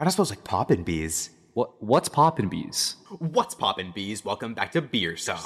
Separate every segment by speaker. Speaker 1: I don't suppose like poppin' bees.
Speaker 2: What what's poppin' bees?
Speaker 3: What's poppin', bees? Welcome back to Beer Sauce.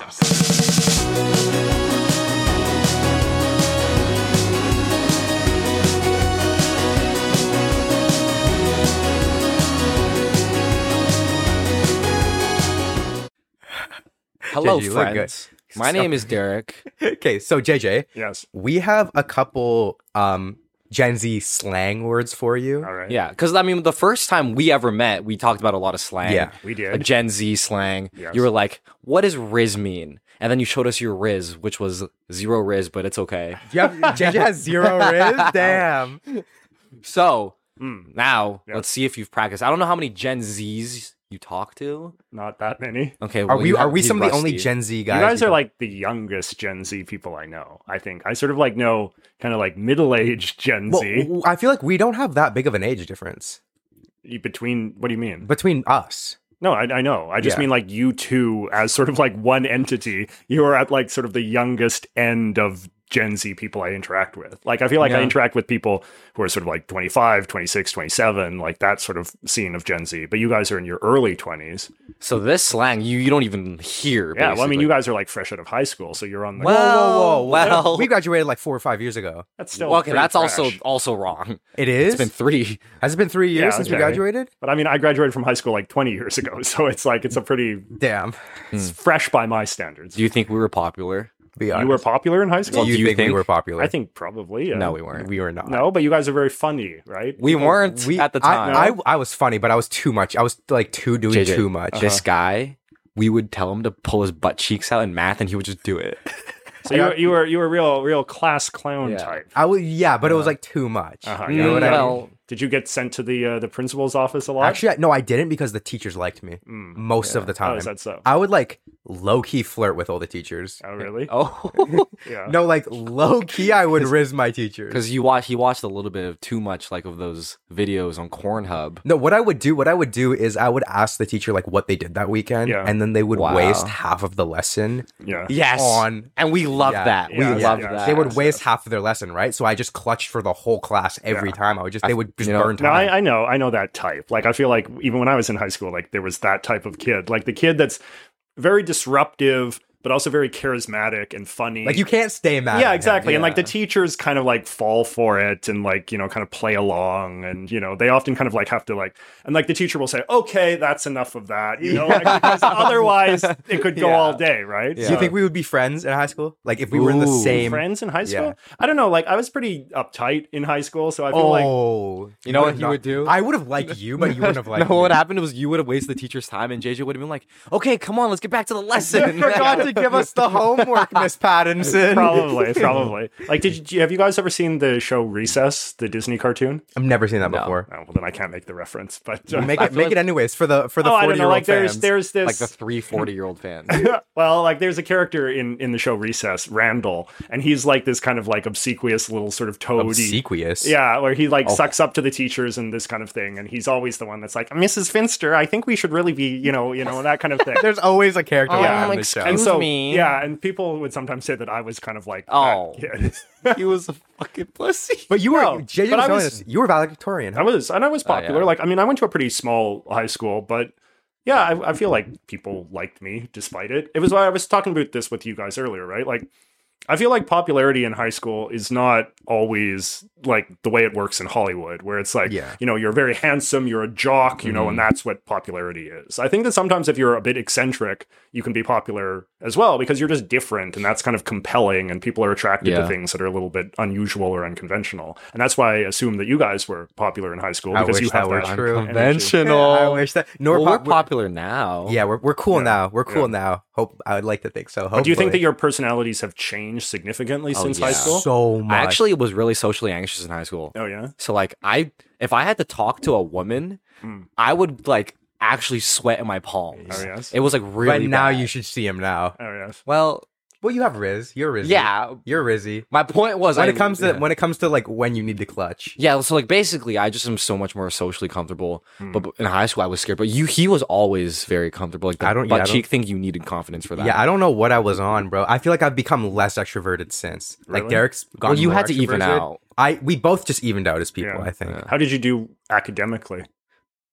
Speaker 4: Hello,
Speaker 5: JG, look good.
Speaker 4: friends. My
Speaker 5: So-
Speaker 4: name is Derek.
Speaker 5: Okay, so JJ,
Speaker 6: Yes.
Speaker 5: we have a couple um Gen Z slang words for you.
Speaker 6: All right.
Speaker 4: Yeah, because I mean, the first time we ever met, we talked about a lot of slang.
Speaker 5: Yeah.
Speaker 6: We
Speaker 4: A
Speaker 6: did.
Speaker 4: Gen Z slang.
Speaker 6: Yes.
Speaker 4: You were like, "What does Riz mean?" And then you showed us your Riz, which was zero Riz, but it's okay.
Speaker 5: Yep, JJ has zero riz. Damn.
Speaker 4: So
Speaker 6: Mm,
Speaker 4: now
Speaker 6: Yes.
Speaker 4: let's see if you've practiced. I don't know how many Gen Zs you talk to.
Speaker 6: not that many.
Speaker 4: Okay,
Speaker 5: Are
Speaker 4: well,
Speaker 5: we
Speaker 4: you
Speaker 5: are
Speaker 4: have-
Speaker 5: we
Speaker 4: he's
Speaker 5: some of the only
Speaker 4: rusty.
Speaker 5: Gen Z
Speaker 6: you
Speaker 5: guys?
Speaker 6: guys
Speaker 5: we
Speaker 6: are
Speaker 5: can-
Speaker 6: like the youngest Gen Z people I know. I think I sort of like know kind of like middle aged Gen
Speaker 5: well,
Speaker 6: Z
Speaker 5: w- I feel like we don't have that big of an age difference
Speaker 6: You- between. What do you mean?
Speaker 5: between us.
Speaker 6: No, I, I know. I just
Speaker 5: Yeah.
Speaker 6: mean like you two as sort of like one entity. You are at like sort of the youngest end of Gen Z people I interact with. Like I feel like I
Speaker 4: Yeah.
Speaker 6: interact with people who are sort of like 25, 26, 27, like that sort of scene of Gen Z. But you guys are in your early 20s.
Speaker 4: So this slang you you don't even hear.
Speaker 6: Yeah, well I mean
Speaker 4: basically.
Speaker 6: you guys are like fresh out of high school, so you're on the
Speaker 4: Well,
Speaker 5: whoa, whoa, whoa.
Speaker 4: well.
Speaker 5: We graduated like four or five years ago.
Speaker 6: that's still
Speaker 4: Well, okay,
Speaker 6: pretty
Speaker 4: that's also
Speaker 6: fresh.
Speaker 4: also wrong.
Speaker 5: It is?
Speaker 4: It's been three.
Speaker 5: Has it been three years
Speaker 6: Yeah,
Speaker 5: since we
Speaker 6: okay.
Speaker 5: graduated?
Speaker 6: But I mean I graduated from high school like 20 years ago, so it's like it's a pretty
Speaker 5: Damn.
Speaker 6: it's
Speaker 5: Hmm.
Speaker 6: fresh by my standards.
Speaker 4: Do you think we were popular?
Speaker 5: Be
Speaker 6: you
Speaker 5: honest.
Speaker 6: were popular in high school?
Speaker 5: Do you, think, we were popular?
Speaker 6: I think probably. Yeah.
Speaker 4: No, we weren't.
Speaker 5: we were not.
Speaker 6: No, but you guys are very funny, right?
Speaker 4: We weren't
Speaker 5: We-
Speaker 4: at the
Speaker 5: I-
Speaker 4: time.
Speaker 5: I, I was funny, but I was too much. I was like too doing
Speaker 4: JJ,
Speaker 5: too much.
Speaker 6: Uh-huh.
Speaker 4: This guy, we would tell him to pull his butt cheeks out in math, and he would just do it.
Speaker 6: So you were, you were you were real real class clown
Speaker 4: Yeah.
Speaker 6: type.
Speaker 5: I was yeah, but it was like too much.
Speaker 6: Uh-huh,
Speaker 5: You know
Speaker 6: yeah.
Speaker 5: what I mean?
Speaker 4: well,
Speaker 6: Did you get sent to the uh, the principal's office a lot?
Speaker 5: Actually, I- no, I didn't because the teachers liked me
Speaker 6: Mm.
Speaker 5: most of the
Speaker 6: oh,
Speaker 5: time.
Speaker 6: is that so?
Speaker 5: I would like low key flirt with all the teachers.
Speaker 6: oh, really?
Speaker 4: oh,
Speaker 6: yeah.
Speaker 5: No, like low key, I would riz my teachers.
Speaker 4: because you watch, he watched a little bit of too much like of those videos on Cornhub.
Speaker 5: No, what I would do, what I would do is I would ask the teacher like what they did that weekend,
Speaker 6: Yeah.
Speaker 5: and then they would
Speaker 4: Wow.
Speaker 5: waste half of the lesson
Speaker 6: Yeah.
Speaker 4: Yes,
Speaker 5: on.
Speaker 4: and we loved
Speaker 5: Yeah,
Speaker 4: that.
Speaker 6: yeah,
Speaker 4: we
Speaker 6: yeah,
Speaker 4: loved
Speaker 6: yeah.
Speaker 4: that.
Speaker 5: They would waste half of their lesson, right? So I just clutched for the whole class every time. I would just they would just
Speaker 4: you know-
Speaker 5: burn
Speaker 6: No,
Speaker 5: time.
Speaker 6: I, I know, I know that type. Like, I feel like even when I was in high school, like there was that type of kid, like the kid that's very disruptive, but also very charismatic and funny.
Speaker 5: like you can't stay mad. at
Speaker 6: yeah,
Speaker 5: him.
Speaker 6: exactly. And like the
Speaker 4: yeah.
Speaker 6: teachers kind of like fall for it and like, you know, kind of play along. And, you know, they often kind of like have to like, and like the teacher will say, okay, that's enough of that, you know, like, because otherwise it could go
Speaker 5: Yeah.
Speaker 6: all day, right?
Speaker 5: Do you think we would be friends in high school? Like if we were in the
Speaker 4: Ooh.
Speaker 5: same.
Speaker 6: friends in high school?
Speaker 5: Yeah.
Speaker 6: I don't know. Like, I was pretty uptight in high school. So I feel
Speaker 5: Oh,
Speaker 6: like,
Speaker 4: You know what
Speaker 5: would've
Speaker 4: he
Speaker 5: not-
Speaker 4: would do?
Speaker 5: I would have liked you, but you wouldn't have liked.
Speaker 4: no,
Speaker 5: me.
Speaker 4: what happened was you would have wasted the teacher's time, and JJ would have been like, "Okay, come on, let's get back to the lesson."
Speaker 5: You forgot to give us the homework, Miss Pattinson.
Speaker 6: probably, probably. Like, did you have you guys ever seen the show Recess, the Disney cartoon?
Speaker 5: I've never seen that
Speaker 4: No.
Speaker 5: before.
Speaker 6: Oh, well, then I can't make the reference. But uh,
Speaker 5: Well, make it, make it anyways for the for the
Speaker 6: oh, I
Speaker 5: forty year
Speaker 6: don't know.
Speaker 5: old
Speaker 6: Like, there's
Speaker 5: fans.
Speaker 6: there's this
Speaker 4: like the three 40 year old fans.
Speaker 6: well, like there's a character in in the show Recess, Randall, and he's like this kind of like obsequious little sort of toady.
Speaker 5: obsequious. Oh.
Speaker 6: yeah, where he like sucks up to the teachers and this kind of thing, and he's always the one that's like, "Mrs. Finster, I think we should really be, you know, you know, that kind of thing."
Speaker 5: There's always a
Speaker 6: Oh,
Speaker 5: character like that in the show.
Speaker 6: and
Speaker 4: excuse
Speaker 6: so,
Speaker 4: me.
Speaker 6: yeah, and people would sometimes say that I was kind of like, that
Speaker 4: Oh.
Speaker 6: kid.
Speaker 4: he was a fucking pussy.
Speaker 5: But you were
Speaker 6: No,
Speaker 5: JJ
Speaker 6: but
Speaker 5: was
Speaker 6: I
Speaker 5: telling
Speaker 6: was-
Speaker 5: us you were valedictorian.
Speaker 6: I was, and I was popular.
Speaker 4: yeah.
Speaker 6: Like, I mean, I went to a pretty small high school, but yeah, I, I feel like people liked me despite it. It was why I was talking about this with you guys earlier, right? Like, I feel like popularity in high school is not always like the way it works in Hollywood, where it's like,
Speaker 5: Yeah.
Speaker 6: you know, you're very handsome, you're a jock, you know, and that's what popularity is. I think that sometimes if you're a bit eccentric, you can be popular as well because you're just different and that's kind of compelling and people are attracted to
Speaker 4: Yeah.
Speaker 6: things that are a little bit unusual or unconventional. And that's why I assume that you guys were popular in high school
Speaker 5: I
Speaker 6: because
Speaker 5: wish
Speaker 6: you have
Speaker 5: that were
Speaker 6: that
Speaker 5: true.
Speaker 6: energy.
Speaker 5: I wish that. Nor
Speaker 4: well, we're
Speaker 5: pop, we're-
Speaker 4: popular now.
Speaker 5: yeah, we're, we're cool
Speaker 6: Yeah.
Speaker 5: now. We're cool
Speaker 6: Yeah.
Speaker 5: now. Hope I would like to think so. Hopefully.
Speaker 6: But do you think that your personalities have changed significantly
Speaker 4: Oh,
Speaker 6: since
Speaker 4: yeah.
Speaker 6: high school?
Speaker 5: so much?
Speaker 4: I actually was really socially anxious in high school.
Speaker 6: oh yeah.
Speaker 4: So like I if I had to talk to a woman,
Speaker 6: Mm.
Speaker 4: I would like actually sweat in my palms.
Speaker 6: Oh yes.
Speaker 4: It was like really
Speaker 5: but now
Speaker 4: bad.
Speaker 5: you should see him now.
Speaker 6: Oh yes.
Speaker 4: Well,
Speaker 5: Well, you have Riz. You're Riz.
Speaker 4: yeah,
Speaker 5: you're Rizzy.
Speaker 4: my point was
Speaker 5: When
Speaker 4: I,
Speaker 5: it comes to
Speaker 4: yeah.
Speaker 5: when it comes to like when you need to clutch,
Speaker 4: Yeah, so like basically I just am so much more socially comfortable. But but in high school I was scared, but you he was always very comfortable. Like the
Speaker 5: I don't- yeah,
Speaker 4: butt
Speaker 5: I don't-
Speaker 4: cheek thing you needed confidence for that.
Speaker 5: Yeah, I don't know what I was on, bro. I feel like I've become less extroverted since. Like
Speaker 6: Really?
Speaker 5: Derek's gone.
Speaker 4: well, you had to even out.
Speaker 5: I we both just evened out as people.
Speaker 6: Yeah.
Speaker 5: I think.
Speaker 4: Yeah.
Speaker 6: How did you do academically?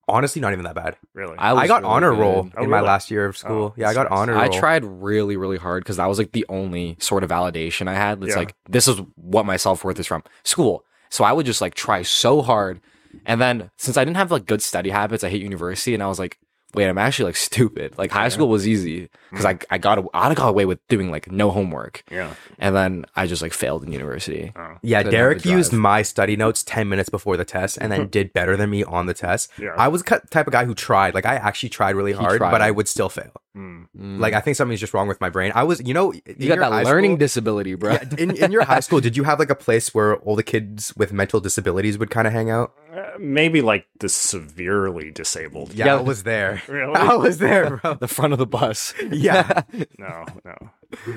Speaker 5: honestly not even that bad.
Speaker 6: Really?
Speaker 4: I, was
Speaker 5: I got
Speaker 4: really
Speaker 5: honor
Speaker 4: good.
Speaker 5: roll in
Speaker 6: Oh,
Speaker 5: my
Speaker 6: really?
Speaker 5: last year of school.
Speaker 6: Oh,
Speaker 5: yeah, I got
Speaker 6: that's nice.
Speaker 5: honor roll.
Speaker 4: I tried really, really hard because that was like the only sort of validation I had. It's
Speaker 6: Yeah.
Speaker 4: like this is what my self worth is from school. So I would just like try so hard, and then since I didn't have like good study habits, I hate university, and I was like, wait, I'm actually like stupid. Like high school was easy because
Speaker 6: Mm.
Speaker 4: I I got a- I got away with doing like no homework,
Speaker 6: yeah. Oh,
Speaker 4: and then I just like failed in university.
Speaker 5: Yeah,
Speaker 4: Didn't have
Speaker 5: Derek
Speaker 4: the drive.
Speaker 5: used my study notes 10 minutes before the test and then did better than me on the test.
Speaker 6: Yeah.
Speaker 5: I was the cu- type of guy who tried. Like, I actually tried really hard,
Speaker 4: tried.
Speaker 5: but I would still fail.
Speaker 6: Mm.
Speaker 5: Like, I think something's just wrong with my brain. I was, you know,
Speaker 4: you got that learning disability, bro.
Speaker 5: in, in your high school, did you have like a place where all the kids with mental disabilities would kind of hang out?
Speaker 6: Uh, maybe like the severely disabled.
Speaker 5: Yeah,
Speaker 4: Yeah.
Speaker 5: I was there.
Speaker 6: Really?
Speaker 5: I was there, bro.
Speaker 4: the front of the bus.
Speaker 5: Yeah.
Speaker 6: No, no.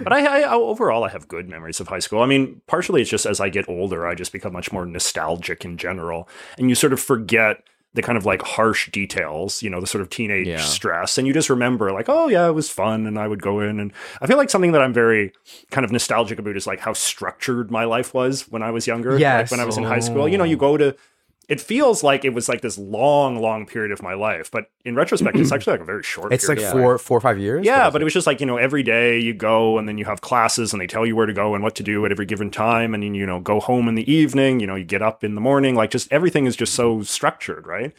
Speaker 6: But I, I, I overall I have good memories of high school. I mean, partially it's just as I get older, I just become much more nostalgic in general, and you sort of forget the kind of like harsh details, you know, the sort of teenage
Speaker 4: Yeah.
Speaker 6: stress, and you just remember like, oh yeah, it was fun, and I would go in, and I feel like something that I'm very kind of nostalgic about is like how structured my life was when I was younger.
Speaker 5: Yes.
Speaker 6: like when I was in high school, you know, you go to. It feels like it was like this long, long period of my life, but in retrospect, it's actually like a very short.
Speaker 5: It's like
Speaker 6: period of time.
Speaker 5: four, four or five years.
Speaker 6: Yeah, but it was just like, you know, every day you go and then you have classes and they tell you where to go and what to do at every given time. And then, you know, go home in the evening, you know, you get up in the morning. Like, just everything is just so structured, right?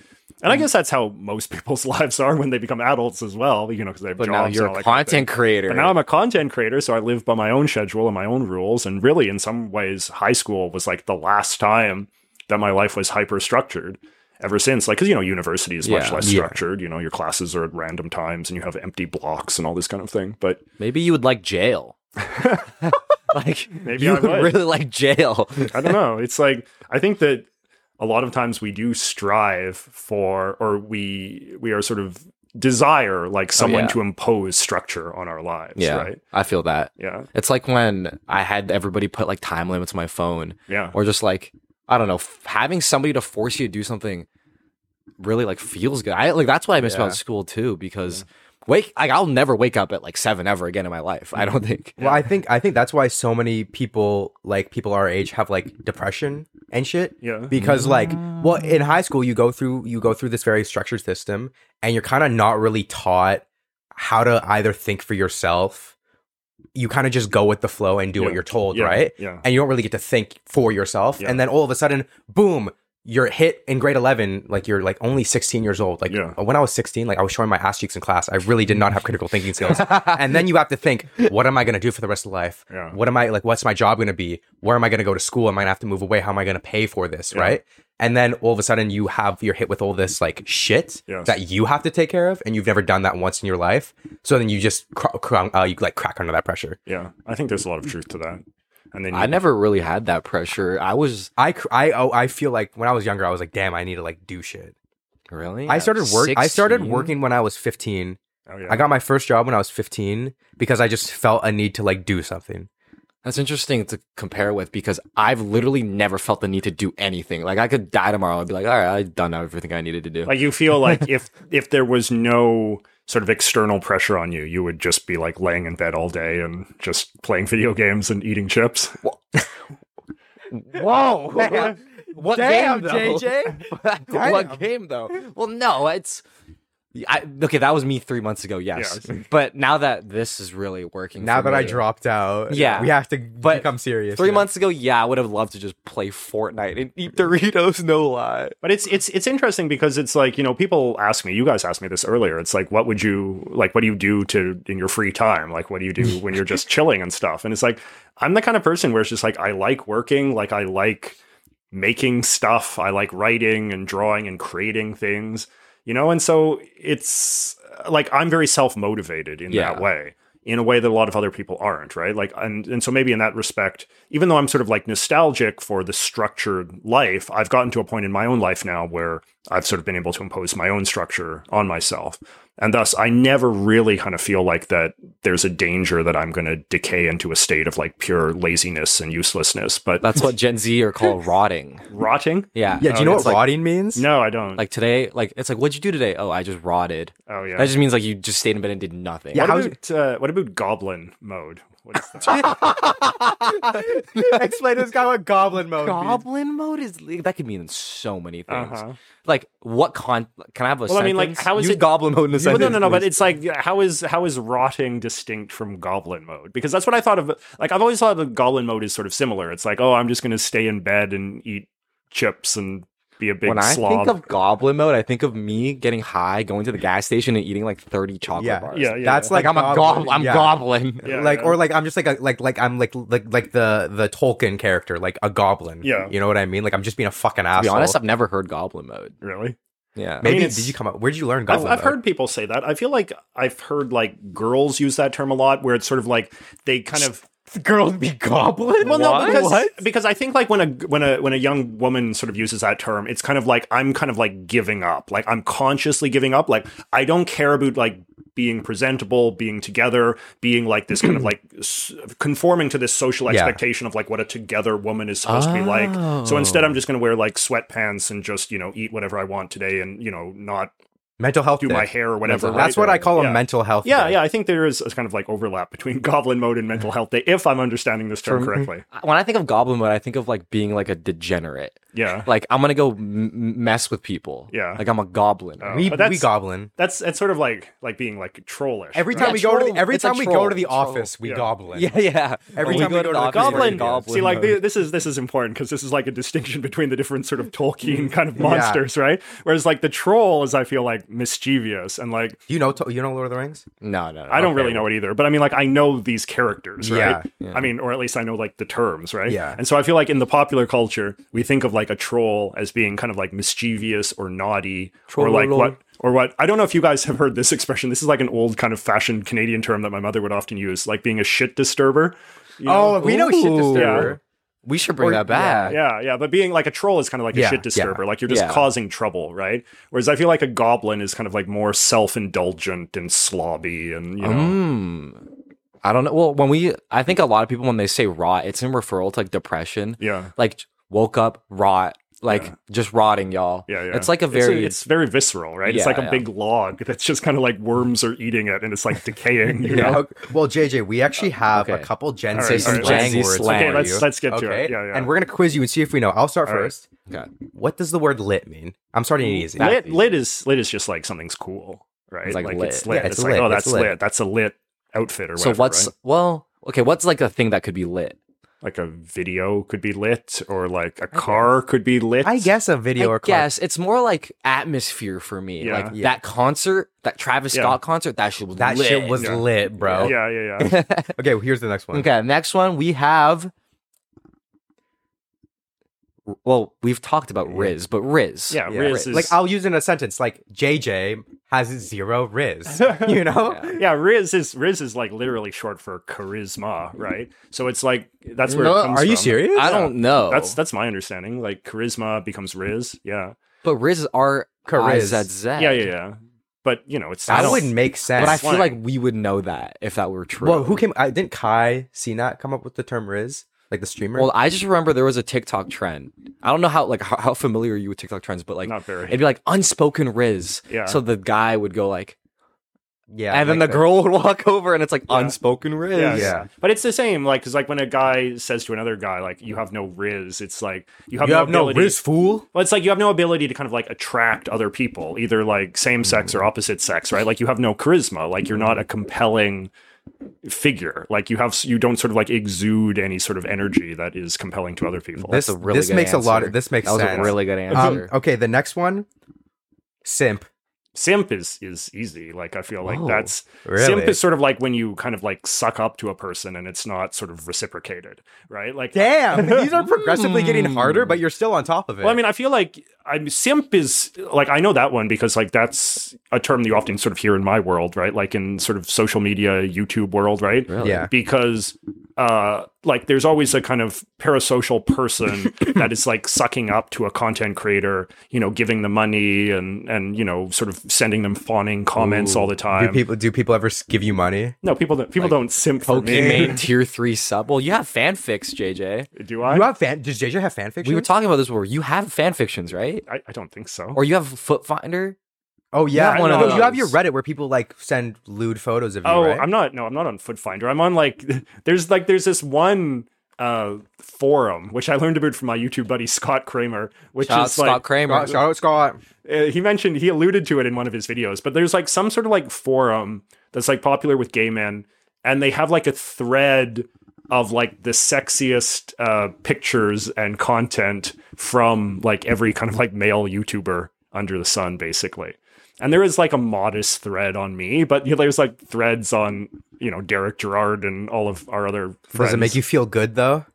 Speaker 4: Mm.
Speaker 6: And I guess that's how most people's lives are when they become adults as well, you know, because they have
Speaker 4: But
Speaker 6: jobs.
Speaker 4: now
Speaker 6: and
Speaker 4: you're
Speaker 6: all
Speaker 4: a
Speaker 6: that kind of thing.
Speaker 4: content creator.
Speaker 6: But now I'm a content creator, so I live by my own schedule and my own rules. And really, in some ways, high school was like the last time that my life was hyper structured ever since. Like, because, you know, university is much
Speaker 4: Yeah.
Speaker 6: less
Speaker 5: Yeah.
Speaker 6: structured. You know, your classes are at random times and you have empty blocks and all this kind of thing. But
Speaker 4: Maybe you would like jail. like
Speaker 6: Maybe
Speaker 4: you
Speaker 6: I would.
Speaker 4: really like jail.
Speaker 6: I don't know. It's like, I think that a lot of times we do strive for, or we we are sort of desire like someone
Speaker 4: Oh, yeah.
Speaker 6: to impose structure on our lives, right?
Speaker 4: I feel that.
Speaker 6: Yeah.
Speaker 4: It's like when I had everybody put like time limits on my phone,
Speaker 6: Yeah.
Speaker 4: or just like I don't know, f- having somebody to force you to do something really like feels good. I like that's what I miss
Speaker 5: Yeah.
Speaker 4: about school too because wake like I'll never wake up at like seven ever again in my life. I don't think.
Speaker 5: Well, I think I think that's why so many people, like people our age, have like depression and shit.
Speaker 6: Yeah.
Speaker 5: Because like, well, in high school you go through you go through this very structured system, and you're kind of not really taught how to either think for yourself. You kind of just go with the flow and do what
Speaker 6: Yeah.
Speaker 5: you're told,
Speaker 6: Yeah.
Speaker 5: right?
Speaker 6: Yeah.
Speaker 5: And you don't really get to think for yourself.
Speaker 6: Yeah.
Speaker 5: And then all of a sudden, boom, you're hit in grade 11. Like you're like only 16 years old. Like
Speaker 6: Yeah.
Speaker 5: when I was 16, like I was showing my ass cheeks in class. I really did not have critical thinking skills. and then you have to think, what am I going to do for the rest of life?
Speaker 6: Yeah.
Speaker 5: What am I like? What's my job going to be? Where am I going to go to school? Am I going to have to move away? How am I going to pay for this? Right. And then all of a sudden you have, you're hit with all this like shit
Speaker 6: Yes.
Speaker 5: that you have to take care of. And you've never done that once in your life. So then you just, cr- cr- uh, you like crack under that pressure.
Speaker 6: Yeah, I think there's a lot of truth to that. And then
Speaker 4: I never really had that pressure. I was
Speaker 5: I cr- I oh, I feel like when I was younger, I was like, damn, I need to like do shit.
Speaker 4: really.
Speaker 5: I
Speaker 4: at
Speaker 5: started work. I started
Speaker 4: 16?
Speaker 5: working when I was 15.
Speaker 6: Oh, yeah.
Speaker 5: I got my first job when I was 15 because I just felt a need to like do something.
Speaker 4: That's interesting to compare with because I've literally never felt the need to do anything. Like I could die tomorrow and be like, all right, I've done everything I needed to do.
Speaker 6: like you feel like if if there was no sort of external pressure on you, you would just be like laying in bed all day and just playing video games and eating chips.
Speaker 4: Whoa! what
Speaker 5: Damn,
Speaker 4: game, though? JJ? what game, though? Well, no, it's. I, okay, that was me three months ago. Yes, but now that this is really working.
Speaker 5: Now
Speaker 4: for
Speaker 5: that I
Speaker 4: me-
Speaker 5: dropped out,
Speaker 4: Yeah.
Speaker 5: we have to
Speaker 4: But
Speaker 5: become serious.
Speaker 4: three
Speaker 5: you know?
Speaker 4: months ago, yeah, I would have loved to just play Fortnite and eat Doritos. No lie.
Speaker 6: But it's it's it's interesting because it's like you know people ask me, you guys asked me this earlier. It's like what would you like? What do you do to in your free time? Like what do you do when you're just chilling and stuff? And it's like I'm the kind of person where it's just like I like working, like I like making stuff, I like writing and drawing and creating things, you know. And so it's uh, like I'm very self motivated in
Speaker 4: Yeah.
Speaker 6: that way. In a way that a lot of other people aren't, right? Like, and, and so maybe in that respect, even though I'm sort of like nostalgic for the structured life, I've gotten to a point in my own life now where I've sort of been able to impose my own structure on myself. And thus, I never really kind of feel like that there's a danger that I'm going to decay into a state of like pure laziness and uselessness. But
Speaker 4: That's what Gen Z are called rotting.
Speaker 6: rotting?
Speaker 4: Yeah.
Speaker 5: yeah. Do you know
Speaker 6: Oh,
Speaker 5: what
Speaker 6: it's like-
Speaker 5: rotting means?
Speaker 6: No, I don't.
Speaker 4: Like today, like it's like, what'd you do today? Oh, I just rotted.
Speaker 6: oh yeah. Oh,
Speaker 4: That just means like you just stayed in bed and did nothing.
Speaker 5: Yeah.
Speaker 6: what
Speaker 5: how's
Speaker 6: about uh, what about goblin mode? What is that?
Speaker 5: Explain to this guy what goblin mode means.
Speaker 4: Goblin mode is that could mean so many things.
Speaker 6: uh-huh.
Speaker 4: Like what con? Can I have a?
Speaker 6: Well, I mean, like,
Speaker 4: sentence?
Speaker 6: how is
Speaker 4: Use
Speaker 6: it-
Speaker 4: goblin mode in a
Speaker 6: Well,
Speaker 4: sentence?
Speaker 6: no, no, no. But
Speaker 4: please.
Speaker 6: it's like, yeah, how is how is rotting distinct from goblin mode? Because that's what I thought of. Like, I've always thought the goblin mode is sort of similar. It's like, oh, I'm just going to stay in bed and eat chips and be a big
Speaker 4: when I
Speaker 6: slob.
Speaker 4: think of goblin mode, I think of me getting high, going to the gas station, and eating like thirty chocolate
Speaker 5: Yeah.
Speaker 4: bars.
Speaker 6: yeah, yeah,
Speaker 5: That's
Speaker 4: Like,
Speaker 5: like
Speaker 4: I'm a
Speaker 5: goblin,
Speaker 4: goblin. I'm
Speaker 5: yeah.
Speaker 4: goblin.
Speaker 6: yeah,
Speaker 5: like
Speaker 6: yeah.
Speaker 5: or like I'm just like a, like like I'm like like like the the Tolkien character, like a goblin.
Speaker 6: Yeah.
Speaker 5: you know what I mean. Like I'm just being a fucking
Speaker 4: To
Speaker 5: asshole.
Speaker 4: be honest, I've never heard goblin mode.
Speaker 6: really.
Speaker 4: Yeah.
Speaker 5: Maybe
Speaker 6: I mean,
Speaker 5: did
Speaker 6: it's-
Speaker 5: you come up? Where did you learn
Speaker 6: I've,
Speaker 5: goblin?
Speaker 6: I've
Speaker 5: mode?
Speaker 6: heard people say that. I feel like I've heard like girls use that term a lot, where it's sort of like they kind of
Speaker 4: Girls be goblin?
Speaker 6: Well, no, because because I think like when a when a when a young woman sort of uses that term, it's kind of like I'm kind of like giving up. Like I'm consciously giving up. Like I don't care about like being presentable, being together, being like this kind of like s- conforming to this social
Speaker 5: Yeah.
Speaker 6: expectation of like what a together woman is supposed to be like. So
Speaker 4: Oh.
Speaker 6: instead, I'm just going to wear like sweatpants and just you know eat whatever I want today and you know not
Speaker 5: mental health.
Speaker 6: do my
Speaker 5: day.
Speaker 6: hair or whatever.
Speaker 4: Mental
Speaker 6: right?
Speaker 5: That's what I call
Speaker 6: Yeah.
Speaker 5: a mental health.
Speaker 6: Yeah,
Speaker 5: day.
Speaker 6: yeah. I think there is a kind of like overlap between goblin mode and mental health day, if I'm understanding this term
Speaker 4: Term-
Speaker 6: correctly.
Speaker 4: When I think of goblin mode, I think of like being like a degenerate.
Speaker 6: Yeah.
Speaker 4: Like I'm gonna go m- m- mess with people.
Speaker 6: Yeah.
Speaker 4: Like I'm a goblin.
Speaker 6: Oh.
Speaker 5: We,
Speaker 6: But that's-
Speaker 5: we goblin.
Speaker 6: That's that's sort of like like being like trollish.
Speaker 5: Every
Speaker 6: right?
Speaker 5: time
Speaker 4: Yeah,
Speaker 5: we go to
Speaker 4: troll.
Speaker 5: the, every
Speaker 4: It's a
Speaker 5: time we go
Speaker 4: troll.
Speaker 5: to the
Speaker 4: Troll.
Speaker 5: office, we
Speaker 6: Yeah.
Speaker 5: goblin.
Speaker 4: Yeah, yeah.
Speaker 5: Every
Speaker 4: When
Speaker 5: time we go to the
Speaker 4: office, we're
Speaker 5: goblin-
Speaker 6: See, like
Speaker 4: mode.
Speaker 6: the, this is this is important because this is like a distinction between the different sort of Tolkien kind of monsters, right? Whereas like the troll is, I feel like mischievous and like
Speaker 5: Do you know to- you know Lord of the Rings?
Speaker 4: no, no, no.
Speaker 6: I don't really know it either, but I mean like I know these characters, right?
Speaker 4: Yeah, yeah.
Speaker 6: I mean, or at least I know like the terms, right?
Speaker 5: Yeah.
Speaker 6: And so I feel like in the popular culture, we think of like a troll as being kind of like mischievous or naughty, or like
Speaker 4: Trollolo.
Speaker 6: what or what I don't know if you guys have heard this expression. This is like an old kind of fashioned Canadian term that my mother would often use, like being a shit disturber. you know?
Speaker 5: Oh, we know shit
Speaker 4: Ooh.
Speaker 5: disturber.
Speaker 4: We should bring
Speaker 5: Or-
Speaker 4: that back.
Speaker 6: Yeah, yeah, but being like a troll is kind of like
Speaker 5: Yeah,
Speaker 6: a shit disturber. Like you're just
Speaker 4: Yeah.
Speaker 6: causing trouble, right? Whereas I feel like a goblin is kind of like more self-indulgent and slobby, and you know,
Speaker 4: Mm. I don't know. Well, when we, I think a lot of people when they say rot, it's in referral to like depression.
Speaker 6: yeah,
Speaker 4: Like woke up rot, like
Speaker 6: Yeah.
Speaker 4: just rotting, y'all.
Speaker 6: yeah, yeah.
Speaker 4: It's like a
Speaker 6: a-
Speaker 4: very.
Speaker 6: it's, very visceral, right? it's
Speaker 4: Yeah,
Speaker 6: like a
Speaker 4: yeah.
Speaker 6: big log that's just kind of like worms are eating it, and it's like decaying. You
Speaker 5: Yeah.
Speaker 6: know?
Speaker 5: okay. Well, JJ, we actually have
Speaker 4: Okay.
Speaker 5: a couple Gen
Speaker 6: All
Speaker 5: Z
Speaker 6: right, all
Speaker 5: slang
Speaker 6: right, let's-
Speaker 5: words.
Speaker 4: okay,
Speaker 5: for
Speaker 6: Okay, let's
Speaker 5: you.
Speaker 6: let's get to
Speaker 5: okay,
Speaker 6: it. Yeah, yeah.
Speaker 5: and we're gonna quiz you and see if we know. I'll start
Speaker 6: All right.
Speaker 5: first.
Speaker 4: Okay.
Speaker 5: What does the word lit mean? I'm starting it easy.
Speaker 6: lit, lit is lit is just like something's cool, right?
Speaker 4: It's like lit.
Speaker 6: it's lit.
Speaker 5: Yeah,
Speaker 6: it's
Speaker 5: it's
Speaker 6: like
Speaker 5: lit,
Speaker 6: oh,
Speaker 5: it's
Speaker 6: that's lit.
Speaker 5: lit.
Speaker 6: That's a lit outfit or
Speaker 4: so
Speaker 6: whatever.
Speaker 4: what's
Speaker 6: right?
Speaker 4: well okay? What's like a thing that could be lit?
Speaker 6: like a video could be lit, or like a car could be lit.
Speaker 5: I guess a video
Speaker 4: I
Speaker 5: or class.
Speaker 4: guess it's more like atmosphere for me.
Speaker 6: Yeah.
Speaker 4: Like
Speaker 5: Yeah.
Speaker 4: that concert, that Travis
Speaker 6: Yeah.
Speaker 4: Scott concert, that shit was
Speaker 5: That
Speaker 4: lit.
Speaker 5: shit was
Speaker 6: Yeah.
Speaker 5: lit, bro.
Speaker 6: Yeah, yeah, yeah.
Speaker 5: Okay, well, here's the next one.
Speaker 4: okay. Next one we have. Well, we've talked about Riz, but Riz.
Speaker 6: Yeah,
Speaker 5: Yeah.
Speaker 6: Riz is
Speaker 5: Like I'll use it in a sentence. Like JJ has zero Riz. You know?
Speaker 4: Yeah.
Speaker 6: yeah, Riz is Riz is like literally short for charisma, right? So it's like that's where
Speaker 4: No,
Speaker 6: it comes
Speaker 5: Are you
Speaker 6: from.
Speaker 5: serious?
Speaker 4: I don't know.
Speaker 6: That's that's my understanding. Like charisma becomes Riz. Yeah.
Speaker 4: But Riz is R I
Speaker 5: Riz.
Speaker 4: Z Z.
Speaker 6: Yeah, yeah, yeah. But you know, it's
Speaker 5: That
Speaker 4: don't-
Speaker 5: wouldn't make sense.
Speaker 4: But I
Speaker 6: That's
Speaker 4: feel
Speaker 6: slang.
Speaker 4: like we would know that if that were true.
Speaker 5: Well, who came? I didn't Kai Sinat come up with the term Riz, like the streamer.
Speaker 4: Well, I just remember there was a TikTok trend. I don't know how like how, how familiar are you with TikTok trends, but like
Speaker 6: not very
Speaker 4: it'd be like unspoken Riz.
Speaker 6: Yeah.
Speaker 4: So the guy would go like,
Speaker 5: yeah,
Speaker 4: and then the
Speaker 5: like that.
Speaker 4: girl would walk over, and it's like
Speaker 6: Yeah.
Speaker 4: unspoken Riz.
Speaker 6: yeah,
Speaker 5: Yeah.
Speaker 6: But it's the same, like, because like when a guy says to another guy, like, "You have no riz," it's like you have
Speaker 5: You
Speaker 6: no
Speaker 5: have no
Speaker 6: ability.
Speaker 5: Riz, fool.
Speaker 6: Well, it's like you have no ability to kind of like attract other people, either like same sex or opposite sex, right? Like you have no charisma, like you're not a compelling figure, like you have you don't sort of like exude any sort of energy that is compelling to other people.
Speaker 5: This
Speaker 4: That's a really
Speaker 5: this
Speaker 4: good
Speaker 5: makes a lot.
Speaker 4: answer.
Speaker 5: Of, this makes
Speaker 4: That was
Speaker 5: sense.
Speaker 4: a really good
Speaker 5: um,
Speaker 4: answer.
Speaker 5: okay, the next one, simp.
Speaker 6: simp is is easy. Like I feel like
Speaker 4: Oh,
Speaker 6: that's
Speaker 5: Really?
Speaker 6: simp is sort of like when you kind of like suck up to a person and it's not sort of reciprocated, right? Like
Speaker 5: Damn, these are progressively getting harder, but you're still on top of it.
Speaker 6: Well, I mean, I feel like I'm simp is like I know that one because like that's a term that you often sort of hear in my world, right? Like in sort of social media, YouTube world, right?
Speaker 4: Really?
Speaker 5: yeah,
Speaker 6: Because uh like there's always a kind of parasocial person that is like sucking up to a content creator, you know, giving them money and and you know, sort of sending them fawning comments all the
Speaker 5: do
Speaker 6: time.
Speaker 5: people do people ever s- give you money?
Speaker 6: no, people don't people don't simp for
Speaker 4: Pokemon
Speaker 6: me.
Speaker 4: tier three sub. Well, you have fanfics, JJ.
Speaker 6: Do I?
Speaker 5: You have fan? Does JJ have fan fiction?
Speaker 4: We were talking about this before. You have fanfictions, right?
Speaker 6: I, I don't think so.
Speaker 4: Or you have Foot Finder?
Speaker 5: Oh yeah,
Speaker 6: Not one of
Speaker 5: No, you have your
Speaker 4: those.
Speaker 5: Reddit where people like send lewd photos of you.
Speaker 6: Oh,
Speaker 5: right?
Speaker 6: I'm not. No, I'm not on Foot Finder. I'm on like there's like there's this one uh forum which I learned about from my YouTube buddy Scott Kramer, which
Speaker 4: Shout out
Speaker 6: is
Speaker 4: Scott
Speaker 6: like
Speaker 4: Kramer.
Speaker 5: Scott, shout out Scott.
Speaker 6: uh, he mentioned he alluded to it in one of his videos, but there's like some sort of like forum that's like popular with gay men, and they have like a thread of like the sexiest uh, pictures and content from like every kind of like male YouTuber under the sun, basically. And there is like a modest thread on me, but you know, there's like threads on you know Derek Gerard and all of our other friends.
Speaker 5: Does it make you feel good though?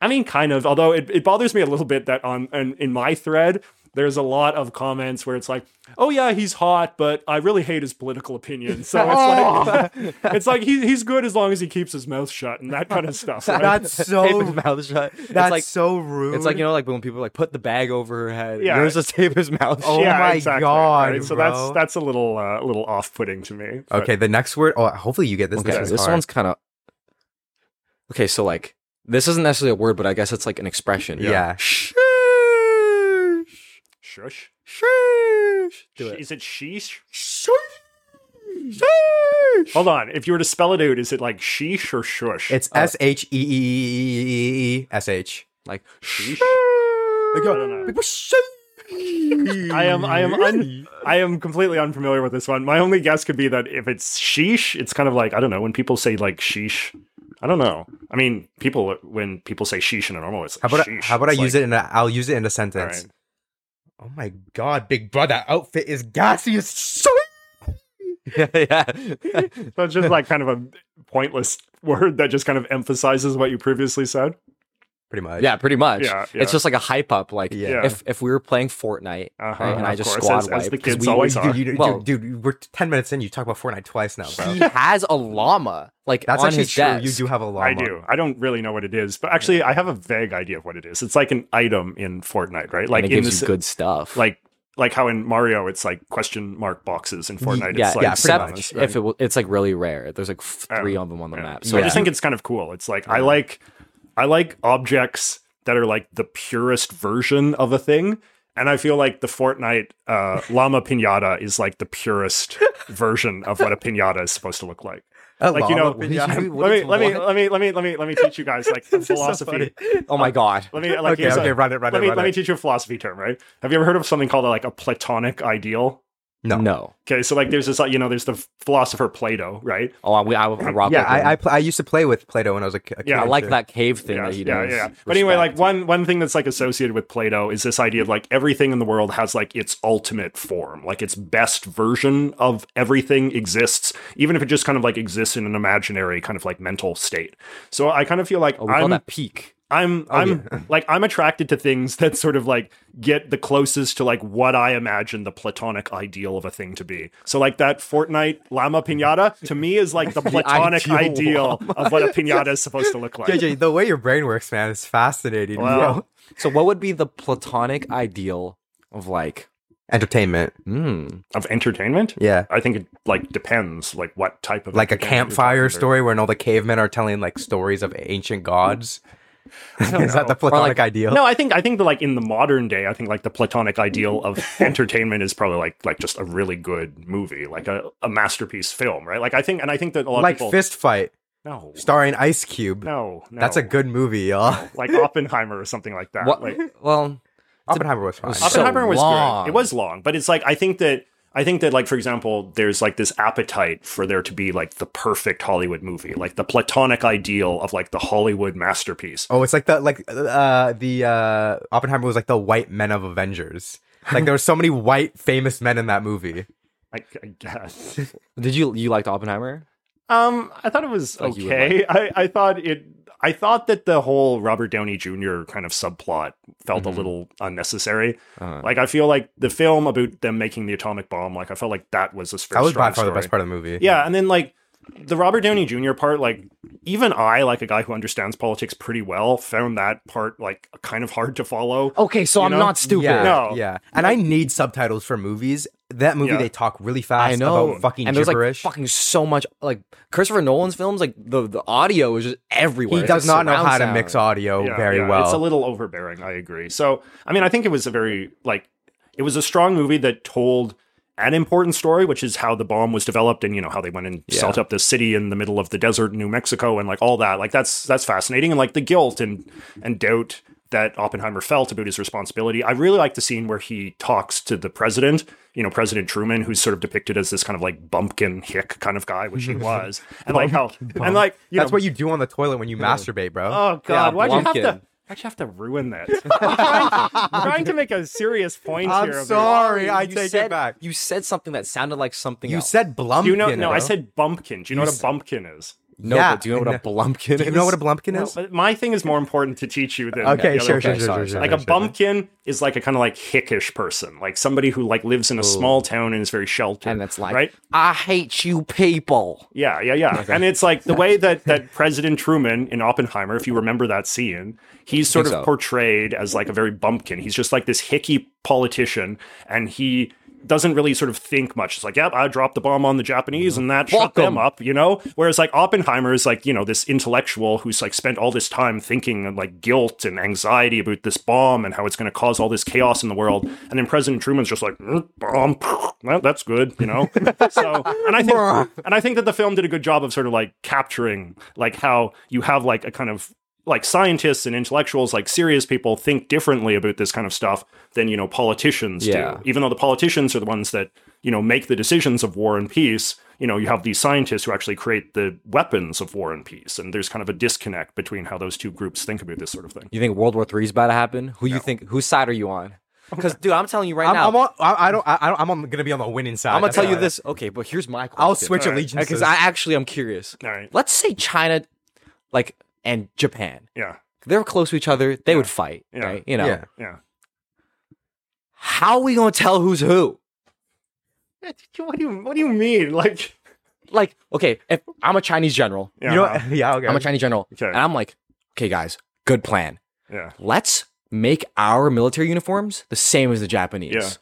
Speaker 6: I mean, kind of. Although it, it bothers me a little bit that on in, in my thread, there's a lot of comments where it's like, "Oh yeah, he's hot, but I really hate his political opinion." So it's like,
Speaker 5: Oh.
Speaker 6: it's like he, he's good as long as he keeps his mouth shut and that kind of stuff. Right?
Speaker 5: so.
Speaker 4: Tape his mouth shut. It's
Speaker 5: That's
Speaker 4: like
Speaker 5: so rude.
Speaker 4: it's like you know like when people like put the bag over her head.
Speaker 6: Yeah.
Speaker 4: Yeah, yours just tape his mouth.
Speaker 5: Oh
Speaker 4: shut.
Speaker 6: yeah,
Speaker 5: my
Speaker 6: exactly,
Speaker 5: God,
Speaker 6: right? So
Speaker 5: bro.
Speaker 6: that's that's a little uh, a little off-putting to me. but-
Speaker 5: Okay, the next word. Oh, hopefully you get this.
Speaker 4: Okay,
Speaker 5: one's
Speaker 4: this
Speaker 5: hard.
Speaker 4: one's kind of okay. So like this isn't necessarily a word, but I guess it's like an expression.
Speaker 5: Yeah.
Speaker 4: Sheesh.
Speaker 6: shush.
Speaker 4: Sheesh. Do it.
Speaker 6: Is it sheesh?
Speaker 4: Sheesh.
Speaker 6: Hold on. If you were to spell it out, is it like sheesh or shush?
Speaker 5: It's S H E E E E E E S H.
Speaker 4: Like
Speaker 6: sheesh.
Speaker 5: Like,
Speaker 6: I don't know.
Speaker 5: yo,
Speaker 6: I am I am un, I am completely unfamiliar with this one. My only guess could be that if it's sheesh, it's kind of like I don't know when people say like sheesh. I don't know. I mean, people when people say sheesh in a normal, it's
Speaker 5: How
Speaker 6: like
Speaker 5: about I,
Speaker 6: sheesh.
Speaker 5: how about I
Speaker 6: It's
Speaker 5: use
Speaker 6: like,
Speaker 5: it in a? I'll use it in a
Speaker 6: all
Speaker 5: sentence.
Speaker 6: right.
Speaker 5: Oh my god, big brother that outfit is gassy as shit.
Speaker 4: yeah, yeah.
Speaker 6: So it's just like kind of a pointless word that just kind of emphasizes what you previously said.
Speaker 5: Pretty much.
Speaker 4: yeah, pretty much.
Speaker 6: Yeah, yeah.
Speaker 4: It's just like a hype up. Like
Speaker 5: Yeah.
Speaker 4: if if we were playing Fortnite
Speaker 6: Uh-huh,
Speaker 4: right, and I
Speaker 6: of
Speaker 4: just
Speaker 6: course,
Speaker 4: squad
Speaker 6: as- as the
Speaker 4: wiped, 'cause
Speaker 6: kids
Speaker 4: we-
Speaker 6: always
Speaker 5: Wait,
Speaker 6: are.
Speaker 5: dude, you,
Speaker 4: Well-
Speaker 5: dude, dude, we're ten minutes in. You talk about Fortnite twice now, bro.
Speaker 4: he has a llama like
Speaker 5: That's
Speaker 4: on
Speaker 5: actually
Speaker 4: his
Speaker 5: true.
Speaker 4: desk.
Speaker 5: You do have a llama.
Speaker 6: I do. I don't really know what it is, but actually, I have a vague idea of what it is. It's like an item in Fortnite, right? Like
Speaker 4: and it
Speaker 6: in
Speaker 4: gives
Speaker 6: this,
Speaker 4: you good stuff.
Speaker 6: like like how in Mario, it's like question mark boxes in Fortnite.
Speaker 4: yeah,
Speaker 6: it's like
Speaker 5: yeah, pretty
Speaker 4: except
Speaker 5: much,
Speaker 4: if it w- it's like really rare. There's like f-
Speaker 6: Yeah.
Speaker 4: three of them on the
Speaker 6: Yeah.
Speaker 4: map. So
Speaker 6: I
Speaker 4: yeah.
Speaker 6: just think it's kind of cool. It's like I like I like objects that are like the purest version of a thing. And I feel like the Fortnite uh, llama pinata is like the purest version of what a pinata is supposed to look like.
Speaker 5: A
Speaker 6: Like you know,
Speaker 5: llama? What did you-
Speaker 6: let me
Speaker 5: what did-
Speaker 6: let me
Speaker 5: what?
Speaker 6: let me let me let me let me teach you guys like a philosophy.
Speaker 4: oh my god.
Speaker 6: let me like
Speaker 5: Okay,
Speaker 6: here's a-
Speaker 5: okay, run it, run
Speaker 6: let
Speaker 5: it,
Speaker 6: me
Speaker 5: run
Speaker 6: let me
Speaker 5: it.
Speaker 6: teach you a philosophy term. Right? Have you ever heard of something called like a platonic ideal?
Speaker 5: No.
Speaker 4: No.
Speaker 6: Okay, so like there's this like you know there's the philosopher Plato, right?
Speaker 4: Oh, I, I, I rock
Speaker 5: Yeah,
Speaker 4: with him.
Speaker 5: I I, pl- I used to play with Play-Doh when I was a, ki- a kid.
Speaker 6: Yeah,
Speaker 4: I like
Speaker 5: too.
Speaker 4: that cave thing
Speaker 6: Yeah,
Speaker 4: that he
Speaker 6: yeah,
Speaker 4: does.
Speaker 6: yeah. But anyway, like
Speaker 4: Respect.
Speaker 6: one one thing that's like associated with Plato is this idea of like everything in the world has like its ultimate form, like its best version of everything exists, even if it just kind of like exists in an imaginary kind of like mental state. So I kind of feel like
Speaker 4: oh, we call
Speaker 6: I'm
Speaker 4: that peak.
Speaker 6: I'm
Speaker 5: Oh,
Speaker 6: I'm like I'm attracted to things that sort of like get the closest to like what I imagine the platonic ideal of a thing to be. So like that Fortnite llama pinata to me is like the platonic
Speaker 4: ideal
Speaker 6: ideal, of what a pinata is supposed to look like.
Speaker 5: JJ, the way your brain works, man, is fascinating.
Speaker 6: Wow.
Speaker 5: bro.
Speaker 4: So what would be the platonic ideal of like
Speaker 5: Entertainment.
Speaker 4: mm,
Speaker 6: of entertainment
Speaker 5: Yeah.
Speaker 6: i think it like depends like what type of
Speaker 5: Like a
Speaker 6: entertainment you're
Speaker 5: campfire
Speaker 6: talking about.
Speaker 5: story where all the cavemen are telling like stories of ancient gods. Is that the
Speaker 4: Or,
Speaker 5: platonic
Speaker 4: like-
Speaker 5: ideal?
Speaker 6: no i think i think that like in the modern day i think like the platonic ideal of entertainment is probably like like just a really good movie like a, a masterpiece film right like i think and i think that a lot
Speaker 5: like
Speaker 6: of people
Speaker 5: Fist Fight,
Speaker 6: no
Speaker 5: starring Ice Cube.
Speaker 6: no no
Speaker 5: That's a good movie, y'all.
Speaker 6: like oppenheimer or something like that
Speaker 4: what
Speaker 6: like
Speaker 4: well
Speaker 5: Oppenheimer was fine.
Speaker 4: was so-
Speaker 6: Oppenheimer was
Speaker 4: long.
Speaker 6: good. It was long, but it's like I think that I think that like for example, there's like this appetite for there to be like the perfect Hollywood movie, like the platonic ideal of like the Hollywood masterpiece.
Speaker 5: Oh, it's like the like uh the uh Oppenheimer was like the white men of Avengers. Like there were so many white famous men in that movie.
Speaker 6: I, I guess.
Speaker 4: did you you liked Oppenheimer?
Speaker 6: Um, I thought it was
Speaker 4: Like you would
Speaker 6: okay. I, I thought it. I thought that the whole Robert Downey Jr. kind of subplot felt a little unnecessary.
Speaker 4: Uh,
Speaker 6: Like I feel like the film about them making the atomic bomb, like I felt like that was a very
Speaker 5: That was
Speaker 6: strong
Speaker 5: by far the
Speaker 6: story.
Speaker 5: best part of the movie.
Speaker 6: Yeah, and then like the Robert Downey Jr. part, like even I, like a guy who understands politics pretty well, found that part like kind of hard to follow.
Speaker 4: okay, so
Speaker 6: you
Speaker 4: I'm
Speaker 6: know?
Speaker 4: not stupid.
Speaker 5: Yeah,
Speaker 6: No.
Speaker 5: yeah, and I need subtitles for movies. That movie,
Speaker 6: Yeah.
Speaker 5: they talk really fast.
Speaker 4: I know
Speaker 5: about fucking
Speaker 4: and there's
Speaker 5: gibberish.
Speaker 4: like fucking so much like Christopher Nolan's films like the the audio is just everywhere.
Speaker 5: he
Speaker 4: It's
Speaker 5: does
Speaker 4: like
Speaker 5: not know
Speaker 4: surround
Speaker 5: how to
Speaker 4: sound.
Speaker 5: mix audio
Speaker 6: Yeah,
Speaker 5: very
Speaker 6: yeah,
Speaker 5: well.
Speaker 6: It's a little overbearing, I agree. So I mean I think it was a very like it was a strong movie that told an important story, which is how the bomb was developed and you know how they went and
Speaker 4: Yeah.
Speaker 6: set up this city in the middle of the desert in New Mexico and like all that. Like that's that's fascinating and like the guilt and and doubt that Oppenheimer felt about his responsibility. I really like the scene where he talks to the president, you know, President Truman, who's sort of depicted as this kind of like bumpkin hick kind of guy, which he was, and like how and like you
Speaker 5: That's
Speaker 6: know,
Speaker 5: what you do on the toilet when you masturbate, bro.
Speaker 6: Oh God!
Speaker 4: Yeah,
Speaker 6: why'd you have
Speaker 4: Blumpkin.
Speaker 6: to? Why'd you have to ruin that? I'm trying to make a serious point
Speaker 5: I'm
Speaker 6: here. about-
Speaker 5: sorry. I
Speaker 4: You
Speaker 5: take
Speaker 4: said-
Speaker 5: it back.
Speaker 4: You said something that sounded like something
Speaker 5: You
Speaker 4: else.
Speaker 5: said blumpkin.
Speaker 6: Do you know? no,
Speaker 5: bro.
Speaker 6: I said bumpkin. Do you know what a bumpkin is?
Speaker 4: no,
Speaker 5: yeah,
Speaker 4: but do you know what a
Speaker 5: and-
Speaker 4: blumpkin
Speaker 5: Do
Speaker 4: is?
Speaker 5: you know what a blumpkin is?
Speaker 6: But my thing is more important to teach you than
Speaker 5: Okay,
Speaker 6: the other
Speaker 5: sure, sure,
Speaker 6: thing.
Speaker 5: sure, sure,
Speaker 4: sorry,
Speaker 5: sure.
Speaker 6: like
Speaker 5: sure,
Speaker 6: a
Speaker 5: sure.
Speaker 6: bumpkin is like a kind of like hickish person, like somebody who like lives in a small town and is very sheltered.
Speaker 4: And it's like,
Speaker 6: right?
Speaker 4: I hate you people.
Speaker 6: Yeah, yeah, yeah. And it's like the way that that President Truman in Oppenheimer, if you remember that scene, he's sort of
Speaker 4: think so.
Speaker 6: portrayed as like a very bumpkin. He's just like this hicky politician, and he doesn't really sort of think much. It's like, yep, I dropped the bomb on the
Speaker 4: Mm-hmm.
Speaker 6: Japanese, and that shut
Speaker 4: Fuck 'em.
Speaker 6: them up, you know. Whereas like Oppenheimer is like you know this intellectual who's like spent all this time thinking and like guilt and anxiety about this bomb and how it's going to cause all this chaos in the world. And then President Truman's just like, "Mm, bomb, well, that's good, you know. so and I think and I think that the film did a good job of sort of like capturing like how you have like a kind of like scientists and intellectuals, like serious people, think differently about this kind of stuff than you know politicians
Speaker 4: Yeah.
Speaker 6: do. Even though the politicians are the ones that you know make the decisions of war and peace, you know you have these scientists who actually create the weapons of war and peace, and there's kind of a disconnect between how those two groups think about this sort of thing.
Speaker 4: You think World War Three is about to happen? Who you think? Whose side are you on? Because, dude, I'm telling you right
Speaker 5: I'm,
Speaker 4: now,
Speaker 5: I'm on, I, I don't. I, I don't I'm on, gonna be on the winning side.
Speaker 4: I'm gonna
Speaker 5: That's
Speaker 4: tell you
Speaker 5: all.
Speaker 4: this. Okay, but here's my question.
Speaker 5: I'll switch
Speaker 6: Alright.
Speaker 5: allegiances.
Speaker 4: because I actually I'm curious.
Speaker 6: All right,
Speaker 4: Let's say China, like, and Japan,
Speaker 6: yeah,
Speaker 4: they're close to each other. They would fight,
Speaker 6: Yeah.
Speaker 4: right? You know,
Speaker 5: yeah.
Speaker 6: yeah.
Speaker 4: how are we gonna tell who's who?
Speaker 6: What do you What do you mean? Like,
Speaker 4: Like, okay, if I'm a Chinese general,
Speaker 6: yeah, uh-huh.
Speaker 5: You know. Yeah. Okay.
Speaker 4: I'm a Chinese general,
Speaker 6: Okay.
Speaker 4: and I'm like, okay, guys, good plan.
Speaker 6: yeah,
Speaker 4: Let's make our military uniforms the same as the Japanese.
Speaker 6: Yeah.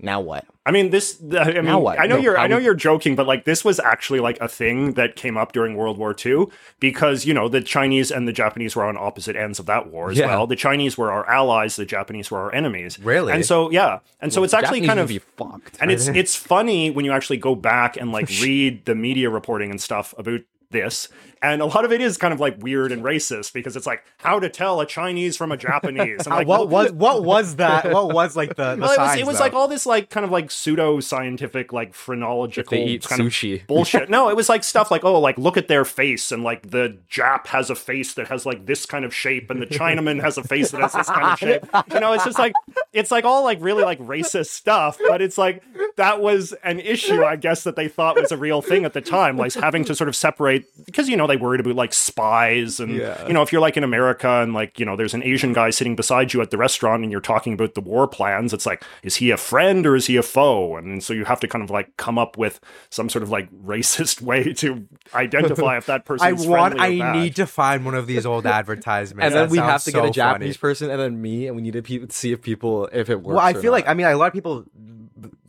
Speaker 4: Now what?
Speaker 6: I mean, this. th- I mean,
Speaker 4: Now what?
Speaker 6: I know
Speaker 4: No,
Speaker 6: you're. I
Speaker 4: how
Speaker 6: know
Speaker 4: we-
Speaker 6: you're joking, but like this was actually like a thing that came up during World War II because you know the Chinese and the Japanese were on opposite ends of that war as
Speaker 4: Yeah.
Speaker 6: well. The Chinese were our allies, the Japanese were our enemies.
Speaker 5: Really?
Speaker 6: And so yeah, and so it's actually
Speaker 4: Japanese
Speaker 6: kind
Speaker 4: would
Speaker 6: of
Speaker 4: be fucked.
Speaker 6: and it's it's funny when you actually go back and like read the media reporting and stuff about this and a lot of it is kind of like weird and racist because it's like how to tell a chinese from a japanese and
Speaker 4: Uh,
Speaker 6: like
Speaker 5: what was what was that? What was like the, the
Speaker 6: well, it was,
Speaker 5: signs,
Speaker 6: it was
Speaker 5: though?
Speaker 6: like all this like kind of like pseudo scientific like phrenological
Speaker 4: They eat
Speaker 6: kind
Speaker 4: sushi.
Speaker 6: of bullshit. no, it was like stuff like oh like look at their face and like the Jap has a face that has like this kind of shape and the Chinaman has a face that has this kind of shape. You know, it's just like it's like all like really like racist stuff, but it's like that was an issue I guess that they thought was a real thing at the time, like having to sort of separate because you know they worried about like spies and
Speaker 4: Yeah.
Speaker 6: you know if you're like in America and like you know there's an Asian guy sitting beside you at the restaurant and you're talking about the war plans, it's like is he a friend or is he a foe? And so you have to kind of like come up with some sort of like racist way to identify if that person.
Speaker 5: I want. I need to find one of these old advertisements.
Speaker 4: and then
Speaker 5: That
Speaker 4: we have
Speaker 5: sounds
Speaker 4: to
Speaker 5: so
Speaker 4: get a
Speaker 5: funny.
Speaker 4: Japanese person, and then me, and we need to pe- see if people if it works.
Speaker 5: Well, I
Speaker 4: or
Speaker 5: feel like
Speaker 4: not.
Speaker 5: I mean a lot of people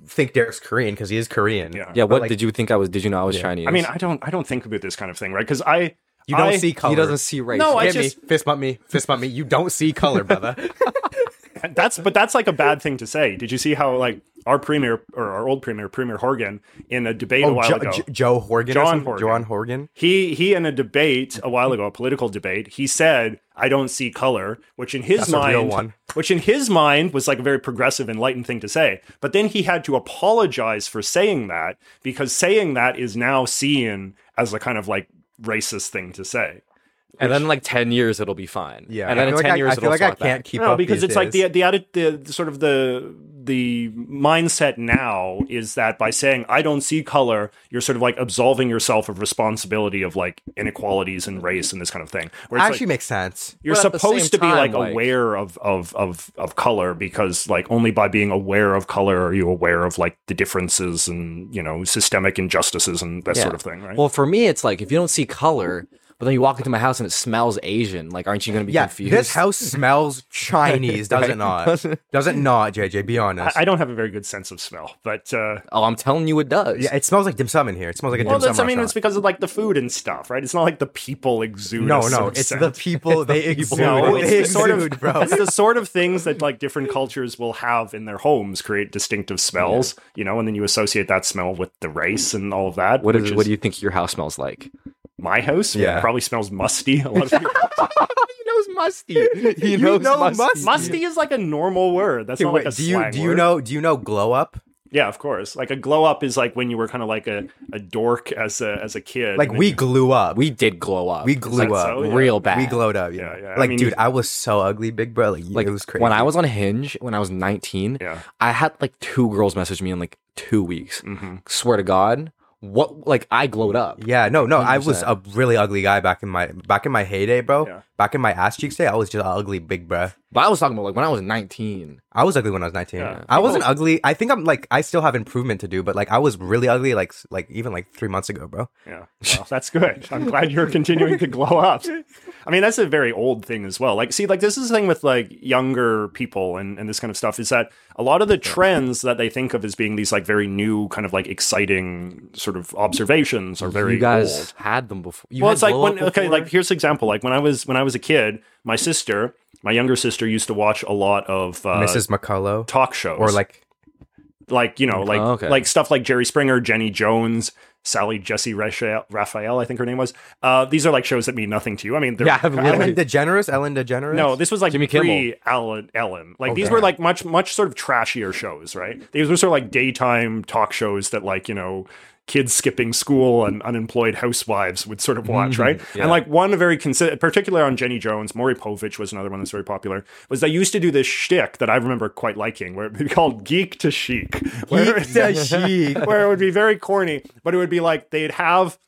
Speaker 5: think Derek's Korean because he is Korean.
Speaker 6: Yeah.
Speaker 4: yeah. What
Speaker 5: like-
Speaker 4: did you think I was? Did you know I was Chinese?
Speaker 6: I mean, I don't. I don't think about this kind of thing, right? Because I.
Speaker 5: You don't
Speaker 6: I-
Speaker 5: see color.
Speaker 4: he doesn't see race.
Speaker 6: No, I
Speaker 5: Hit
Speaker 6: just-
Speaker 5: me. Fist bump me. Fist bump me. You don't see color, brother.
Speaker 6: That's but that's like a bad thing to say. Did you see how like our premier or our old premier, Premier Horgan, in a debate a while
Speaker 5: Oh, Jo-
Speaker 6: ago,
Speaker 5: Jo- Joe Horgan. or
Speaker 6: John
Speaker 5: something?
Speaker 6: Horgan.
Speaker 5: John Horgan.
Speaker 6: he he in a debate a while ago, a political debate, he said, "I don't see color," which in his
Speaker 5: That's a
Speaker 6: mind,
Speaker 5: real one.
Speaker 6: which in his mind was like a very progressive, enlightened thing to say. But then he had to apologize for saying that because saying that is now seen as a kind of like racist thing to say.
Speaker 4: and then in, like ten years it'll be fine.
Speaker 5: Yeah.
Speaker 4: and then
Speaker 5: I
Speaker 4: in
Speaker 5: feel
Speaker 4: ten
Speaker 5: like I-
Speaker 4: years
Speaker 5: I feel
Speaker 4: it'll
Speaker 5: like I
Speaker 4: swap
Speaker 5: can't
Speaker 4: back.
Speaker 5: keep
Speaker 6: No,
Speaker 5: up
Speaker 6: because
Speaker 5: these
Speaker 6: it's like
Speaker 5: days.
Speaker 6: the the added the sort of the the mindset now is that by saying I don't see color, you're sort of like absolving yourself of responsibility of like inequalities and race and this kind of thing. Where it's like,
Speaker 5: actually makes sense.
Speaker 6: you're
Speaker 4: But at the
Speaker 6: supposed
Speaker 4: same
Speaker 6: to be
Speaker 4: time,
Speaker 6: like,
Speaker 4: like-
Speaker 6: aware of, of of of color because like only by being aware of color are you aware of like the differences and you know systemic injustices and that
Speaker 4: Yeah.
Speaker 6: sort of thing, right?
Speaker 4: Well, for me, it's like if you don't see color, But then you walk into my house and it smells Asian. Like, aren't you going to be
Speaker 5: yeah,
Speaker 4: confused?
Speaker 5: this house smells Chinese, does it not?
Speaker 4: Doesn't-
Speaker 5: Does it not, JJ? Be
Speaker 6: I,
Speaker 5: honest.
Speaker 6: I don't have a very good sense of smell, but uh,
Speaker 4: Oh, I'm telling you, it does.
Speaker 5: yeah, it smells like dim sum in here. It smells like a
Speaker 6: well,
Speaker 5: dim sum
Speaker 6: that's I mean
Speaker 5: restaurant.
Speaker 6: it's because of like the food and stuff, right? It's not like the people exude. a
Speaker 5: No, no,
Speaker 6: certain
Speaker 5: it's
Speaker 6: scent.
Speaker 5: the people they exude.
Speaker 6: No,
Speaker 5: They
Speaker 6: it's the sort
Speaker 5: exude,
Speaker 6: of
Speaker 5: bro.
Speaker 6: it's the sort of things that like different cultures will have in their homes create distinctive smells, you know, and then you associate that smell with the race and all of that.
Speaker 4: What
Speaker 6: which
Speaker 4: is? What do you think your house smells like?
Speaker 6: my house?
Speaker 5: Yeah.
Speaker 6: probably smells musty. A lot of people-
Speaker 4: He knows musty. He
Speaker 5: You knows know musty. musty.
Speaker 6: musty is like a normal word. That's
Speaker 5: Okay,
Speaker 6: not
Speaker 5: wait,
Speaker 6: like a
Speaker 5: do you
Speaker 6: slang
Speaker 5: do you
Speaker 6: word.
Speaker 5: know do you know glow up?
Speaker 6: Yeah, of course. Like a glow up is like when you were kind of like a, a dork as a as a kid.
Speaker 5: Like
Speaker 6: and then
Speaker 5: we
Speaker 6: you-
Speaker 5: glue up.
Speaker 4: We did glow up.
Speaker 5: we glue
Speaker 6: That's
Speaker 5: up.
Speaker 6: so- yeah.
Speaker 4: real bad.
Speaker 5: We glowed up. Yeah,
Speaker 6: Yeah, yeah, I
Speaker 5: Like,
Speaker 6: mean,
Speaker 5: dude,
Speaker 6: you-
Speaker 5: I was so ugly, big bro. Like, it was crazy.
Speaker 4: When I was on Hinge, when I was 19,
Speaker 6: Yeah.
Speaker 4: I had like two girls message me in like two weeks.
Speaker 6: Mhm.
Speaker 4: Swear to God, what? Like I glowed up.
Speaker 5: Mm-hmm. yeah, no, no, I was
Speaker 4: 100%.
Speaker 5: a really ugly guy back in my back in my heyday, bro.
Speaker 6: Yeah.
Speaker 5: Back in my ass cheeks day, I was just a ugly, big bro.
Speaker 4: But I was talking about like when I was 19.
Speaker 5: I was ugly when I was nineteen.
Speaker 6: Yeah.
Speaker 5: I wasn't ugly. I think I'm like I still have improvement to do, but like I was really ugly, like s- like even like three months ago, bro.
Speaker 6: Yeah, well, that's good. I'm glad you're continuing to glow up. I mean, that's a very old thing as well. Like, see, like this is the thing with like younger people and, and this kind of stuff is that a lot of the trends that they think of as being these like very new, kind of like exciting sort of observations are very
Speaker 4: you guys
Speaker 6: old.
Speaker 4: had them before. You
Speaker 6: Well,
Speaker 4: had
Speaker 6: it's like
Speaker 4: glow
Speaker 6: when
Speaker 4: up
Speaker 6: okay,
Speaker 4: before?
Speaker 6: like here's an example. Like when I was when I was a kid, my sister, my younger sister, used to watch a lot of uh,
Speaker 5: Mrs. McCullough,
Speaker 6: talk shows
Speaker 5: or like
Speaker 6: like you know like
Speaker 4: Oh, okay.
Speaker 6: like stuff like Jerry Springer, Jenny Jones, Sally Jesse Raphael, Raphael I think her name was. Uh, these are like shows that mean nothing to you. I mean, they're,
Speaker 4: Yeah, really.
Speaker 5: Ellen DeGeneres. Ellen DeGeneres.
Speaker 6: no, this was like
Speaker 4: Jimmy Kimmel.
Speaker 6: pre Ellen. Ellen. Like these
Speaker 5: Okay.
Speaker 6: were like much much sort of trashier shows, right? These were sort of like daytime talk shows that like you know kids skipping school and unemployed housewives would sort of watch, right? And like one very consi- particular on Jenny Jones, Maury Povich was another one that's very popular. Was they used to do this shtick that I remember quite liking, where it'd be called geek to chic, where-
Speaker 5: Geek to chic.
Speaker 6: where it would be very corny, but it would be like they'd have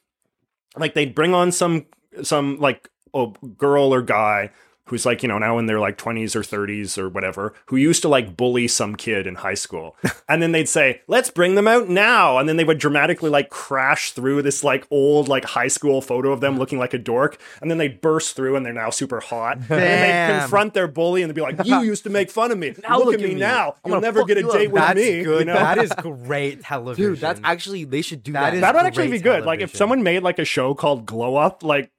Speaker 6: like they'd bring on some some like a girl or guy who's like you know now in their like 20s or 30s or whatever who used to like bully some kid in high school and then they'd say let's bring them out now and then they would dramatically like crash through this like old like high school photo of them looking like a dork and then they burst through and they're now super hot and they
Speaker 5: Damn.
Speaker 6: confront their bully and they'd be like you used to make fun of me now look, at me, now
Speaker 4: I'm
Speaker 6: you'll
Speaker 4: gonna
Speaker 6: never
Speaker 4: fuck
Speaker 6: get a
Speaker 4: you up."
Speaker 6: date with
Speaker 5: That's
Speaker 6: me
Speaker 5: good.
Speaker 6: you know?
Speaker 5: That is great television,
Speaker 4: dude, that's actually they should do
Speaker 5: That
Speaker 4: that.
Speaker 5: is
Speaker 6: that would actually be
Speaker 5: great
Speaker 6: good. Like if
Speaker 5: television.
Speaker 6: someone made like a show called Glow Up, like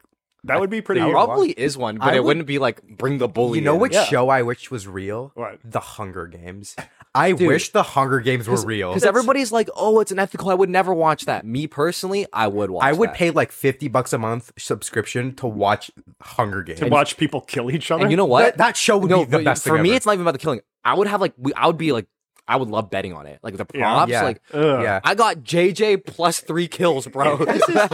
Speaker 6: that would be pretty.
Speaker 4: There probably is one, but
Speaker 5: I
Speaker 4: it
Speaker 5: would-
Speaker 4: wouldn't be like bring the bully.
Speaker 5: You know
Speaker 4: in.
Speaker 5: which
Speaker 6: Yeah.
Speaker 5: show I wish was real?
Speaker 6: What?
Speaker 5: The Hunger Games. I wish the Hunger Games were real.
Speaker 4: Because everybody's like, oh, it's unethical. I would never watch that. Me personally, I would watch.
Speaker 5: I would
Speaker 4: that.
Speaker 5: pay like fifty bucks a month subscription to watch Hunger Games.
Speaker 6: to watch people kill each other.
Speaker 4: And you know what?
Speaker 5: That- that show would
Speaker 4: No,
Speaker 5: be the
Speaker 4: but
Speaker 5: best
Speaker 4: for
Speaker 5: thing
Speaker 4: me.
Speaker 5: ever.
Speaker 4: It's not even about the killing. I would have like we, I would be like I would love betting on it. Like the
Speaker 6: Yeah.
Speaker 4: props.
Speaker 5: Yeah.
Speaker 4: Like
Speaker 6: Ugh.
Speaker 5: yeah.
Speaker 4: I got JJ plus three kills, bro.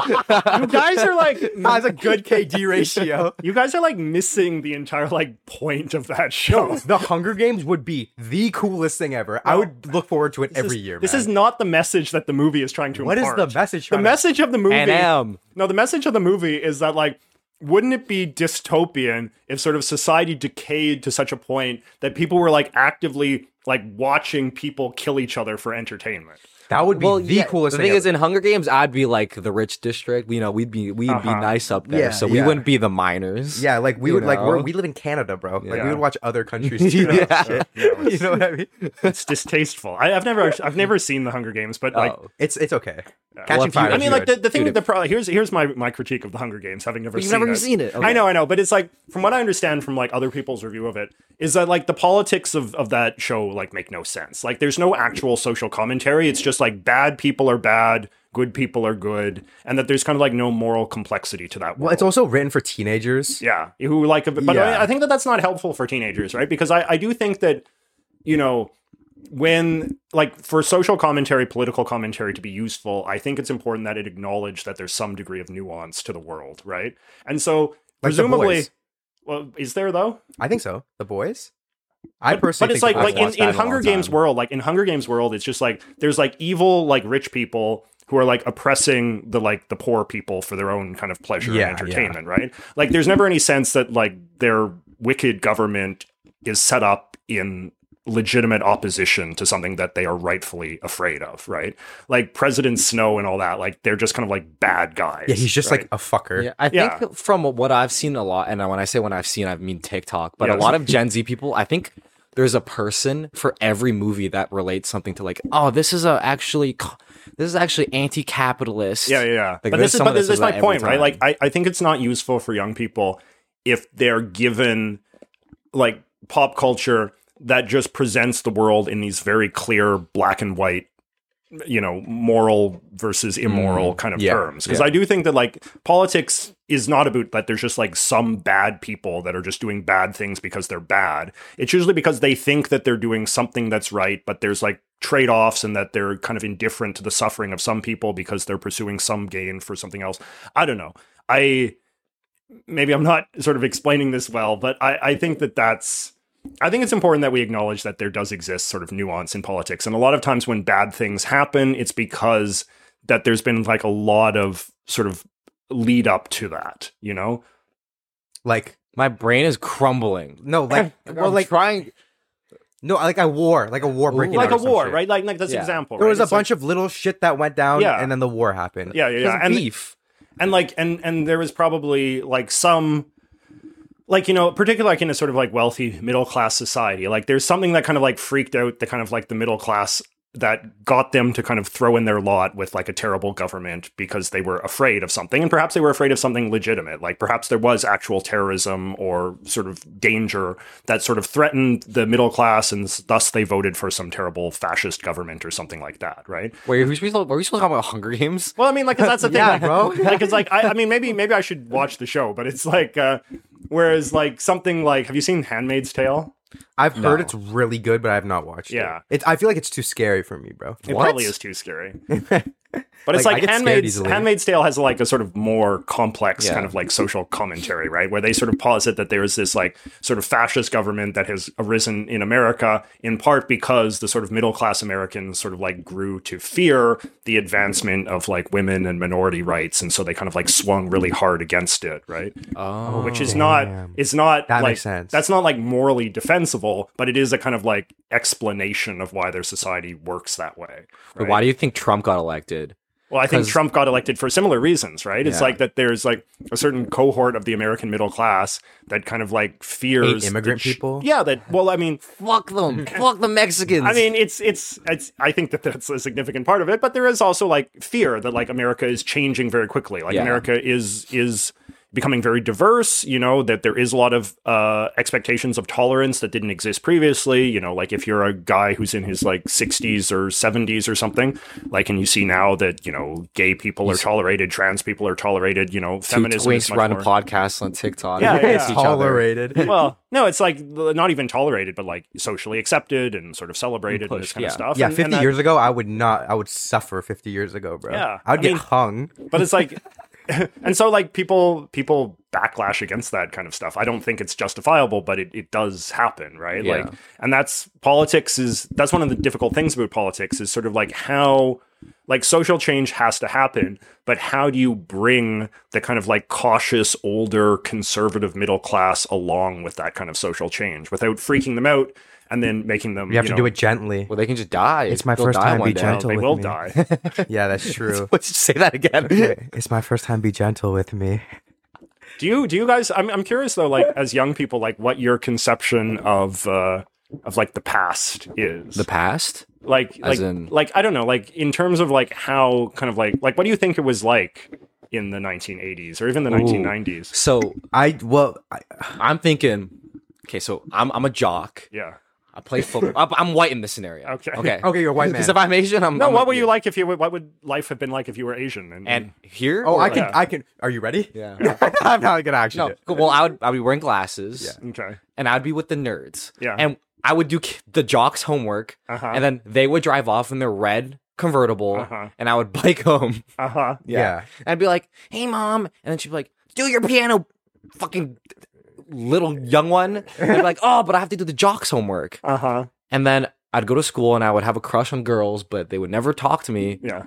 Speaker 6: you guys are like,
Speaker 5: That's a good KD ratio.
Speaker 6: you guys are like missing the entire like point of that show.
Speaker 5: the Hunger Games would be the coolest thing ever. I would look forward to it every year.
Speaker 6: This
Speaker 5: man.
Speaker 6: is not the message that the movie is trying to.
Speaker 5: What is
Speaker 6: impart.
Speaker 5: the message
Speaker 6: The
Speaker 5: trying to-
Speaker 6: message of the movie.
Speaker 4: NM.
Speaker 6: No, the message of the movie is that like. Wouldn't it be dystopian if sort of society decayed to such a point that people were like actively like watching people kill each other for entertainment?
Speaker 5: that would be
Speaker 4: well,
Speaker 5: the
Speaker 4: yeah,
Speaker 5: coolest
Speaker 4: The thing
Speaker 5: thing
Speaker 4: is, in Hunger Games, I'd be like the rich district. You know, we'd be we'd be nice up there,
Speaker 5: Uh-huh. Yeah,
Speaker 4: so we
Speaker 5: yeah.
Speaker 4: wouldn't be the minors.
Speaker 5: yeah, like we
Speaker 4: you
Speaker 5: would like we're,
Speaker 4: know?
Speaker 5: we live in Canada, bro. Like
Speaker 6: Yeah.
Speaker 5: we would watch other countries. do that
Speaker 4: Yeah.
Speaker 5: shit. you know what I mean?
Speaker 6: it's distasteful. I, I've never I've never seen the Hunger Games, but like
Speaker 4: Oh.
Speaker 5: It's it's okay.
Speaker 4: Well,
Speaker 5: Catching
Speaker 4: if you-
Speaker 5: fire.
Speaker 6: I
Speaker 5: is
Speaker 6: mean, like
Speaker 5: good.
Speaker 6: the, the thing
Speaker 4: Dude,
Speaker 6: with the problem here's here's my, my critique of the Hunger Games, having never
Speaker 4: You've
Speaker 6: seen
Speaker 4: never
Speaker 6: it.
Speaker 4: seen it. Okay.
Speaker 6: I know, I know, but it's like from what I understand from like other people's review of it is that like the politics of of that show like make no sense. Like there's no actual social commentary. It's just like bad people are bad, good people are good, and that there's kind of like no moral complexity to that. World.
Speaker 5: well, it's also written for teenagers.
Speaker 6: Yeah, who like, but
Speaker 5: Yeah.
Speaker 6: I, I think that that's not helpful for teenagers, right? Because I, I do think that, you know, when like for social commentary, political commentary to be useful, I think it's important that it acknowledge that there's some degree of nuance to the world, right? And so
Speaker 5: Like The
Speaker 6: presumably,
Speaker 5: Boys.
Speaker 6: well, is there though?
Speaker 5: I think so. The boys. I
Speaker 6: But-
Speaker 5: personally,
Speaker 6: but it's
Speaker 5: think
Speaker 6: like
Speaker 5: The Boys
Speaker 6: like in,
Speaker 5: watched that
Speaker 6: in
Speaker 5: a long
Speaker 6: Hunger Games
Speaker 5: time.
Speaker 6: world, like in Hunger Games world, it's just like there's like evil like rich people who are like oppressing the like the poor people for their own kind of pleasure
Speaker 5: Yeah, yeah.
Speaker 6: and entertainment, right? Like there's never any sense that like their wicked government is set up in legitimate opposition to something that they are rightfully afraid of, right? Like President Snow and all that, like they're just kind of like bad guys.
Speaker 5: Yeah, he's just
Speaker 6: right?
Speaker 5: like a fucker.
Speaker 4: Yeah, I
Speaker 6: Yeah.
Speaker 4: think from what I've seen a lot, and when I say when I've seen, I mean TikTok, but
Speaker 6: Yeah,
Speaker 4: a lot of Gen Z people, I think there's a person for every movie that relates something to like, oh, this is a actually, co- this is actually anti-capitalist.
Speaker 6: Yeah, yeah, yeah.
Speaker 4: Like,
Speaker 6: but
Speaker 4: there's
Speaker 6: this is but
Speaker 4: someone that
Speaker 6: this
Speaker 4: says
Speaker 6: is my
Speaker 4: that every
Speaker 6: point, right?
Speaker 4: time.
Speaker 6: Like I, I think it's not useful for young people if they're given like pop culture that just presents the world in these very clear black and white you know moral versus immoral kind of
Speaker 5: Mm-hmm. yeah,
Speaker 6: terms because i do think that like politics is not about that there's just like some bad people that are just doing bad things because they're bad it's usually because they think that they're doing something that's right but there's like trade-offs and that they're kind of indifferent to the suffering of some people because they're pursuing some gain for something else i don't know i maybe i'm not sort of explaining this well but i i think that that's I think it's important that we acknowledge that there does exist sort of nuance in politics. And a lot of times when bad things happen, it's because that there's been like a lot of sort of lead up to that, you know?
Speaker 5: Like
Speaker 4: my brain is crumbling.
Speaker 5: no, like well,
Speaker 4: I'm
Speaker 5: like
Speaker 4: trying.
Speaker 5: no, like a war, like a war breaking
Speaker 6: Like
Speaker 5: out
Speaker 6: a
Speaker 5: or some
Speaker 6: war,
Speaker 5: shit.
Speaker 6: right? Like like that's
Speaker 4: Yeah.
Speaker 6: example.
Speaker 5: There was a
Speaker 6: right? It's
Speaker 5: bunch of little shit that went down,
Speaker 6: Yeah.
Speaker 5: and then the war happened.
Speaker 6: like, Yeah, yeah, yeah. And,
Speaker 4: beef.
Speaker 6: and like and and there was probably like some like you know particularly like in a sort of like wealthy middle class society like there's something that kind of like freaked out the kind of like the middle class that got them to kind of throw in their lot with like a terrible government because they were afraid of something and perhaps they were afraid of something legitimate like perhaps there was actual terrorism or sort of danger that sort of threatened the middle class and thus they voted for some terrible fascist government or something like that right
Speaker 4: Wait, are we supposed to, were we supposed to talk about Hunger Games?
Speaker 6: well, I mean, like, 'cause that's the thing,
Speaker 5: Yeah,
Speaker 6: like,
Speaker 5: bro.
Speaker 6: Like, it's like, I, I mean, maybe, maybe I should watch the show, but it's like, uh, whereas, like, something like, have you seen *Handmaid's Tale*?
Speaker 5: I've heard it's really good, but I have not watched
Speaker 6: Yeah.
Speaker 5: it. It's I feel like it's too scary for me, bro.
Speaker 6: It
Speaker 4: What?
Speaker 6: probably is too scary. But it's
Speaker 5: Like, I get
Speaker 6: like,
Speaker 5: scared
Speaker 6: *Handmaid's
Speaker 5: easily.
Speaker 6: *Handmaid's Tale* has like a sort of more complex
Speaker 4: Yeah.
Speaker 6: kind of like social commentary, right? Where they sort of posit that there is this like sort of fascist government that has arisen in America in part because the sort of middle class Americans sort of like grew to fear the advancement of like women and minority rights, and so they kind of like swung really hard against it, right?
Speaker 4: Oh,
Speaker 6: which is not it's not
Speaker 5: That
Speaker 6: like,
Speaker 5: makes sense.
Speaker 6: that's not like morally defensible but it is a kind of like explanation of why their society works that way
Speaker 4: Wait, Why do you think Trump got elected?
Speaker 6: well i think
Speaker 4: 'cause-
Speaker 6: trump got elected for similar reasons right it's
Speaker 4: Yeah.
Speaker 6: like that there's like a certain cohort of the american middle class that kind of like fears
Speaker 5: Hate immigrant
Speaker 6: the ch-
Speaker 5: people?
Speaker 6: yeah that well i mean
Speaker 4: Fuck them. Fuck the Mexicans.
Speaker 6: I mean, it's it's it's. I think that that's a significant part of it, but there is also like fear that like America is changing very quickly. Like
Speaker 4: Yeah.
Speaker 6: America is is becoming very diverse. You know that there is a lot of uh, expectations of tolerance that didn't exist previously. You know, like if you're a guy who's in his like 60s or 70s or something, like, and you see now that you know gay people are tolerated, trans people are tolerated. You know,
Speaker 4: two
Speaker 6: feminism is
Speaker 4: twinks
Speaker 6: much
Speaker 4: run
Speaker 6: more.
Speaker 4: a podcast on TikTok.
Speaker 6: Yeah,
Speaker 4: and
Speaker 6: yeah,
Speaker 4: against
Speaker 6: yeah.
Speaker 4: each other.
Speaker 5: Tolerated.
Speaker 6: well, no, it's like not even tolerated, but like socially accepted and sort of celebrated and this
Speaker 4: pushed,
Speaker 6: kind of
Speaker 4: yeah.
Speaker 6: stuff.
Speaker 5: Yeah,
Speaker 6: And- and
Speaker 5: fifty
Speaker 6: that-
Speaker 5: years ago, I would not. I would suffer fifty years ago, bro.
Speaker 6: Yeah,
Speaker 5: I would
Speaker 6: I
Speaker 5: get
Speaker 6: mean-
Speaker 5: hung.
Speaker 6: but it's like and so like people people backlash against that kind of stuff i don't think it's justifiable but it, it does happen right
Speaker 4: Yeah.
Speaker 6: like and that's politics is that's one of the difficult things about politics is sort of like how like social change has to happen but how do you bring the kind of like cautious older conservative middle class along with that kind of social change without freaking them out and then making them
Speaker 5: You have to
Speaker 6: know,
Speaker 5: do it gently.
Speaker 4: Well, they can just die.
Speaker 5: It's my
Speaker 4: They'll
Speaker 5: first
Speaker 4: die
Speaker 5: time,
Speaker 4: one
Speaker 5: be
Speaker 4: day.
Speaker 5: gentle.
Speaker 6: they
Speaker 5: with
Speaker 6: will
Speaker 5: me.
Speaker 6: die
Speaker 5: Yeah, that's true.
Speaker 4: What did you say that again?
Speaker 5: it's my first time. Be gentle with me.
Speaker 6: Do you do you guys? I'm I'm curious though, like as young people, like what your conception of uh of like the past is.
Speaker 4: the past?
Speaker 6: like like
Speaker 4: in-
Speaker 6: like I don't know, like in terms of like how kind of like like what do you think it was like in the 1980s or even the 1990s?
Speaker 4: So
Speaker 5: I well, I,
Speaker 4: I'm thinking, okay, so I'm I'm a jock.
Speaker 6: Yeah.
Speaker 4: I play football. I'm- I'm white in this scenario.
Speaker 6: Okay.
Speaker 4: Okay.
Speaker 5: Okay, you're a white man.
Speaker 4: Because if I'm Asian, I'm
Speaker 6: No,
Speaker 4: I'm
Speaker 6: what
Speaker 4: a-
Speaker 6: were you like if you were- what would life have been like if you were Asian? And,
Speaker 4: And here?
Speaker 5: oh,
Speaker 4: or-
Speaker 5: I can.
Speaker 6: yeah.
Speaker 5: I can. Are you ready?
Speaker 4: Yeah.
Speaker 5: I'm not gonna actually.
Speaker 4: No.
Speaker 5: do it.
Speaker 4: Well, I would I'd be wearing glasses,
Speaker 6: okay,
Speaker 4: and I'd be with the nerds.
Speaker 6: Yeah.
Speaker 4: And I would do k- the jocks' homework,
Speaker 6: Uh-huh.
Speaker 4: and then they would drive off in their red convertible,
Speaker 6: Uh-huh.
Speaker 4: and I would bike home.
Speaker 6: uh huh.
Speaker 5: Yeah.
Speaker 4: And I'd be like, "Hey, mom," and then she'd be like, "Do your piano, fucking." Little young one, and I'd be like, oh, but I have to do the jocks homework.
Speaker 6: Uh huh.
Speaker 4: And then I'd go to school and I would have a crush on girls, but they would never talk to me.
Speaker 6: Yeah.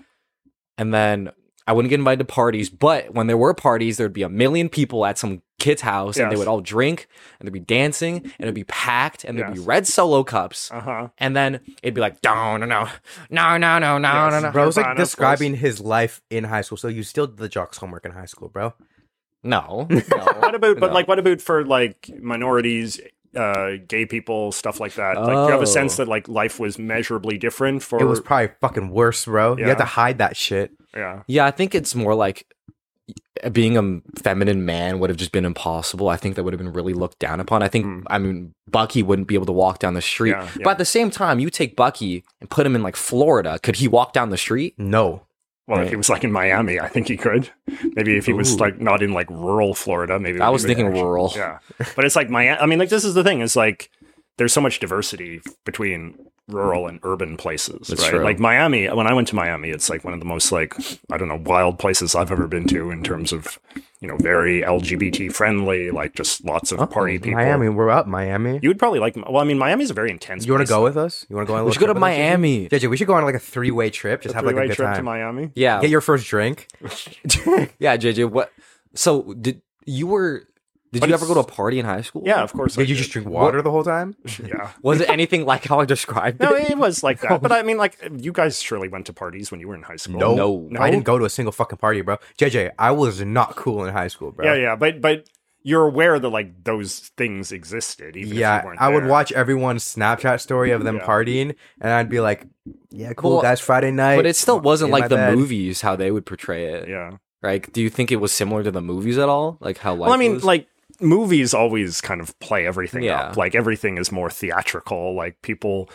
Speaker 4: And then I wouldn't get invited to parties. But when there were parties, there'd be a million people at some kid's house and they
Speaker 6: Yes.
Speaker 4: would all drink and there'd be dancing and it'd be packed and there'd be
Speaker 6: Yes.
Speaker 4: red solo cups.
Speaker 6: Uh huh.
Speaker 4: And then it'd be like, no, no, no, no, no, no, no, no,
Speaker 6: Yes,
Speaker 4: no.
Speaker 5: Bro, it was
Speaker 6: Nirvana,
Speaker 5: like
Speaker 6: of course.
Speaker 5: describing his life in high school. So you still did the jocks homework in high school, bro.
Speaker 4: No.
Speaker 6: What about but
Speaker 4: No.
Speaker 6: like what about for like minorities, uh, gay people, stuff like that? Like do you have
Speaker 4: Oh.
Speaker 6: a sense that like life was measurably different for
Speaker 5: It was probably fucking worse, bro. You had
Speaker 6: Yeah.
Speaker 5: to hide that shit.
Speaker 6: yeah.
Speaker 4: Yeah, I think it's more like eh, being a feminine man would have just been impossible. I think that would have been really looked down upon. I think,
Speaker 6: Mm.
Speaker 4: I mean, Bucky wouldn't be able to walk down the street.
Speaker 6: Yeah, yeah.
Speaker 4: But at the same time, you take Bucky and put him in like Florida. Could he walk down the street?
Speaker 5: No.
Speaker 6: Well, if
Speaker 4: Right.
Speaker 6: he was like in Miami, I think he could. Maybe if he was
Speaker 4: Ooh.
Speaker 6: like not in like rural Florida, maybe.
Speaker 4: I
Speaker 6: he
Speaker 4: was
Speaker 6: would
Speaker 4: thinking
Speaker 6: actually-
Speaker 4: rural.
Speaker 6: Yeah, but it's like Miami. I mean, like this is the thing. It's like there's so much diversity between rural and urban places,
Speaker 4: That's
Speaker 6: right?
Speaker 4: true.
Speaker 6: Like Miami. When I went to Miami, it's like one of the most like I don't know wild places I've ever been to in terms of you know very LGBT friendly, like just lots of
Speaker 4: Oh,
Speaker 6: party people.
Speaker 5: Miami, we're up, Miami.
Speaker 6: You would probably like. Well, I mean, Miami's a very intense.
Speaker 5: You want
Speaker 6: place.
Speaker 5: to go with us? You want to go on a
Speaker 4: We
Speaker 5: little
Speaker 4: should go
Speaker 5: trip
Speaker 4: to
Speaker 5: with us, JJ?
Speaker 4: Miami.
Speaker 5: JJ, we should go on like a three way trip. Just have like a
Speaker 6: Three-way
Speaker 5: good
Speaker 6: trip to
Speaker 5: time.
Speaker 6: Miami.
Speaker 4: Yeah.
Speaker 5: Get your first drink.
Speaker 4: yeah, JJ. What? So, did you were, did
Speaker 6: But
Speaker 4: you ever
Speaker 6: it's-
Speaker 4: go to a party in high school?
Speaker 6: Yeah, of course. I
Speaker 5: Did you
Speaker 6: did.
Speaker 5: just drink water the whole time?
Speaker 6: yeah.
Speaker 4: Was it anything like how I described
Speaker 6: No,
Speaker 4: it?
Speaker 6: it was like that. But I mean, like, you guys surely went to parties when you were in high school.
Speaker 5: No.
Speaker 4: No.
Speaker 5: I didn't go to a single fucking party, bro. JJ, I was not cool in high school, bro.
Speaker 6: Yeah, yeah, but but you're aware that like those things existed. Even if
Speaker 5: Yeah,
Speaker 6: you weren't
Speaker 5: I would
Speaker 6: there.
Speaker 5: watch everyone's Snapchat story of them
Speaker 6: Yeah.
Speaker 5: partying, and I'd be like, "Yeah, cool,
Speaker 4: Well,
Speaker 5: guys, Friday night."
Speaker 4: But it still wasn't
Speaker 5: in my
Speaker 4: like the
Speaker 5: bed.
Speaker 4: movies how they would portray it.
Speaker 6: Yeah.
Speaker 4: Like, do you think it was similar to the movies at all? Like how?
Speaker 6: Well, I
Speaker 4: life
Speaker 6: mean,
Speaker 4: was?
Speaker 6: like movies always kind of play everything
Speaker 4: Yeah.
Speaker 6: up. Like everything is more theatrical. Like people,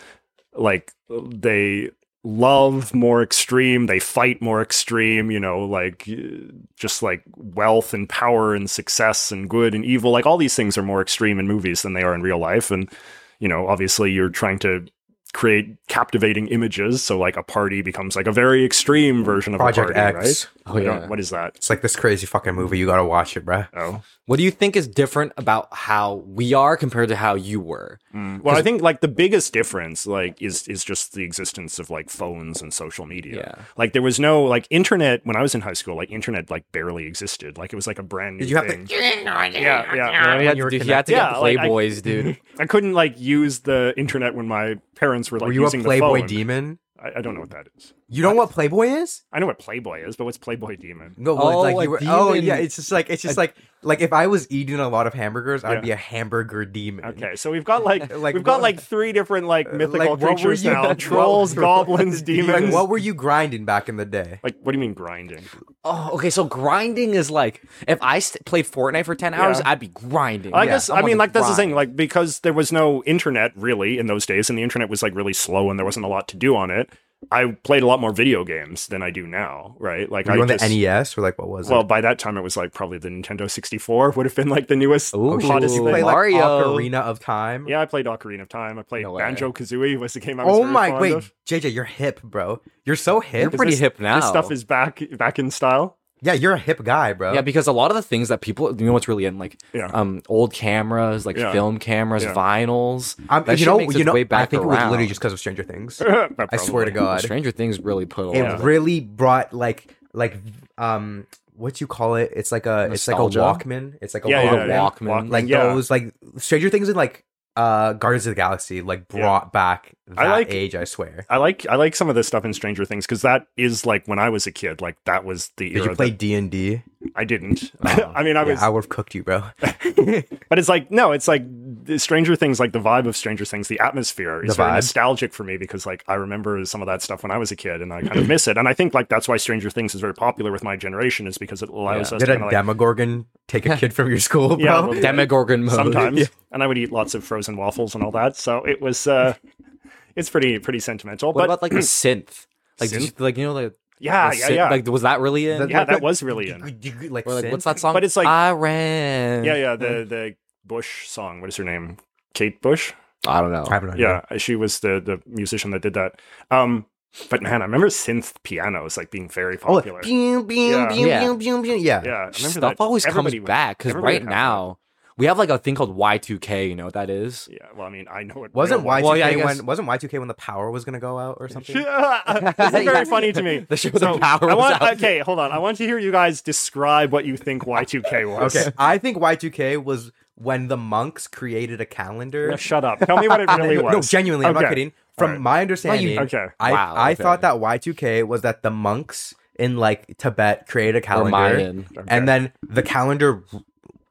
Speaker 6: like they love more extreme. They fight more extreme. You know, like uh, just like wealth and power and success and good and evil. Like all these things are more extreme in movies than they are in real life. And you know, obviously, you're trying to create captivating images. So like a party becomes like a very extreme version of
Speaker 5: Project
Speaker 6: a party,
Speaker 5: X.
Speaker 6: right?
Speaker 4: Oh,
Speaker 6: I don't-
Speaker 4: yeah.
Speaker 6: What is that?
Speaker 5: It's like this crazy fucking movie. You gotta watch it, bro.
Speaker 6: Oh.
Speaker 4: What do you think is different about how we are compared to how you were?
Speaker 6: Well, I think like the biggest difference like is is just the existence of like phones and social media.
Speaker 4: Yeah.
Speaker 6: Like there was no like internet when I was in high school. Like internet like barely existed. Like it was like a brand new
Speaker 5: Did you have
Speaker 6: thing.
Speaker 5: to?
Speaker 6: yeah, yeah.
Speaker 4: You, had
Speaker 5: you
Speaker 4: to,
Speaker 5: were
Speaker 4: do- you had to
Speaker 6: connected.
Speaker 4: get
Speaker 6: Yeah, like, I-
Speaker 4: Playboys, dude.
Speaker 6: I couldn't like use the internet when my parents were like
Speaker 5: were you a
Speaker 6: using the
Speaker 5: Playboy
Speaker 6: phone.
Speaker 5: demon?
Speaker 6: I, I don't know what that is.
Speaker 5: You know what Playboy is?
Speaker 6: I know what Playboy is, but what's Playboy Demon?
Speaker 5: No,
Speaker 4: Oh,
Speaker 5: like
Speaker 4: a
Speaker 5: you were, oh
Speaker 4: demon.
Speaker 5: yeah, it's just like it's just like like if I was eating a lot of hamburgers, I'd
Speaker 6: Yeah.
Speaker 5: be a hamburger demon.
Speaker 6: Okay, so we've got like,
Speaker 5: Like,
Speaker 6: we've got
Speaker 5: what-
Speaker 6: like three different like
Speaker 5: Uh,
Speaker 6: mythical
Speaker 5: what were
Speaker 6: creatures
Speaker 5: you-
Speaker 6: now: trolls,
Speaker 5: what-
Speaker 6: goblins,
Speaker 5: Like,
Speaker 6: demons.
Speaker 5: what were you grinding back in the day?
Speaker 6: Like, what do you mean grinding?
Speaker 4: Oh, okay. So grinding is like if I st- played Fortnite for ten hours,
Speaker 6: Yeah.
Speaker 4: I'd be grinding.
Speaker 6: I
Speaker 4: Yeah,
Speaker 6: guess
Speaker 4: I'm
Speaker 6: I
Speaker 4: on
Speaker 6: mean like that's the
Speaker 4: grind.
Speaker 6: thing like because there was no internet really in those days and the internet was like really slow and there wasn't a lot to do on it. I played a lot more video games than I do now, right? Like
Speaker 5: Were
Speaker 6: I
Speaker 5: you on the
Speaker 6: just-
Speaker 5: NES or like what was
Speaker 6: well
Speaker 5: it?
Speaker 6: by that time it was like probably the Nintendo 64 would have been like the newest
Speaker 4: Ooh.
Speaker 6: hottest
Speaker 4: You
Speaker 5: Oh, you
Speaker 6: thing.
Speaker 5: play like
Speaker 4: Mario.
Speaker 5: Ocarina of Time.
Speaker 6: yeah, I played Ocarina of Time. I played
Speaker 4: No way.
Speaker 6: Banjo Kazooie was the game I was
Speaker 5: Oh
Speaker 6: very
Speaker 5: my
Speaker 6: fond
Speaker 5: wait,
Speaker 6: of.
Speaker 5: JJ, you're hip, bro. You're so
Speaker 4: You're
Speaker 5: hip.
Speaker 4: pretty
Speaker 6: this-
Speaker 4: hip now.
Speaker 6: This stuff is back back in style.
Speaker 5: Yeah, you're a hip guy, bro.
Speaker 4: yeah, because a lot of the things that people you know what's really in like
Speaker 6: Yeah.
Speaker 4: um old cameras, like
Speaker 6: Yeah.
Speaker 4: film cameras,
Speaker 6: Yeah.
Speaker 4: vinyls.
Speaker 5: I'm,
Speaker 4: That
Speaker 5: Um, you
Speaker 4: shit
Speaker 5: know,
Speaker 4: makes
Speaker 5: you
Speaker 4: its
Speaker 5: know.
Speaker 4: way
Speaker 5: I
Speaker 4: back
Speaker 5: think it was literally
Speaker 4: around.
Speaker 5: just because of Stranger Things. I
Speaker 6: I
Speaker 5: swear to God,
Speaker 4: uh, Stranger Things really put a lot.
Speaker 5: it
Speaker 4: of-
Speaker 5: really brought like like um what you call it? It's like a it's like a
Speaker 4: Nostalgia?
Speaker 5: Walkman. It's like a
Speaker 6: Yeah,
Speaker 5: little
Speaker 6: yeah,
Speaker 4: the
Speaker 6: yeah.
Speaker 5: Walk,
Speaker 4: Walkman,
Speaker 5: like
Speaker 6: yeah.
Speaker 5: those like Stranger Things and like uh Guardians of the Galaxy like
Speaker 6: Yeah.
Speaker 5: brought back that
Speaker 6: I like-
Speaker 5: age. I swear.
Speaker 6: I like I like some of this stuff in Stranger Things because that is like when I was a kid, like that was the
Speaker 5: Did
Speaker 6: era.
Speaker 5: you play D and D?
Speaker 6: that- I didn't.
Speaker 4: Oh.
Speaker 6: I mean, I was
Speaker 5: I would have cooked you, bro.
Speaker 6: But it's like no, it's like the Stranger Things, like the vibe of Stranger Things, the atmosphere is
Speaker 5: The
Speaker 6: very
Speaker 5: vibe.
Speaker 6: nostalgic for me because like I remember some of that stuff when I was a kid, and I kind of miss it. And I think like that's why Stranger Things is very popular with my generation is because it allows
Speaker 4: Yeah.
Speaker 6: us
Speaker 5: Did
Speaker 6: to
Speaker 5: a
Speaker 6: kinda, like,
Speaker 5: Demogorgon take a kid from your school,
Speaker 6: Yeah,
Speaker 5: bro?
Speaker 6: well,
Speaker 4: Demogorgon mode.
Speaker 6: sometimes. And I would eat lots of frozen waffles and all that, so it was uh, it's pretty pretty sentimental.
Speaker 4: What
Speaker 6: but
Speaker 4: about like the synth? Like, did you- like you know, like
Speaker 6: yeah,
Speaker 4: the
Speaker 6: yeah,
Speaker 4: synth-
Speaker 6: yeah,
Speaker 4: Like, was that really in?
Speaker 5: The-
Speaker 6: yeah,
Speaker 5: like,
Speaker 6: that
Speaker 5: what-
Speaker 6: was really in.
Speaker 5: like,
Speaker 4: Or like,
Speaker 5: synth?
Speaker 4: what's that song?
Speaker 6: But it's like-
Speaker 4: I ran.
Speaker 6: Yeah, yeah. The the Bush song. What is her name? Kate Bush.
Speaker 4: I don't know.
Speaker 5: I have no idea.
Speaker 6: yeah she was the the musician that did that um but man i remember synth pianos like being very
Speaker 5: Oh,
Speaker 6: popular
Speaker 5: like, boom, boom,
Speaker 6: Yeah.
Speaker 5: boom,
Speaker 4: Yeah.
Speaker 5: boom, boom, boom. Yeah.
Speaker 6: yeah I remember
Speaker 4: Stuff
Speaker 6: that
Speaker 4: always
Speaker 6: everybody
Speaker 4: comes
Speaker 6: would-
Speaker 4: back because
Speaker 6: everybody
Speaker 4: right
Speaker 6: would have
Speaker 4: now we have like a thing called Y2K. You know what that is?
Speaker 6: Yeah, well, I mean, I know it
Speaker 5: Wasn't Y2K
Speaker 6: real life.
Speaker 4: Well, yeah, I guess-
Speaker 5: when wasn't Y2K when the power was gonna go out or something?
Speaker 6: Yeah, this is very funny to me.
Speaker 4: The shit with the
Speaker 6: So,
Speaker 4: power
Speaker 6: I
Speaker 4: was
Speaker 6: want,
Speaker 4: out.
Speaker 6: Okay, hold on. I want to hear you guys describe what you think Y2K was.
Speaker 5: Okay, I think Y2K was when the monks created a calendar.
Speaker 6: No, shut up. Tell me what it really
Speaker 5: no,
Speaker 6: was.
Speaker 5: genuinely, I'm not
Speaker 6: Okay.
Speaker 5: kidding. From
Speaker 6: Alright.
Speaker 5: my understanding,
Speaker 6: okay.
Speaker 5: I,
Speaker 4: Wow,
Speaker 5: I
Speaker 4: okay.
Speaker 5: thought that Y2K was that the monks in like Tibet created a
Speaker 4: Or
Speaker 5: calendar,
Speaker 4: Mayan.
Speaker 5: and then the calendar r-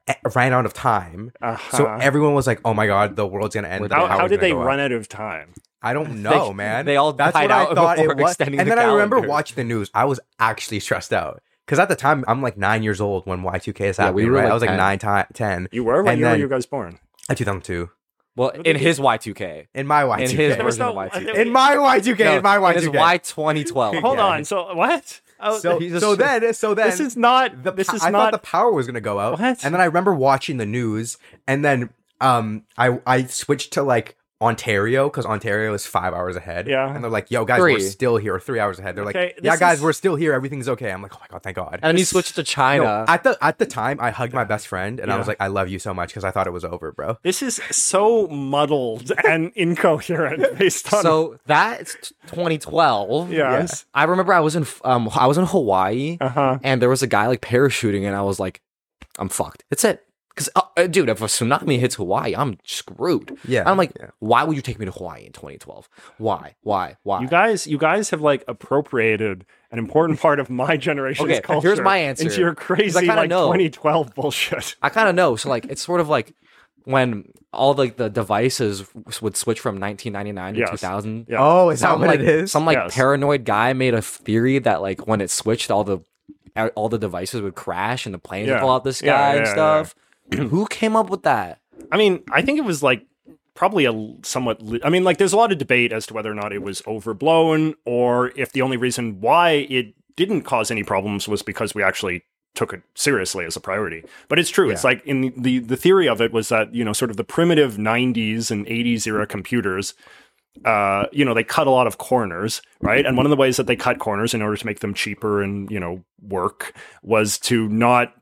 Speaker 5: e, ran out of time.
Speaker 6: Uh-huh.
Speaker 5: So everyone was like, "Oh my god, the world's gonna end." the
Speaker 6: how, how
Speaker 5: power's
Speaker 6: did
Speaker 5: gonna
Speaker 6: they
Speaker 5: go out."
Speaker 6: run out of time?
Speaker 5: I don't know, man.
Speaker 4: they all
Speaker 5: That's
Speaker 4: died
Speaker 5: what I
Speaker 4: out
Speaker 5: thought
Speaker 4: before
Speaker 5: it was.
Speaker 4: extending
Speaker 5: and
Speaker 4: the
Speaker 5: then I remember
Speaker 4: calendar.
Speaker 5: watching the news. I was actually stressed out because at the time I'm like nine years old when Y2K is
Speaker 4: Yeah, we
Speaker 5: happening.
Speaker 4: were,
Speaker 5: right?
Speaker 4: like,
Speaker 5: I was like
Speaker 4: 10.
Speaker 5: nine, ti- ten. Uh,
Speaker 6: You were when
Speaker 5: And
Speaker 6: you were
Speaker 5: then-
Speaker 6: you guys born.
Speaker 5: I 2002
Speaker 4: Well, in his Y2K.
Speaker 5: in my Y2K.
Speaker 4: In his
Speaker 6: There was
Speaker 4: version of
Speaker 6: no-
Speaker 4: Y2K.
Speaker 5: in my Y2K. in my
Speaker 4: It is
Speaker 5: Y2K.
Speaker 4: Y2012.
Speaker 5: Oh,
Speaker 6: Hold
Speaker 5: Yeah.
Speaker 6: on. So what? Oh,
Speaker 5: so,
Speaker 4: he's just-
Speaker 5: so then, so then,
Speaker 6: this is not.
Speaker 5: the
Speaker 6: this
Speaker 5: po-
Speaker 6: is
Speaker 5: I
Speaker 6: not.
Speaker 5: thought the power was gonna go out.
Speaker 6: What?
Speaker 5: And then I remember watching the news, and then um, I I switched to like Ontario because Ontario is five hours ahead.
Speaker 6: Yeah.
Speaker 5: and they're like, "Yo, guys, we we're
Speaker 4: Three.
Speaker 5: still here." Or three hours ahead. They're
Speaker 6: Okay,
Speaker 5: like, "Yeah,
Speaker 6: this
Speaker 5: guys,
Speaker 6: is-
Speaker 5: we're still here. Everything's okay." I'm like, "Oh my god, thank God."
Speaker 4: And then he switched to
Speaker 5: No,
Speaker 4: China.
Speaker 5: at the at the time, I hugged my best friend, and I was
Speaker 6: Yeah.
Speaker 5: like, "I love you so much" because I thought it was over, bro.
Speaker 6: this is so muddled and incoherent based on.
Speaker 4: so that's t- 2012.
Speaker 6: yes.
Speaker 4: I remember I was in um I was in Hawaii
Speaker 6: Uh huh.
Speaker 4: and there was a guy like parachuting and I was like, I'm fucked. That's it. Because dude, if a tsunami hits Hawaii, I'm screwed.
Speaker 5: Yeah,
Speaker 4: I'm like,
Speaker 5: yeah.
Speaker 4: why would you take me to Hawaii in 2012? Why? Why? Why?
Speaker 6: You guys, you guys have like appropriated an important part of my generation's
Speaker 4: Okay,
Speaker 6: culture.
Speaker 4: here's my answer.
Speaker 6: Into your
Speaker 4: 'Cause I
Speaker 6: crazy
Speaker 4: kinda
Speaker 6: like
Speaker 4: know.
Speaker 6: 2012 bullshit.
Speaker 4: I kind of know. So like, it's sort of like when all like the devices would switch from 1999 to
Speaker 6: Yes.
Speaker 4: 2000.
Speaker 6: Yeah.
Speaker 5: Oh, is that
Speaker 4: Some,
Speaker 5: what
Speaker 4: like,
Speaker 5: it is?
Speaker 4: Some like
Speaker 6: Yes.
Speaker 4: paranoid guy made a theory that like when it switched, all the all the devices would crash and the planes
Speaker 6: Yeah.
Speaker 4: would fall out the sky
Speaker 6: Yeah, yeah,
Speaker 4: and
Speaker 6: yeah.
Speaker 4: stuff. Who came up with that?
Speaker 6: I mean, I think it was like probably a l- somewhat. Li- I mean, like there's a lot of debate as to whether or not it was overblown or if the only reason why it didn't cause any problems was because we actually took it seriously as a priority. But it's true. It's like in the, the the theory of it was that you know sort of the primitive 90s and 80s era computers. Uh, you know, they cut a lot of corners, right? And one of the ways that they cut corners in order to make them cheaper and you know work was to not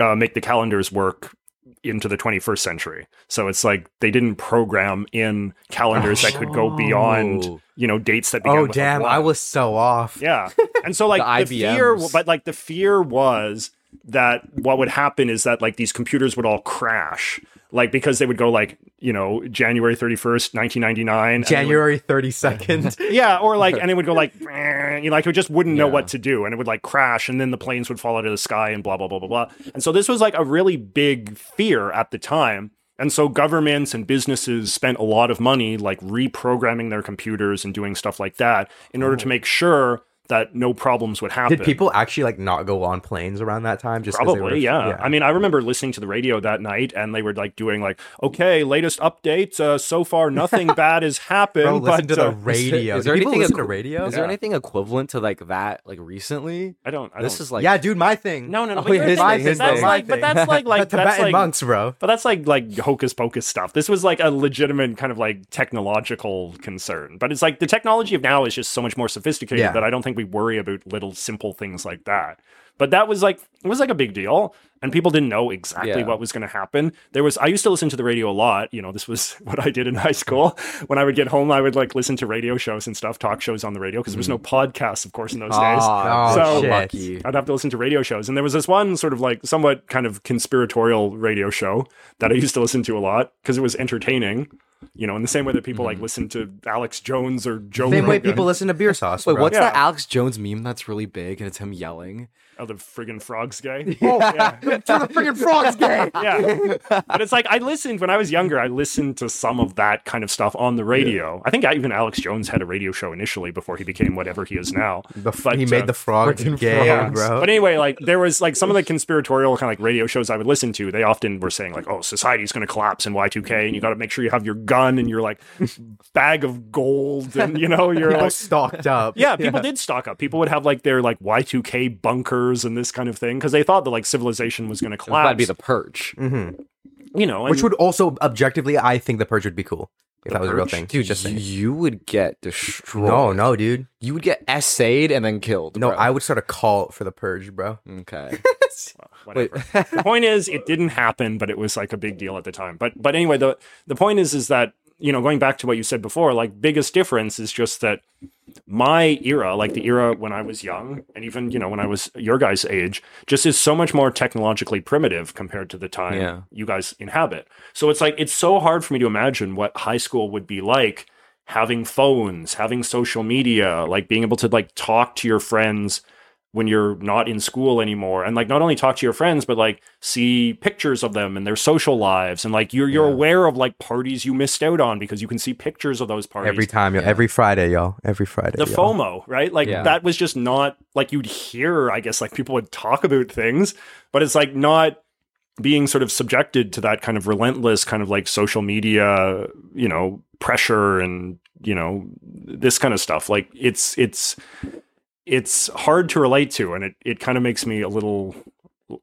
Speaker 6: uh, make the calendars work into the 21st century. So it's like they didn't program in calendars that could go beyond,
Speaker 4: Oh.
Speaker 6: you know, dates that began
Speaker 5: oh
Speaker 6: with a
Speaker 5: damn,
Speaker 6: one.
Speaker 5: I was so off.
Speaker 6: Yeah. And so like the,
Speaker 4: The
Speaker 6: fear
Speaker 4: IBMs.
Speaker 6: but like the fear was that what would happen is that like these computers would all crash. Like because they would go like, you know, January 31st, 1999. and they would-
Speaker 5: January thirty second.
Speaker 6: yeah, or like, and it would go like, you know, like it just wouldn't know what to do, and it would like crash, and then the planes would fall out of the sky, and blah blah blah blah blah. And so this was like a really big fear at the time, and so governments and businesses spent a lot of money like reprogramming their computers and doing stuff like that in order to make sure that no problems would happen.
Speaker 5: Oh. Did people actually like not go on planes around that time? Just 'cause they were-
Speaker 6: Probably, yeah. I mean, I remember listening to the radio that night, and they were like doing like, "Okay, latest update. Uh, so far, nothing bad has happened."
Speaker 5: Bro, listen
Speaker 6: but,
Speaker 5: to the
Speaker 6: uh,
Speaker 5: radio.
Speaker 4: Is there
Speaker 5: Do people
Speaker 4: anything
Speaker 5: listen to
Speaker 4: equi-
Speaker 5: radio?
Speaker 4: Is there anything equivalent to like that like recently?
Speaker 6: I don't. I
Speaker 4: this
Speaker 6: don't-
Speaker 4: is like
Speaker 5: yeah, dude, my thing.
Speaker 6: No, no, no.
Speaker 4: Oh,
Speaker 6: but
Speaker 4: yeah,
Speaker 6: your
Speaker 4: his
Speaker 6: thing-
Speaker 4: thing, his
Speaker 6: that's
Speaker 4: thing.
Speaker 6: like, but that's like, like,
Speaker 5: the
Speaker 6: that's
Speaker 5: Tibetan
Speaker 6: like,
Speaker 5: monks, bro.
Speaker 6: but that's like, like hocus pocus stuff. This was like a legitimate kind of like technological concern. But it's like the technology of now is just so much more sophisticated
Speaker 5: Yeah.
Speaker 6: that I don't think we worry about little simple things like that. But that was like, it was like a big deal. And people didn't know exactly
Speaker 4: Yeah.
Speaker 6: what was going to happen. There was, I used to listen to the radio a lot. You know, this was what I did in high school. When I would get home, I would like listen to radio shows and stuff, talk shows on the radio, because there was no
Speaker 5: Mm-hmm.
Speaker 6: podcasts, of course, in those days.
Speaker 4: Ah,
Speaker 6: So-
Speaker 4: so
Speaker 5: Oh, shit.
Speaker 4: lucky.
Speaker 6: I'd have to listen to radio shows. And there was this one sort of like somewhat kind of conspiratorial radio show that I used to listen to a lot because it was entertaining, you know, in the same way that people
Speaker 5: Mm-hmm.
Speaker 6: like listen to Alex Jones or Joe
Speaker 5: Same way
Speaker 6: Rogan.
Speaker 5: people listen to beer sauce.
Speaker 4: Wait,
Speaker 5: bro.
Speaker 4: what's
Speaker 6: Yeah.
Speaker 4: that Alex Jones meme that's really big and it's him yelling?
Speaker 6: Oh, the friggin' frogs gay.
Speaker 5: Oh, Turn the freaking frogs gay.
Speaker 6: yeah. But it's like I listened when I was younger, I listened to some of that kind of stuff on the radio. I think I, even Alex Jones had a radio show initially before he became whatever he is now.
Speaker 5: The f-
Speaker 6: But,
Speaker 5: he
Speaker 6: uh,
Speaker 5: made the frogs
Speaker 4: freaking
Speaker 5: gay,
Speaker 4: frogs.
Speaker 5: bro.
Speaker 6: But anyway, like there was like some of the conspiratorial kind of like radio shows I would listen to. They often were saying like, "Oh, society's going to collapse in Y2K, and you got to make sure you have your gun and your like bag of gold, and you know you're
Speaker 5: People
Speaker 6: like."
Speaker 5: stocked up.
Speaker 6: Yeah, people did stock up. People would have like their like Y2K bunkers and this kind of thing because they thought that like civilization was going to collapse.
Speaker 4: That'd be the purge.
Speaker 6: you know, and,
Speaker 5: Mm-hmm. Which would also objectively, I think the purge would be cool if that was a real thing.
Speaker 4: Dude,
Speaker 5: just saying.
Speaker 4: you would get destroyed.
Speaker 5: no, no, dude.
Speaker 4: You would get essayed and then killed.
Speaker 5: No,
Speaker 4: bro.
Speaker 5: I would start a cult for the purge, bro.
Speaker 4: Okay.
Speaker 5: What?
Speaker 6: Whatever. the point is it didn't happen but it was like a big deal at the time but but anyway the the point is is that you know going back to what you said before like biggest difference is just that my era like the era when i was young and even you know when i was your guys age just is so much more technologically primitive compared to the time
Speaker 4: Yeah.
Speaker 6: you guys inhabit so it's like it's so hard for me to imagine what high school would be like having phones having social media like being able to like talk to your friends when you're not in school anymore and like not only talk to your friends but like see pictures of them and their social lives and like you're you're aware of like parties you missed out on because you can see pictures of those parties
Speaker 5: Every time, y'all. every Friday, y'all. Every Friday.
Speaker 6: the
Speaker 5: y'all.
Speaker 6: FOMO, right? Like
Speaker 4: Yeah.
Speaker 6: that was just not like you'd hear, I guess, like people would talk about things, but it's like not being sort of subjected to that kind of relentless kind of like social media, you know, pressure and, you know, this kind of stuff. Like it's it's it's hard to relate to and it it kind of makes me a little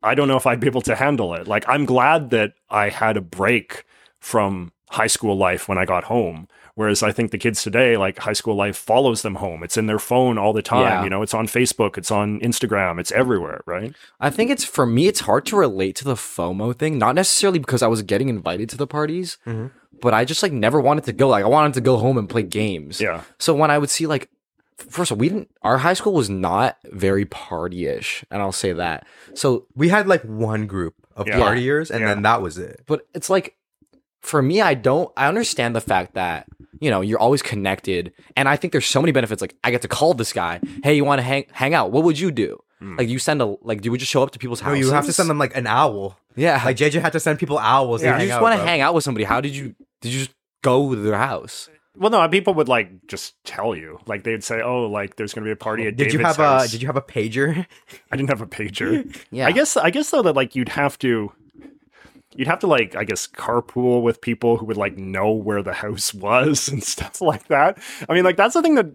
Speaker 6: I don't know if I'd be able to handle it. Like I'm glad that I had a break from high school life when I got home. Whereas I think the kids today, like high school life follows them home. It's in their phone all the time.
Speaker 4: Yeah.
Speaker 6: You know, it's on Facebook, it's on Instagram, it's everywhere, right?
Speaker 4: I think it's for me, it's hard to relate to the FOMO thing, not necessarily because I was getting invited to the parties,
Speaker 5: Mm-hmm.
Speaker 4: but I just like never wanted to go. Like I wanted to go home and play games.
Speaker 6: Yeah.
Speaker 4: So when I would see like, first of all, we didn't. Our high school was not very party-ish, and I'll say that. So,
Speaker 5: We had like one group of
Speaker 6: Yeah.
Speaker 5: partiers, and
Speaker 6: Yeah.
Speaker 5: then that was it.
Speaker 4: but it's like, for me, I don't. I understand the fact that you know you're always connected, and I think there's so many benefits. Like I get to call this guy. Hey, you want to hang hang out? What would you do? Like you send a like, do we just show up to people's
Speaker 5: Hmm. No,
Speaker 4: houses?
Speaker 5: you have to send them like an owl.
Speaker 4: Yeah,
Speaker 5: Like JJ had to send people owls.
Speaker 6: Yeah.
Speaker 5: to
Speaker 4: If
Speaker 5: hang
Speaker 4: you just
Speaker 5: out,
Speaker 4: want to
Speaker 5: bro.
Speaker 4: hang out with somebody, how did you did you just go to their house?
Speaker 6: Well, no, people would like just tell you. Like they'd say, Oh, like there's gonna be a party at
Speaker 5: Did you have
Speaker 6: David's house.
Speaker 5: a Did you have a pager?
Speaker 6: I didn't have a pager.
Speaker 4: Yeah.
Speaker 6: I guess I guess though that like you'd have to you'd have to like I guess carpool with people who would like know where the house was and stuff like that. I mean like that's the thing that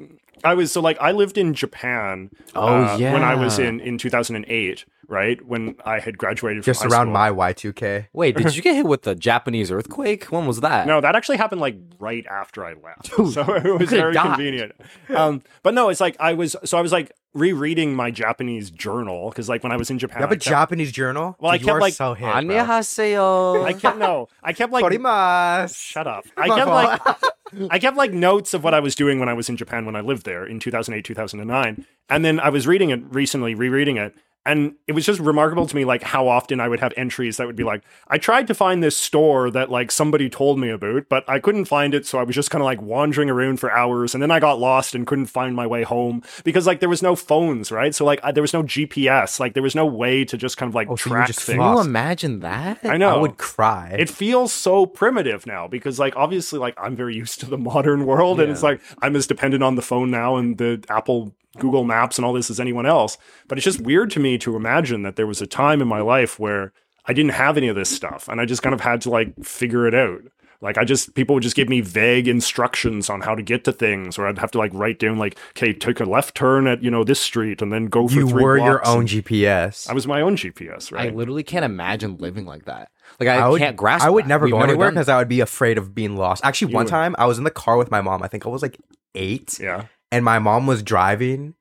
Speaker 6: I was so like I lived in Japan uh,
Speaker 4: Oh,
Speaker 6: when I was
Speaker 4: yeah.
Speaker 6: in in 2008, right? When I had graduated from
Speaker 5: Just
Speaker 6: high
Speaker 5: around
Speaker 6: school.
Speaker 5: my Y two K.
Speaker 4: Wait, did you get hit with the Japanese earthquake? When was that?
Speaker 6: No, that actually happened like right after I left. so it
Speaker 4: could've
Speaker 6: was very
Speaker 4: died.
Speaker 6: convenient. Um, but no, it's like I was so I was like rereading my Japanese journal because like when I was in Japan,
Speaker 5: You have
Speaker 6: I
Speaker 5: a
Speaker 6: kept-
Speaker 5: Japanese journal.
Speaker 6: Well, I
Speaker 5: Dude, you
Speaker 6: kept,
Speaker 5: are
Speaker 6: like,
Speaker 5: so hit, bro.
Speaker 4: 안녕하세요.
Speaker 6: I kept no, I kept like
Speaker 5: Korimasu.
Speaker 6: Shut up. I
Speaker 5: My
Speaker 6: kept
Speaker 5: fault.
Speaker 6: like I kept like notes of what I was doing when I was in Japan when I lived there in 2008, 2009. And then I was reading it recently, rereading it, and it was just remarkable to me like how often I would have entries that would be like, I tried to find this store that like somebody told me about, but I couldn't find it, so I was just kind of like wandering around for hours and then I got lost and couldn't find my way home because like there was no phones, right? So like I, there was no GPS, like there was no way to just kind of like
Speaker 5: Oh, so you
Speaker 6: track
Speaker 5: just
Speaker 6: things.
Speaker 4: Can you
Speaker 5: lost.
Speaker 4: imagine that?
Speaker 6: I know.
Speaker 5: I would cry.
Speaker 6: It feels so primitive now because, like, obviously, like I'm very used to the modern world, and it's like I'm as dependent on the phone now and the Apple, Google Maps, and all this as anyone else. But it's just weird to me to imagine that there was a time in my life where I didn't have any of this stuff, and I just kind of had to like figure it out. Like I just people would just give me vague instructions on how to get to things, or I'd have to like write down like, okay, take a left turn at you know this street, and then go for
Speaker 5: you
Speaker 6: three
Speaker 5: were your
Speaker 6: blocks.
Speaker 5: own GPS.
Speaker 6: I was my own GPS,
Speaker 4: I
Speaker 6: right?
Speaker 4: literally can't imagine living like that. Like I,
Speaker 5: would,
Speaker 4: can't grasp.
Speaker 5: I would
Speaker 4: that.
Speaker 5: never
Speaker 4: We've
Speaker 5: go anywhere
Speaker 4: done
Speaker 5: because I would be afraid of being lost. Actually, one
Speaker 6: would.
Speaker 5: time I was in the car with my mom. I think I was like eight,
Speaker 6: yeah.
Speaker 5: and my mom was driving.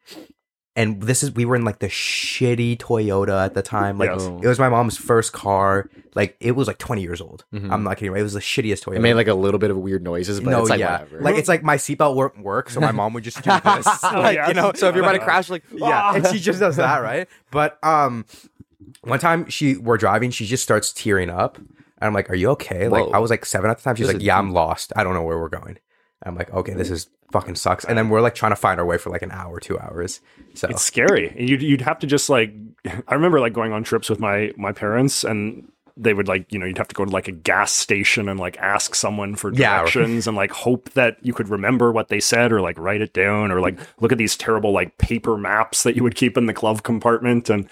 Speaker 5: And this is we were in like the shitty Toyota at the time. Like
Speaker 6: Yes.
Speaker 5: it was my mom's first car. Like it was like twenty years old.
Speaker 4: Mhm.
Speaker 5: I'm not kidding. It was the shittiest Toyota.
Speaker 4: It made like a little bit of weird noises, but
Speaker 5: no,
Speaker 4: it's like
Speaker 5: yeah,
Speaker 4: whatever.
Speaker 5: like it's like my seatbelt wouldn't work, so my mom would just do this. like,
Speaker 6: yeah.
Speaker 5: You know,
Speaker 4: so if you're about to
Speaker 6: Yeah.
Speaker 4: crash, like
Speaker 5: yeah,
Speaker 4: "Ah."
Speaker 5: and she just does that, right? But um, one time she we're driving, she just starts tearing up, and I'm like, "Are you okay?" Like
Speaker 4: Whoa.
Speaker 5: I was like seven at the time. She's
Speaker 4: This
Speaker 5: like,
Speaker 4: is
Speaker 5: "Yeah, I'm lost. I don't know where we're going." I'm like, "Okay, this is fucking sucks." And then we're like trying to find our way for like an hour, two hours. So
Speaker 6: it's scary. And You'd you'd have to just like I remember like going on trips with my my parents and they would like you know you'd have to go to like a gas station and like ask someone for
Speaker 5: Yeah.
Speaker 6: directions and like hope that you could remember what they said or like write it down or like look at these terrible like paper maps that you would keep in the glove compartment and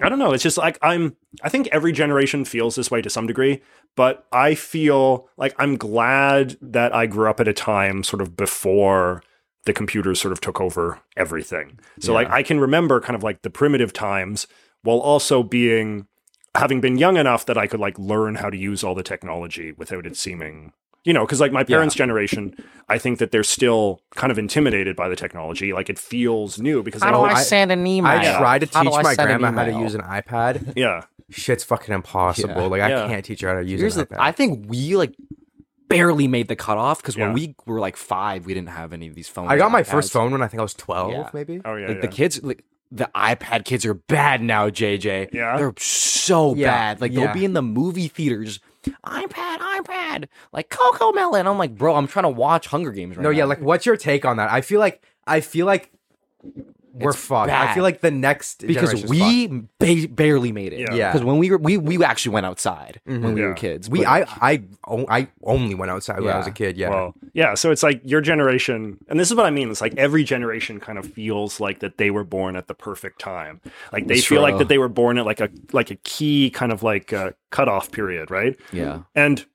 Speaker 6: I don't know. It's just like I'm. I think every generation feels this way to some degree, but I feel like I'm glad that I grew up at a time sort of before the computers sort of took over everything. So like I can remember kind of like the primitive times while also being having been young enough that I could like learn how to use all the technology without it seeming You know, because like my parents' generation, I think that they're still kind of intimidated by the technology. Like it feels new because they
Speaker 5: do
Speaker 6: don't.
Speaker 5: I
Speaker 4: send an email?
Speaker 5: I tried to
Speaker 4: How do
Speaker 5: teach
Speaker 4: I
Speaker 5: my
Speaker 4: send an
Speaker 5: grandma how to
Speaker 4: email?
Speaker 5: use an iPad.
Speaker 6: yeah,
Speaker 5: Shit's fucking impossible.
Speaker 4: Yeah.
Speaker 5: Like I
Speaker 6: Yeah.
Speaker 5: can't teach her how to use
Speaker 4: Here's
Speaker 5: an
Speaker 4: the,
Speaker 5: iPad.
Speaker 4: I think we like barely made the cutoff because
Speaker 6: Yeah.
Speaker 4: when we were like five, we didn't have any of these phones.
Speaker 5: I got
Speaker 4: or
Speaker 5: my
Speaker 4: iPads.
Speaker 5: first phone when I think I was twelve,
Speaker 4: Yeah.
Speaker 5: maybe.
Speaker 6: oh yeah,
Speaker 4: Like the
Speaker 6: yeah.
Speaker 4: kids, like the iPad kids are bad now, JJ.
Speaker 6: Yeah.
Speaker 4: They're so
Speaker 5: Yeah,
Speaker 4: bad. Like
Speaker 5: yeah.
Speaker 4: they'll be in the movie theaters, iPad, iPad, like Coco Melon. I'm like, bro, I'm trying to watch Hunger Games right
Speaker 5: No,
Speaker 4: now.
Speaker 5: yeah. Like, what's your take on that? I feel like I feel like we're fucked. I
Speaker 4: bad.
Speaker 5: feel like the next
Speaker 4: because
Speaker 5: generation's
Speaker 4: we ba- barely made it.
Speaker 6: Yeah.
Speaker 5: Yeah.
Speaker 4: Because when we were, we we actually went outside when we
Speaker 6: Yeah.
Speaker 4: were kids.
Speaker 5: fucked. we
Speaker 4: but-
Speaker 5: I I o- I only went outside when I was a
Speaker 4: Yeah.
Speaker 5: kid. Yeah,
Speaker 6: Well, yeah. So it's like your generation, and this is what I mean. It's like every generation kind of feels like that they were born at the perfect time. Like they
Speaker 4: That's
Speaker 6: feel like
Speaker 4: true.
Speaker 6: that they were born at like a like a key kind of like uh, cutoff period, right?
Speaker 4: yeah.
Speaker 6: And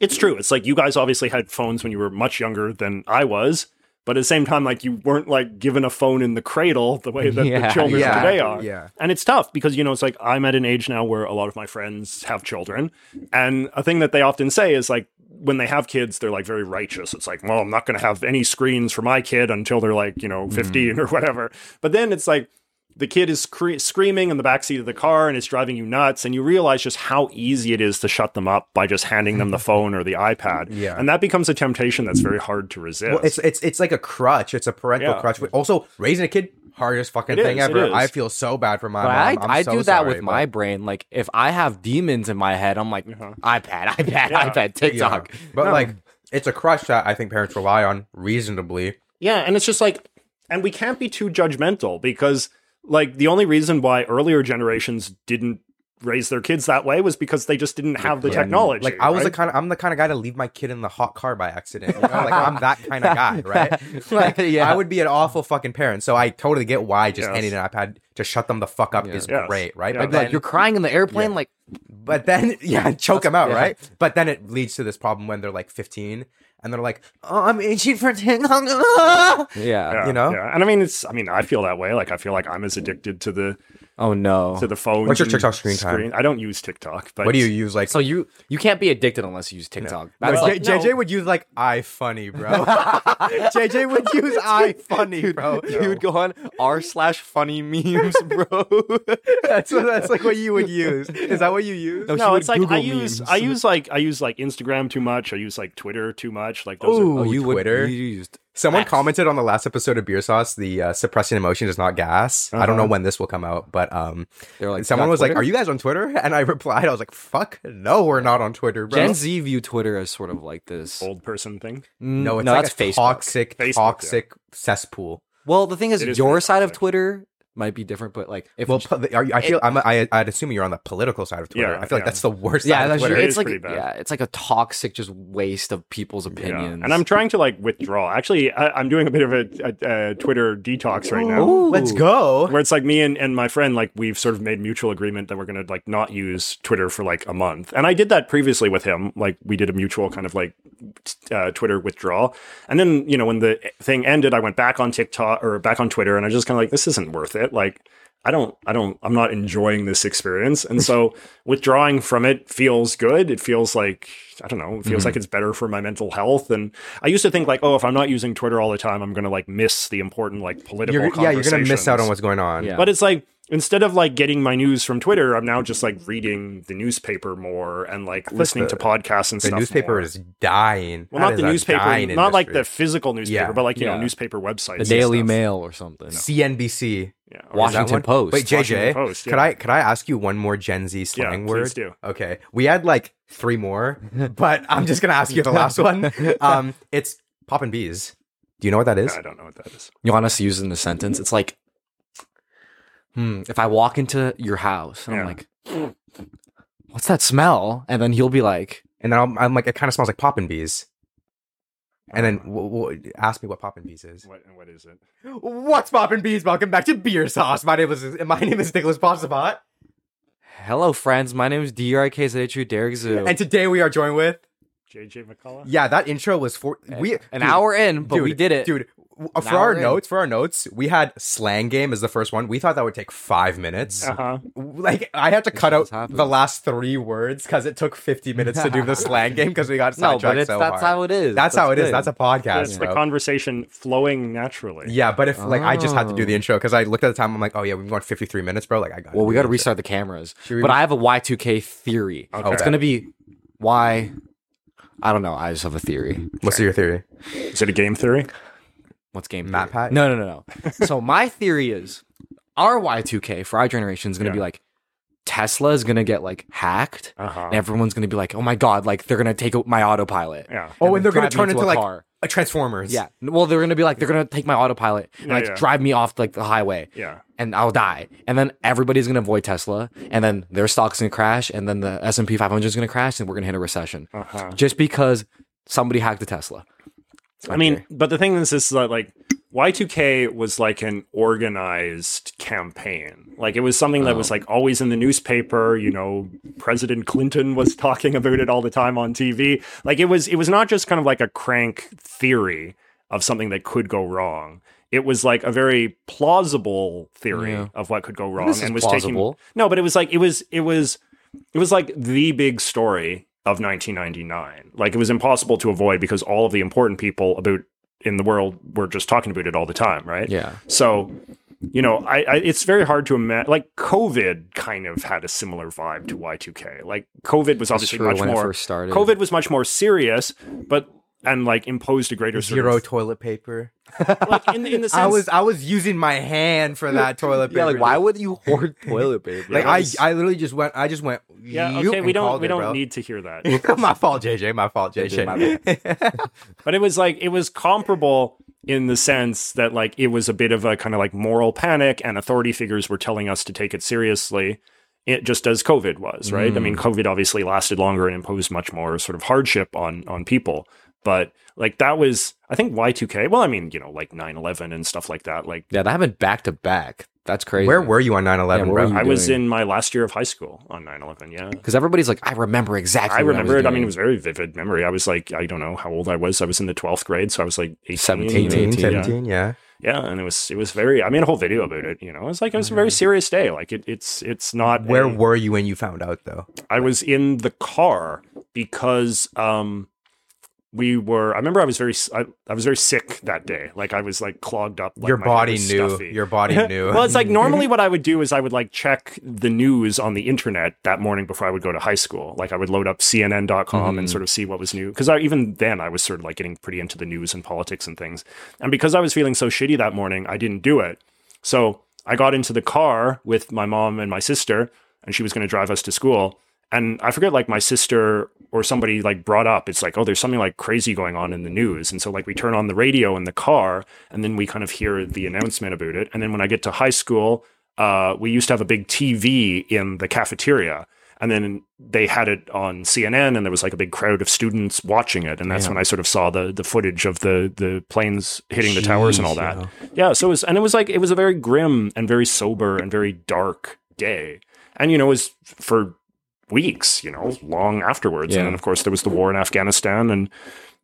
Speaker 6: it's true. It's like you guys obviously had phones when you were much younger than I was, but at the same time, like you weren't like given a phone in the cradle the way that
Speaker 4: Yeah,
Speaker 6: the children
Speaker 5: yeah,
Speaker 6: today are.
Speaker 5: yeah.
Speaker 6: And it's tough because, you know, it's like I'm at an age now where a lot of my friends have children. And a thing that they often say is like, when they have kids, they're like very righteous. It's like, well, I'm not going to have any screens for my kid until they're like, you
Speaker 5: Mm.
Speaker 6: know, 15 or whatever. But then it's like, the kid is scre- screaming in the backseat of the car and it's driving you nuts and you realize just how easy it is to shut them up by just handing them the phone or the ipad
Speaker 5: Mm. Yeah.
Speaker 6: and that becomes a temptation that's very hard to resist
Speaker 5: Well, it's it's it's like a crutch. It's a parental
Speaker 6: Yeah.
Speaker 5: crutch. Also, raising a kid hardest fucking
Speaker 6: It
Speaker 5: thing
Speaker 6: is, it
Speaker 5: ever.
Speaker 6: is.
Speaker 5: I feel so bad for my
Speaker 4: But
Speaker 5: mom. I'm
Speaker 4: I, I
Speaker 5: so
Speaker 4: do that
Speaker 5: sorry,
Speaker 4: with
Speaker 5: but-
Speaker 4: my brain. Like if I have demons in my head, I'm like iPad, iPad,
Speaker 6: Uh-huh. Yeah.
Speaker 4: iPad,
Speaker 5: Yeah.
Speaker 4: TikTok.
Speaker 5: But like, it's a crutch that I think parents rely on reasonably.
Speaker 6: Yeah, and it's just like, and we can't be too judgmental because, like, the only reason why earlier generations didn't raise their kids that way was because they just didn't have the
Speaker 4: couldn't.
Speaker 6: technology.
Speaker 5: Like I was the
Speaker 6: right?
Speaker 5: kind of I'm the kind of guy to leave my kid in the hot car by accident. you know? Like I'm that kind of guy, right? Like
Speaker 4: Yeah.
Speaker 5: I would be an awful fucking parent. So I totally get why just
Speaker 6: Yes.
Speaker 5: handing an iPad to shut them the fuck up is
Speaker 6: Yes.
Speaker 5: great, right?
Speaker 6: Yeah.
Speaker 5: But
Speaker 6: Like,
Speaker 5: then
Speaker 4: You're crying in the airplane, like
Speaker 5: but then yeah, choke them out,
Speaker 4: yeah.
Speaker 5: right? But then it leads to this problem when they're like 15 and they're like, "Oh, I'm itching for TikTok."
Speaker 4: yeah.
Speaker 6: Yeah,
Speaker 5: you know?
Speaker 6: yeah. And I mean, it's. I mean, I feel that way. Like I feel like I'm as addicted to the
Speaker 4: Oh no.
Speaker 6: to the phone.
Speaker 5: What's your
Speaker 6: and
Speaker 5: TikTok screen time?
Speaker 6: I don't use TikTok, but
Speaker 5: What do you use like
Speaker 4: so you you can't be addicted unless you use TikTok.
Speaker 5: No,
Speaker 4: That's like,
Speaker 5: J- JJ would use like iFunny, bro. JJ would use iFunny, bro.
Speaker 4: You would go on r slash funny memes, bro.
Speaker 5: That's what, that's like what you would use. Is that what you use?
Speaker 6: No,
Speaker 4: would
Speaker 6: it's like I
Speaker 4: Google
Speaker 6: use
Speaker 4: memes.
Speaker 6: I use like I use like Instagram too much. I use like Twitter too much. Like those.
Speaker 5: Ooh.
Speaker 6: Are,
Speaker 4: oh, you would-
Speaker 5: Twitter.
Speaker 4: you used
Speaker 5: Someone commented on the last episode of Beer Sauce, the uh, suppressing emotion is not gas. I don't know when this will come out, but um,
Speaker 4: They're Uh-huh. like,
Speaker 5: someone
Speaker 4: "You got
Speaker 5: was like,
Speaker 4: Twitter?"
Speaker 5: "Are you guys on Twitter?" And I replied, "I was like, fuck, no, we're not on Twitter, bro."
Speaker 4: Gen Z view Twitter as sort of like this.
Speaker 6: old person thing.
Speaker 5: no,
Speaker 4: Mm,
Speaker 5: it's
Speaker 4: no,
Speaker 5: like
Speaker 4: that's
Speaker 5: a
Speaker 4: Facebook.
Speaker 5: toxic,
Speaker 6: Facebook,
Speaker 5: toxic cesspool.
Speaker 4: Well, the thing is,
Speaker 6: It is
Speaker 4: your
Speaker 6: Facebook,
Speaker 4: side of
Speaker 6: actually.
Speaker 4: Twitter might be different, but like if
Speaker 5: Well, po- are you, I feel I'm, I, I'd assume you're on the political side of Twitter.
Speaker 6: Yeah,
Speaker 5: I feel like
Speaker 6: yeah.
Speaker 5: that's the worst.
Speaker 4: yeah,
Speaker 5: side of
Speaker 4: that's,
Speaker 5: Twitter.
Speaker 6: It
Speaker 4: it's
Speaker 6: is
Speaker 4: like
Speaker 6: pretty bad.
Speaker 4: yeah, it's like a toxic just waste of people's opinions.
Speaker 6: Yeah. And I'm trying to like withdraw. Actually, I, I'm doing a bit of a, a, a Twitter detox right now.
Speaker 5: Let's go.
Speaker 6: where it's like me and, and my friend like we've sort of made mutual agreement that we're going to like not use twitter for like a month and i did that previously with him like we did a mutual kind of like t- uh, twitter withdrawal and then you know when the thing ended i went back on tiktok or back on twitter and i was just kind of like this isn't worth it like i don't i don't i'm not enjoying this experience and so withdrawing from it feels good it feels like i don't know it
Speaker 5: Mm-hmm.
Speaker 6: feels like it's better for my mental health and i used to think like oh if i'm not using twitter all the time i'm going to like miss the important like political
Speaker 5: You're, yeah, you're gonna miss out
Speaker 6: conversations.
Speaker 5: on what's going on.
Speaker 4: Yeah.
Speaker 6: But it's like instead of like getting my news from Twitter, I'm now just like reading the newspaper more and like listening to podcasts and
Speaker 5: the
Speaker 6: stuff.
Speaker 5: newspaper
Speaker 6: more.
Speaker 5: is dying.
Speaker 6: well,
Speaker 5: That
Speaker 6: not
Speaker 5: is
Speaker 6: the
Speaker 5: a
Speaker 6: newspaper, not
Speaker 5: dying
Speaker 6: like the
Speaker 5: industry.
Speaker 6: physical newspaper,
Speaker 5: Yeah.
Speaker 6: but like you know
Speaker 4: Yeah.
Speaker 6: newspaper websites,
Speaker 4: the
Speaker 6: and
Speaker 4: Daily
Speaker 6: stuff.
Speaker 4: Mail or something.
Speaker 5: CNBC.
Speaker 6: yeah, or-
Speaker 5: Is that
Speaker 4: Washington
Speaker 5: one?
Speaker 4: Post.
Speaker 5: Wait, JJ,
Speaker 6: Washington Post,
Speaker 5: could
Speaker 6: yeah.
Speaker 5: I could I ask you one more Gen Z slang
Speaker 6: Yeah,
Speaker 5: word?
Speaker 6: please do.
Speaker 5: Okay, we had like three more, but I'm just gonna ask you the last one.
Speaker 4: Uh,
Speaker 5: Um, it's poppin' bees. Do you know what that is?
Speaker 6: I don't know what that is.
Speaker 4: you want us to use it in a sentence? It's like, hmm, if I walk into your house and
Speaker 6: Yeah.
Speaker 4: I'm like, what's that smell? And then he'll be like,
Speaker 5: And then I'm, I'm like, it kind of smells like poppin' bees. And then
Speaker 4: Uh.
Speaker 5: w- w- ask me what poppin' bees is.
Speaker 6: What what is it?
Speaker 5: What's poppin' bees? Welcome back to Beer Sauce. My name is my name is Nicholas Popsabot,
Speaker 4: hello, friends. My name is DRKZHU Derek Zoo.
Speaker 5: and today we are joined with.
Speaker 6: JJ McCullough.
Speaker 5: Yeah, that intro was for we
Speaker 4: Eh, An
Speaker 5: dude,
Speaker 4: hour in, but
Speaker 5: dude,
Speaker 4: we did it.
Speaker 5: dude. w- for
Speaker 4: Now
Speaker 5: our
Speaker 4: we're in.
Speaker 5: notes, for our notes, we had slang game as the first one. We thought that would take five minutes.
Speaker 6: Uh huh.
Speaker 5: Like I had to
Speaker 4: This
Speaker 5: cut out
Speaker 4: just happened.
Speaker 5: the last three words because it took fifty minutes to do the slang game because we got
Speaker 4: No,
Speaker 5: sidetracked
Speaker 4: but it's
Speaker 5: so
Speaker 4: that's
Speaker 5: hard.
Speaker 4: how it is.
Speaker 5: that's, how it is. That's a podcast,
Speaker 6: That's the
Speaker 5: bro.
Speaker 6: conversation flowing naturally.
Speaker 5: yeah, but if like I just had to do the
Speaker 4: Oh.
Speaker 5: intro because I looked at the time, I'm like, oh yeah, we've gone fifty three minutes, bro. Like I got.
Speaker 4: well, we got to restart the cameras.
Speaker 5: we-
Speaker 4: But I have a Y2K theory.
Speaker 6: Okay.
Speaker 4: It's gonna be why. I don't know. I just have a theory.
Speaker 5: What's your theory?
Speaker 6: Is it a game theory?
Speaker 4: What's game
Speaker 5: Map
Speaker 4: theory?
Speaker 5: hack?
Speaker 4: No, no, no, no. so my theory is our Y2K for our generation is gonna be
Speaker 6: Yeah.
Speaker 4: like Tesla is gonna get like hacked.
Speaker 6: Uh huh.
Speaker 4: and everyone's gonna be like, "Oh my god!" Like they're gonna take o- my autopilot.
Speaker 6: Yeah.
Speaker 5: Oh, and they're gonna
Speaker 4: drive me
Speaker 5: turn into,
Speaker 4: a
Speaker 5: like,
Speaker 4: car.
Speaker 5: Uh, Transformers.
Speaker 4: yeah. Well, they're gonna be like, they're gonna take my autopilot and
Speaker 6: Yeah,
Speaker 4: like
Speaker 6: yeah.
Speaker 4: drive me off like the highway,
Speaker 6: Yeah.
Speaker 4: and I'll die. And then everybody's gonna avoid Tesla, and then their stock's gonna crash, and then the S and P 500 is gonna crash, and we're gonna hit a recession
Speaker 6: Uh huh.
Speaker 4: just because somebody hacked a Tesla.
Speaker 6: I mean, but the thing is, is that like Y2K was like an organized campaign. Like it was something that
Speaker 4: Oh.
Speaker 6: was like always in the newspaper. You know, President Clinton was talking about it all the time on TV. Like it was, it was not just kind of like a crank theory of something that could go wrong. It was like a very plausible theory
Speaker 4: Yeah.
Speaker 6: of what could go wrong,
Speaker 4: This is
Speaker 6: and was taking
Speaker 4: plausible.
Speaker 6: no, but it was like it was it was it was like the big story of 1999. Like it was impossible to avoid because all of the important people about in the world were just talking about it all the time, right?
Speaker 4: Yeah.
Speaker 6: So, you know, I, I it's very hard to imagine. Like COVID kind of had a similar vibe to Y2K. Like COVID was obviously
Speaker 4: true,
Speaker 6: much
Speaker 4: when it
Speaker 6: more
Speaker 4: first started.
Speaker 6: COVID was much more serious, but and like imposed a greater sort
Speaker 5: Zero
Speaker 6: of-
Speaker 5: toilet paper.
Speaker 6: like in, in the sense
Speaker 5: I was I was using my hand for that toilet paper.
Speaker 4: Yeah, like why would you hoard toilet paper?
Speaker 5: Like
Speaker 6: Yeah,
Speaker 5: I,
Speaker 6: that's-
Speaker 5: I literally just went. I just went.
Speaker 6: yeah
Speaker 5: "Yoop,"
Speaker 6: okay we
Speaker 5: and
Speaker 6: don't
Speaker 5: called
Speaker 6: we
Speaker 5: it,
Speaker 6: don't
Speaker 5: bro.
Speaker 6: need to hear that
Speaker 5: my fault, JJ. My fault, JJ.
Speaker 6: But it was like it was comparable in the sense that like it was a bit of a kind of like moral panic, and authority figures were telling us to take it seriously. It just as COVID was, right? I
Speaker 4: Mm.
Speaker 6: mean, COVID obviously lasted longer and imposed much more sort of hardship on on people. But like that was, I think Y2K. Well, I mean, you know, like 9/11 and stuff like that. Like
Speaker 4: yeah, that happened back to back. That's crazy.
Speaker 5: Where were you on 9-11,
Speaker 4: Yeah, where
Speaker 5: bro?
Speaker 4: were you?
Speaker 6: I was
Speaker 4: doing?
Speaker 6: in my last year of high school on 9/11. Yeah,
Speaker 4: Because everybody's like, I remember exactly.
Speaker 6: I
Speaker 4: what
Speaker 6: remember
Speaker 4: was
Speaker 6: it. I mean,
Speaker 4: doing."
Speaker 6: it was very vivid memory. I was like, I don't know how old I was. I was in the 12th grade, so I was like 18,
Speaker 4: 17,
Speaker 5: 18,
Speaker 4: 18,
Speaker 5: 17, yeah.
Speaker 6: yeah and it was it was very i made a whole video about it you know it was like it was a very serious day like it, it's it's not a-
Speaker 5: Mm. Where were you when you found out, though?
Speaker 6: i was in the car because um we were i remember i was very s- i, I was very sick that day like i was like clogged up like,
Speaker 5: Your
Speaker 6: my head
Speaker 5: body
Speaker 6: was
Speaker 5: knew.
Speaker 6: stuffy.
Speaker 5: Your body knew.
Speaker 6: well, it's like normally what I would do is I would like check the news on the internet that morning before I would go to high school. Like I would load up CNN.com and sort of see what was new. Cause I, even then I was sort of like getting pretty into the news and politics and things. And because I was feeling so shitty that morning, I didn't do it. So I got into the car with my mom and my sister and she was going to drive us to school. And I forget, like my sister or somebody like brought up, it's like, oh, there's something like crazy going on in the news. And so like we turn on the radio in the car, and then we kind of hear the announcement about it. And then when I get to high school, uh, we used to have a big TV in the cafeteria. And then they had it on CNN, and there was like a big crowd of students watching it, and that's when I sort of saw the the footage of the the planes hitting the towers and all that. Yeah, so it was, and it was like it was a very grim and very sober and very dark day, and you know, it was for weeks, you know, long afterwards.
Speaker 4: Yeah.
Speaker 6: And then of course there was the war in Afghanistan and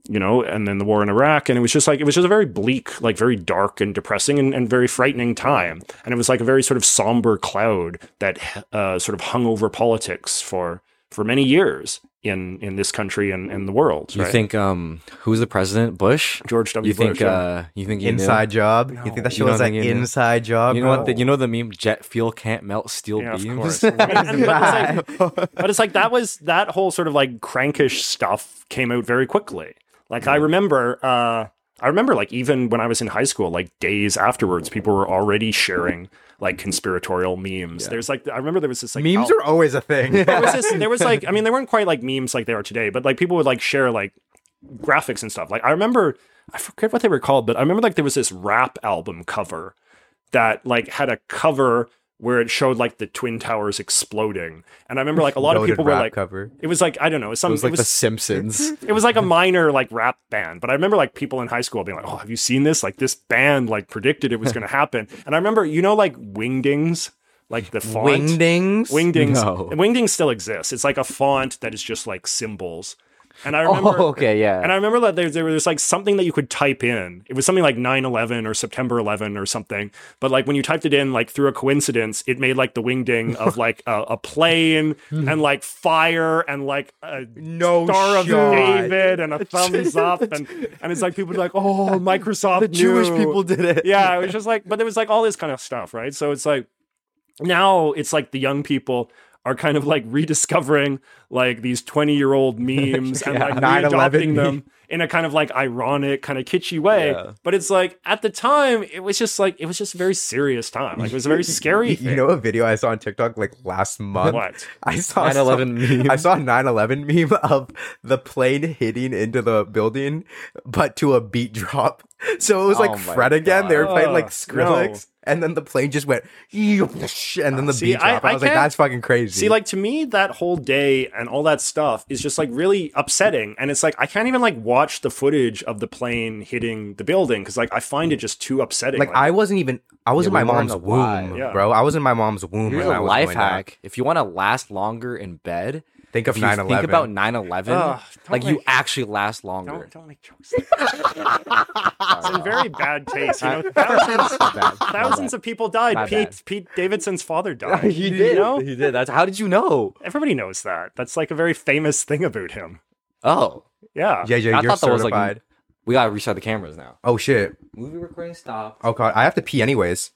Speaker 6: you know, and then the war in Iraq. And it was just like it was just a very bleak, like very dark and depressing and, and very frightening time. And it was like a very sort of somber cloud that uh, sort of hung over politics for for many years in in this country and, and the world.
Speaker 4: You
Speaker 6: right?
Speaker 4: think um who's the president? Bush.
Speaker 6: George W.
Speaker 4: You think
Speaker 6: Bush, yeah.
Speaker 4: uh you think you knew?
Speaker 5: inside job.
Speaker 6: No.
Speaker 5: You think that shit
Speaker 4: You don't
Speaker 5: was an
Speaker 4: think you knew?
Speaker 5: inside job?
Speaker 4: You know what?
Speaker 5: bro?
Speaker 4: The, you know the meme. Jet fuel can't melt steel
Speaker 6: Yeah, of
Speaker 4: beams.
Speaker 6: course. but, it's like, but it's like that was that whole sort of like crankish stuff came out very quickly. Like I remember, uh, I remember like even when I was in high school, like days afterwards, people were already sharing like conspiratorial memes. There's like I remember there was this like
Speaker 5: Memes
Speaker 6: al-
Speaker 5: are always a thing.
Speaker 6: there was this there was like I mean they weren't quite like memes like they are today, but like people would like share like graphics and stuff. Like I remember I forget what they were called, but I remember like there was this rap album cover that like had a cover where it showed like the twin towers exploding. And I remember like a lot of
Speaker 5: Noted
Speaker 6: people were
Speaker 5: rap
Speaker 6: like
Speaker 5: cover.
Speaker 6: it was like I don't know, some
Speaker 4: It was like The Simpsons.
Speaker 6: it was like a minor like rap band, but I remember like people in high school being like, "Oh, have you seen this? Like this band like predicted it was going to happen." And I remember, you know, like Wingdings, like the font.
Speaker 5: Wingdings.
Speaker 6: Wingdings.
Speaker 4: No.
Speaker 6: Wingdings still exists. It's like a font that is just like symbols. And I remember
Speaker 4: oh, okay, yeah.
Speaker 6: And I remember that there, there was like something that you could type in. It was something like 9 11 or September 11 or something. But like when you typed it in, like through a coincidence, it made like the wingding of like a, a plane
Speaker 4: Hmm.
Speaker 6: and like fire and like a
Speaker 4: Oh,
Speaker 5: No
Speaker 6: Star
Speaker 5: shot.
Speaker 6: of David and a thumbs up. And, and it's like people were like, oh, Microsoft.
Speaker 4: the Jewish
Speaker 6: knew."
Speaker 4: people did it.
Speaker 6: Yeah, it was just like, but there was like all this kind of stuff, right? So it's like, now it's like the young people are kind of like rediscovering like these 20 year old memes and like
Speaker 5: 9/11
Speaker 6: adopting them
Speaker 5: meme.
Speaker 6: in a kind of like ironic kind of kitschy way but it's like at the time it was just like it was just a very serious time like it was a very scary thing.
Speaker 5: You know a video I saw on TikTok like last month?
Speaker 6: what
Speaker 5: I saw
Speaker 4: 9/11
Speaker 5: some-
Speaker 4: meme.
Speaker 5: I saw a 9/11 meme of the plane hitting into the building, but to a beat drop. So it was like
Speaker 4: Oh my
Speaker 5: Fred again. They were playing like
Speaker 6: God.
Speaker 5: Skrillex, and then the plane just went, and then the
Speaker 6: See,
Speaker 5: beat
Speaker 6: I-
Speaker 5: drop. I,
Speaker 6: I
Speaker 5: was like,
Speaker 6: can't-
Speaker 5: that's fucking crazy.
Speaker 6: See, like to me, that whole day and all that stuff is just like really upsetting. And it's like I can't even like watch the footage of the plane hitting the building because like I find it just too upsetting.
Speaker 5: Mm. like I wasn't even. I was
Speaker 4: Yeah,
Speaker 5: in my
Speaker 4: we weren't
Speaker 5: mom's
Speaker 4: alive.
Speaker 5: womb,
Speaker 6: Yeah.
Speaker 5: bro. I was in my mom's womb.
Speaker 4: Here's
Speaker 5: when
Speaker 4: a
Speaker 5: I was
Speaker 4: life
Speaker 5: growing up.
Speaker 4: hack. If you want to last longer in bed,
Speaker 5: Think of
Speaker 4: if you
Speaker 5: 9/11.
Speaker 4: think about 9/11,
Speaker 6: Ugh, don't
Speaker 4: like you
Speaker 6: make-
Speaker 4: actually last longer.
Speaker 6: don't don't make jokes. it's in very bad taste. You know, thousands,
Speaker 4: bad.
Speaker 6: thousands of people died.
Speaker 4: My
Speaker 6: Pete
Speaker 4: bad.
Speaker 6: Pete Davidson's father died.
Speaker 4: He
Speaker 6: you
Speaker 4: Oh, did.
Speaker 6: know?
Speaker 4: He did. That's how did you know?
Speaker 6: Everybody knows that. That's like a very famous thing about him.
Speaker 4: Oh,
Speaker 6: Yeah.
Speaker 5: yeah, yeah,
Speaker 4: I
Speaker 5: you're
Speaker 4: thought that was
Speaker 5: certified.
Speaker 4: like. We gotta restart the cameras now.
Speaker 5: oh shit.
Speaker 4: Movie recording stop.
Speaker 5: Oh god, I have to pee anyways.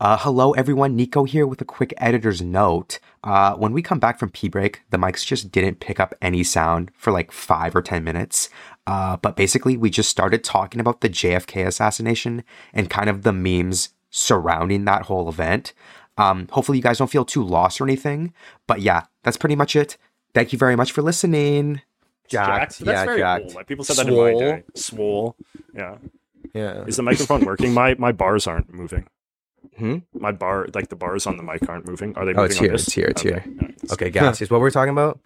Speaker 5: Uh, hello everyone, Nico here with a quick editor's note. Uh, when we come back from pee break, the mics just didn't pick up any sound for like five or ten minutes. Uh, but basically, we just started talking about the JFK assassination and kind of the memes surrounding that whole event. Um, hopefully, you guys don't feel too lost or anything. But yeah, that's pretty much it. Thank you very much for listening.
Speaker 6: Jacked. That's very cool. Like people said that in my
Speaker 4: Swole.
Speaker 6: day. Swole. Yeah.
Speaker 4: Oh, Yeah.
Speaker 6: Is the microphone working? My my bars aren't moving.
Speaker 5: Hmm?
Speaker 6: My bar, like the bars on the mic, aren't moving. Are they?
Speaker 5: Oh,
Speaker 6: moving
Speaker 5: it's
Speaker 6: on
Speaker 5: here,
Speaker 6: this?
Speaker 5: it's here, it's
Speaker 6: Okay.
Speaker 5: here. Okay, guys, is what we're talking about?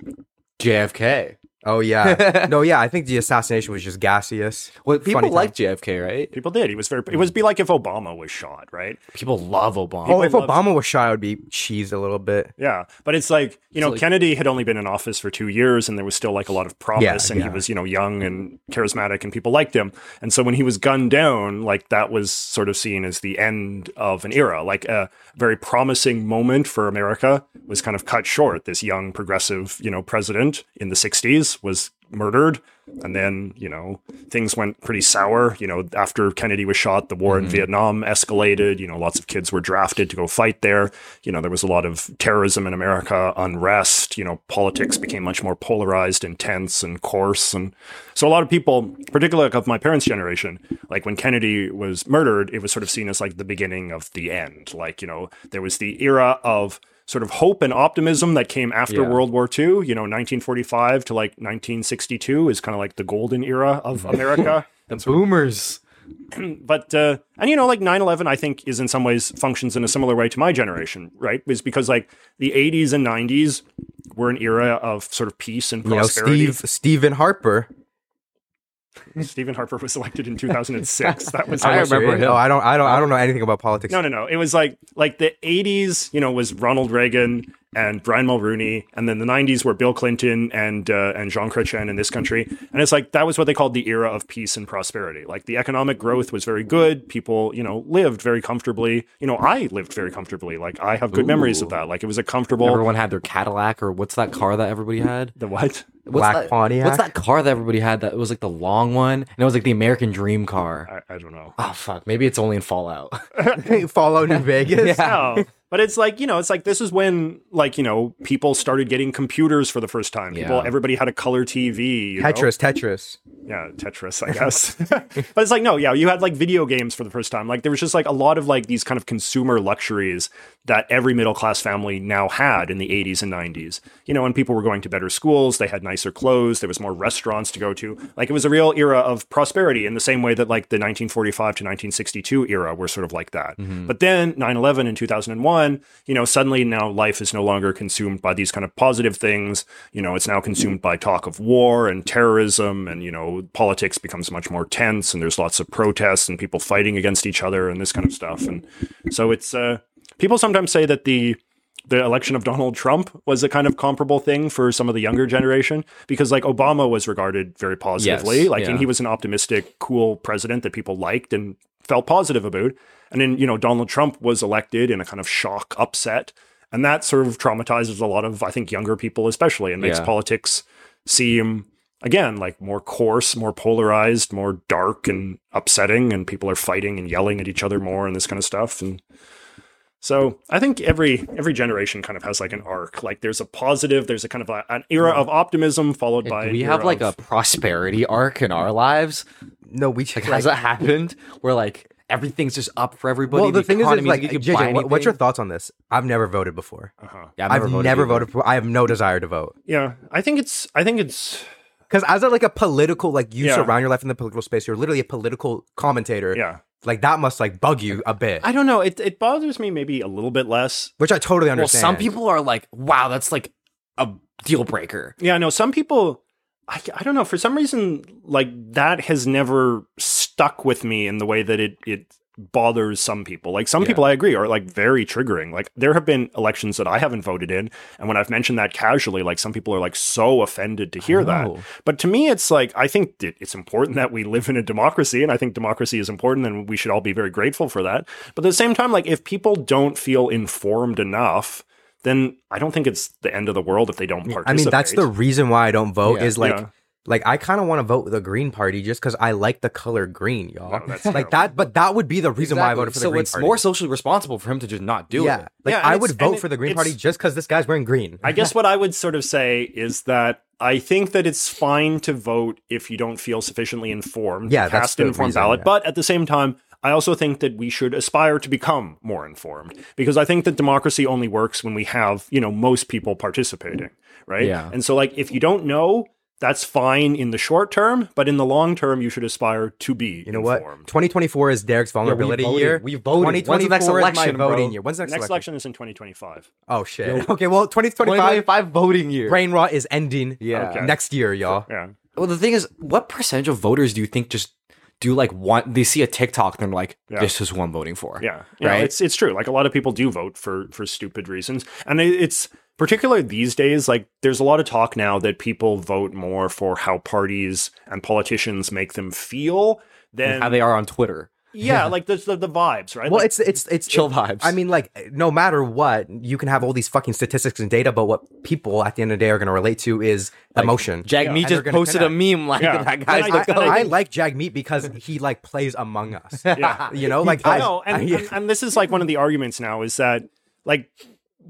Speaker 4: JFK.
Speaker 5: Oh yeah, no, yeah. I think the assassination was just gaseous.
Speaker 4: Well, people
Speaker 5: Funny
Speaker 4: like JFK, right?
Speaker 6: People did. He was very. It would be like if Obama was shot, right?
Speaker 4: People love Obama.
Speaker 5: Oh, if
Speaker 6: loved-
Speaker 5: Obama was shot, I would be cheesed a little bit.
Speaker 6: Yeah, but it's like you know
Speaker 4: like-
Speaker 6: Kennedy had only been in office for two years, and there was still like a lot of promise,
Speaker 5: Yeah,
Speaker 6: and
Speaker 5: yeah.
Speaker 6: he was you know young and charismatic, and people liked him. And so when he was gunned down, like that was sort of seen as the end of an era, like a very promising moment for America was kind of cut short. This young progressive you know president in the '60s was murdered. And then, you know, things went pretty sour. You know, after Kennedy was shot, the war in Vietnam escalated. You know, lots of kids were drafted to go fight there. You know, there was a lot of terrorism in America, unrest. You know, politics became much more polarized and tense and coarse. And so a lot of people, particularly like of my parents' generation, like when Kennedy was murdered, it was sort of seen as like the beginning of the end. Like, you know, there was the era of sort of hope and optimism that came after
Speaker 4: Yeah.
Speaker 6: World War II, you know, 1945 to like 1962 is kind of like the golden era of America.
Speaker 4: the boomers.
Speaker 6: but, uh, and you know, like 9 11, I think is in some ways functions in a similar way to my generation, right? Is because like the 80s and 90s were an era of sort of peace and
Speaker 5: You know,
Speaker 6: prosperity.
Speaker 5: Steve Stephen Harper.
Speaker 6: Stephen Harper was elected in 2006. that was
Speaker 4: I
Speaker 6: how much-
Speaker 4: remember him.
Speaker 5: Oh, I don't, I don't, I don't know anything about politics.
Speaker 6: No, no, no. It was like like the '80s, you know, was Ronald Reagan and Brian Mulrooney, and then the '90s were Bill Clinton and uh, and Jean Chrétien in this country. And it's like that was what they called the era of peace and prosperity. Like the economic growth was very good. People, you know, lived very comfortably. You know, I lived very comfortably. Like I have good memories of that. Like it was a comfortable.
Speaker 4: Everyone had their Cadillac or what's that car that everybody had?
Speaker 6: the what?
Speaker 4: What's
Speaker 5: Black
Speaker 4: that,
Speaker 5: Pontiac?
Speaker 4: What's that car that everybody had that was like the long one? And it was like the American dream car.
Speaker 6: I, I don't know.
Speaker 4: Oh fuck. Maybe it's only in Fallout.
Speaker 5: Fallout New Vegas.
Speaker 6: No. Oh, But it's like, you know, it's like this is when like, you know, people started getting computers for the first time. People
Speaker 4: Yeah.
Speaker 6: everybody had a color TV. you know?
Speaker 5: Tetris, Tetris.
Speaker 6: yeah, Tetris, I guess. but it's like, no, yeah, you had like video games for the first time. Like there was just like a lot of like these kind of consumer luxuries that every middle class family now had in the 80s and 90s. You know, when people were going to better schools, they had nicer clothes, there was more restaurants to go to. Like it was a real era of prosperity in the same way that like the 1945 to 1962 era were sort of like that. But then 9/11 in 2001, you know, suddenly now life is no longer consumed by these kind of positive things. You know, it's now consumed by talk of war and terrorism, and you know, politics becomes much more tense, and there's lots of protests and people fighting against each other and this kind of stuff. And so it's uh, people sometimes say that the the election of Donald Trump was a kind of comparable thing for some of the younger generation because like Obama was regarded very positively,
Speaker 4: Yes,
Speaker 6: like and
Speaker 4: yeah.
Speaker 6: he was an optimistic, cool president that people liked and felt positive about. And then you know Donald Trump was elected in a kind of shock upset, and that sort of traumatizes a lot of I think younger people especially and makes
Speaker 4: Yeah.
Speaker 6: politics seem again like more coarse, more polarized, more dark and upsetting, and people are fighting and yelling at each other more and this kind of stuff. And so I think every every generation kind of has like an arc. Like there's a positive, there's a kind of a, an era of optimism followed by
Speaker 4: Do
Speaker 6: an
Speaker 4: we have
Speaker 6: era
Speaker 4: like
Speaker 6: of-
Speaker 4: a prosperity arc in our lives?
Speaker 5: No, we
Speaker 4: Like,
Speaker 5: like,
Speaker 4: has that happened? Where like everything's just up for everybody.
Speaker 5: well, the thing is, is
Speaker 4: economy,
Speaker 5: like,
Speaker 4: you can
Speaker 5: JJ,
Speaker 4: buy
Speaker 5: what- what's your
Speaker 4: anything.
Speaker 5: thoughts on this? I've never voted before.
Speaker 6: uh-huh.
Speaker 4: Yeah,
Speaker 5: I've never, voted,
Speaker 4: either.
Speaker 5: before. I have no desire to vote
Speaker 6: yeah. I think it's I think it's
Speaker 5: because as a like a political, like you
Speaker 6: Yeah.
Speaker 5: surround your life in the political space, you're literally a political commentator.
Speaker 6: yeah.
Speaker 5: like that must like bug you a bit,
Speaker 6: I don't know. It it bothers me maybe a little bit less.
Speaker 5: which I totally
Speaker 4: Well,
Speaker 5: understand.
Speaker 4: some people are like, wow, that's like a deal breaker.
Speaker 6: Yeah, no. Some people, I I don't know. For some reason, like that has never stuck with me in the way that it it bothers some people. Like some people, I agree, are like very triggering. Like there have been elections that I haven't voted in, and when I've mentioned that casually, like some people are like so offended to hear
Speaker 4: Oh.
Speaker 6: that.
Speaker 5: know.
Speaker 6: But to me, it's like I think that it's important that we live in a democracy, and I think democracy is important, and we should all be very grateful for that. But at the same time, like if people don't feel informed enough, then I don't think it's the end of the world if they don't
Speaker 5: I
Speaker 6: participate.
Speaker 5: mean, that's the reason why I don't vote
Speaker 4: Yeah.
Speaker 5: is like,
Speaker 6: Yeah.
Speaker 5: like I kind of want to vote with the Green Party just because I like the color green, y'all.
Speaker 6: No, that's
Speaker 5: like
Speaker 6: terrible.
Speaker 5: that, but that would be the reason why I
Speaker 4: Exactly.
Speaker 5: voted for the
Speaker 4: so
Speaker 5: Green
Speaker 4: it's
Speaker 5: Party.
Speaker 4: more socially responsible for him to just not do
Speaker 5: yeah,
Speaker 4: it.
Speaker 5: like
Speaker 6: Yeah, and
Speaker 5: I
Speaker 6: it's-
Speaker 5: would
Speaker 6: and
Speaker 5: vote
Speaker 6: it-
Speaker 5: for the Green
Speaker 6: it's-
Speaker 5: Party just because this guy's wearing green.
Speaker 6: I guess what I would sort of say is that I think that it's fine to vote if you don't feel sufficiently informed.
Speaker 5: Yeah, that's
Speaker 6: cast
Speaker 5: the
Speaker 6: an informed
Speaker 5: reason,
Speaker 6: ballot.
Speaker 5: yeah.
Speaker 6: But at the same time, I also think that we should aspire to become more informed because I think that democracy only works when we have, you know, most people participating, right?
Speaker 4: Yeah.
Speaker 6: And so like if you don't know, that's fine in the short term, but in the long term you should aspire to be
Speaker 5: You know what?
Speaker 6: informed.
Speaker 5: 2024 is Derek's vulnerability
Speaker 4: voted.
Speaker 5: year.
Speaker 4: We voted. When's the next
Speaker 5: 2024 is my
Speaker 4: election, bro?
Speaker 5: voting year. When's the next,
Speaker 6: Next
Speaker 5: election?
Speaker 6: election is in 2025.
Speaker 5: Oh shit. Okay, well, 2025
Speaker 4: 2025 voting year.
Speaker 5: brain rot is ending. uh,
Speaker 4: Yeah.
Speaker 6: Okay.
Speaker 5: Next year, y'all.
Speaker 6: Yeah.
Speaker 4: Well, the thing is, what percentage of voters do you think just do like want they see a TikTok and they're like,
Speaker 6: Yeah.
Speaker 4: this is who I'm voting for?
Speaker 6: Yeah, yeah,
Speaker 4: Right?
Speaker 6: It's it's true. Like a lot of people do vote for for stupid reasons, and it- it's particularly these days. Like there's a lot of talk now that people vote more for how parties and politicians make them feel than
Speaker 4: How they are on Twitter.
Speaker 6: yeah, like the, the the vibes, right?
Speaker 5: Well,
Speaker 6: Like,
Speaker 5: it's it's it's
Speaker 4: Chill
Speaker 5: it-
Speaker 4: vibes.
Speaker 5: I mean, like, no matter what, you can have all these fucking statistics and data, but what people at the end of the day are going to relate to is emotion.
Speaker 4: Jack me
Speaker 5: And they're
Speaker 4: just
Speaker 5: gonna
Speaker 4: posted a
Speaker 5: connect.
Speaker 4: meme like "Oh,
Speaker 6: Yeah.
Speaker 4: that
Speaker 6: And
Speaker 4: guy's
Speaker 6: I-
Speaker 4: the
Speaker 5: I,
Speaker 6: and
Speaker 4: goat.
Speaker 5: I like Jag Meat because he like plays Among Us.
Speaker 6: Yeah.
Speaker 5: You know, like I,
Speaker 6: no, and,
Speaker 5: I-
Speaker 6: and, and this is like one of the arguments now is that like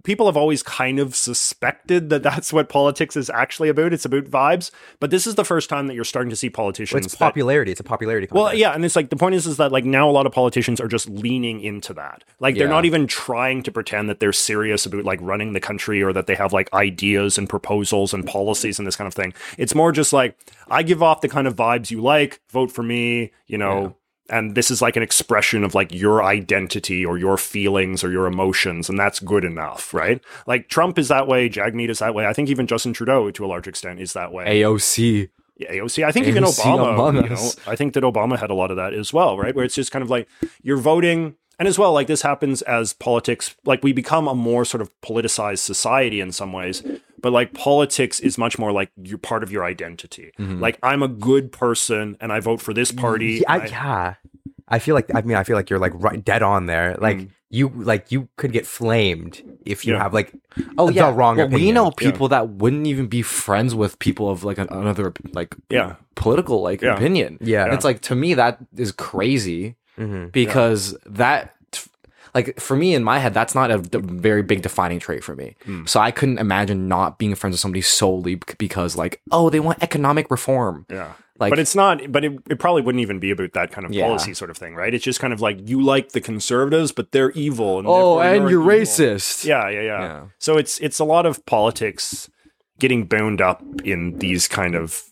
Speaker 6: people have always kind of suspected that that's what politics is actually about. It's about vibes, but this is the first time that you're starting to see politicians.
Speaker 5: it's
Speaker 6: that-
Speaker 5: popularity. It's a popularity.
Speaker 6: Well,
Speaker 5: contest.
Speaker 6: yeah, and it's like the point is, is that like now a lot of politicians are just leaning into that. Like they're
Speaker 4: Yeah.
Speaker 6: not even trying to pretend that they're serious about like running the country or that they have like ideas and proposals and policies and this kind of thing. It's more just like I give off the kind of vibes you like, vote for me, you know. And this is like an expression of like your identity or your feelings or your emotions, and that's good enough, right? Like Trump is that way, Jagmeet is that way. I think even Justin Trudeau, to a large extent, is that way.
Speaker 4: AOC.
Speaker 6: Yeah, AOC. I think even
Speaker 4: AOC
Speaker 6: Obama.
Speaker 4: among
Speaker 6: You know,
Speaker 4: us.
Speaker 6: I think that Obama had a lot of that as well, right? Where it's just kind of like you're voting, and as well, like this happens as politics, like we become a more sort of politicized society in some ways. But like politics is much more like you're part of your identity.
Speaker 4: Mm-hmm.
Speaker 6: Like I'm a good person, and I vote for this
Speaker 5: Yeah,
Speaker 6: party.
Speaker 5: I,
Speaker 6: and I-
Speaker 5: yeah. I feel like I mean I feel like you're like right dead on there. Like you like you could get flamed if you
Speaker 6: Yeah.
Speaker 5: have like
Speaker 4: Oh
Speaker 5: the
Speaker 4: yeah,
Speaker 5: wrong
Speaker 4: Well,
Speaker 5: opinion.
Speaker 4: we know people that wouldn't even be friends with people of like an- another like
Speaker 6: Yeah.
Speaker 4: political like
Speaker 6: Yeah.
Speaker 4: opinion.
Speaker 5: Yeah.
Speaker 4: And it's like to me that is crazy
Speaker 5: Mhm.
Speaker 4: because that like for me in my head that's not a d- very big defining trait for me.
Speaker 6: Hmm.
Speaker 4: So I couldn't imagine not being friends with somebody solely bec- because like oh they want economic reform.
Speaker 6: Yeah.
Speaker 4: Like-
Speaker 6: but it's not, but it, it probably wouldn't even be about that kind of
Speaker 4: Yeah.
Speaker 6: policy sort of thing, right? It's just kind of like you like the conservatives, but they're evil. And
Speaker 4: Oh,
Speaker 6: therefore
Speaker 4: and you're,
Speaker 6: evil.
Speaker 4: racist.
Speaker 6: Yeah, yeah, yeah,
Speaker 4: Yeah.
Speaker 6: So it's it's a lot of politics getting bound up in these kind of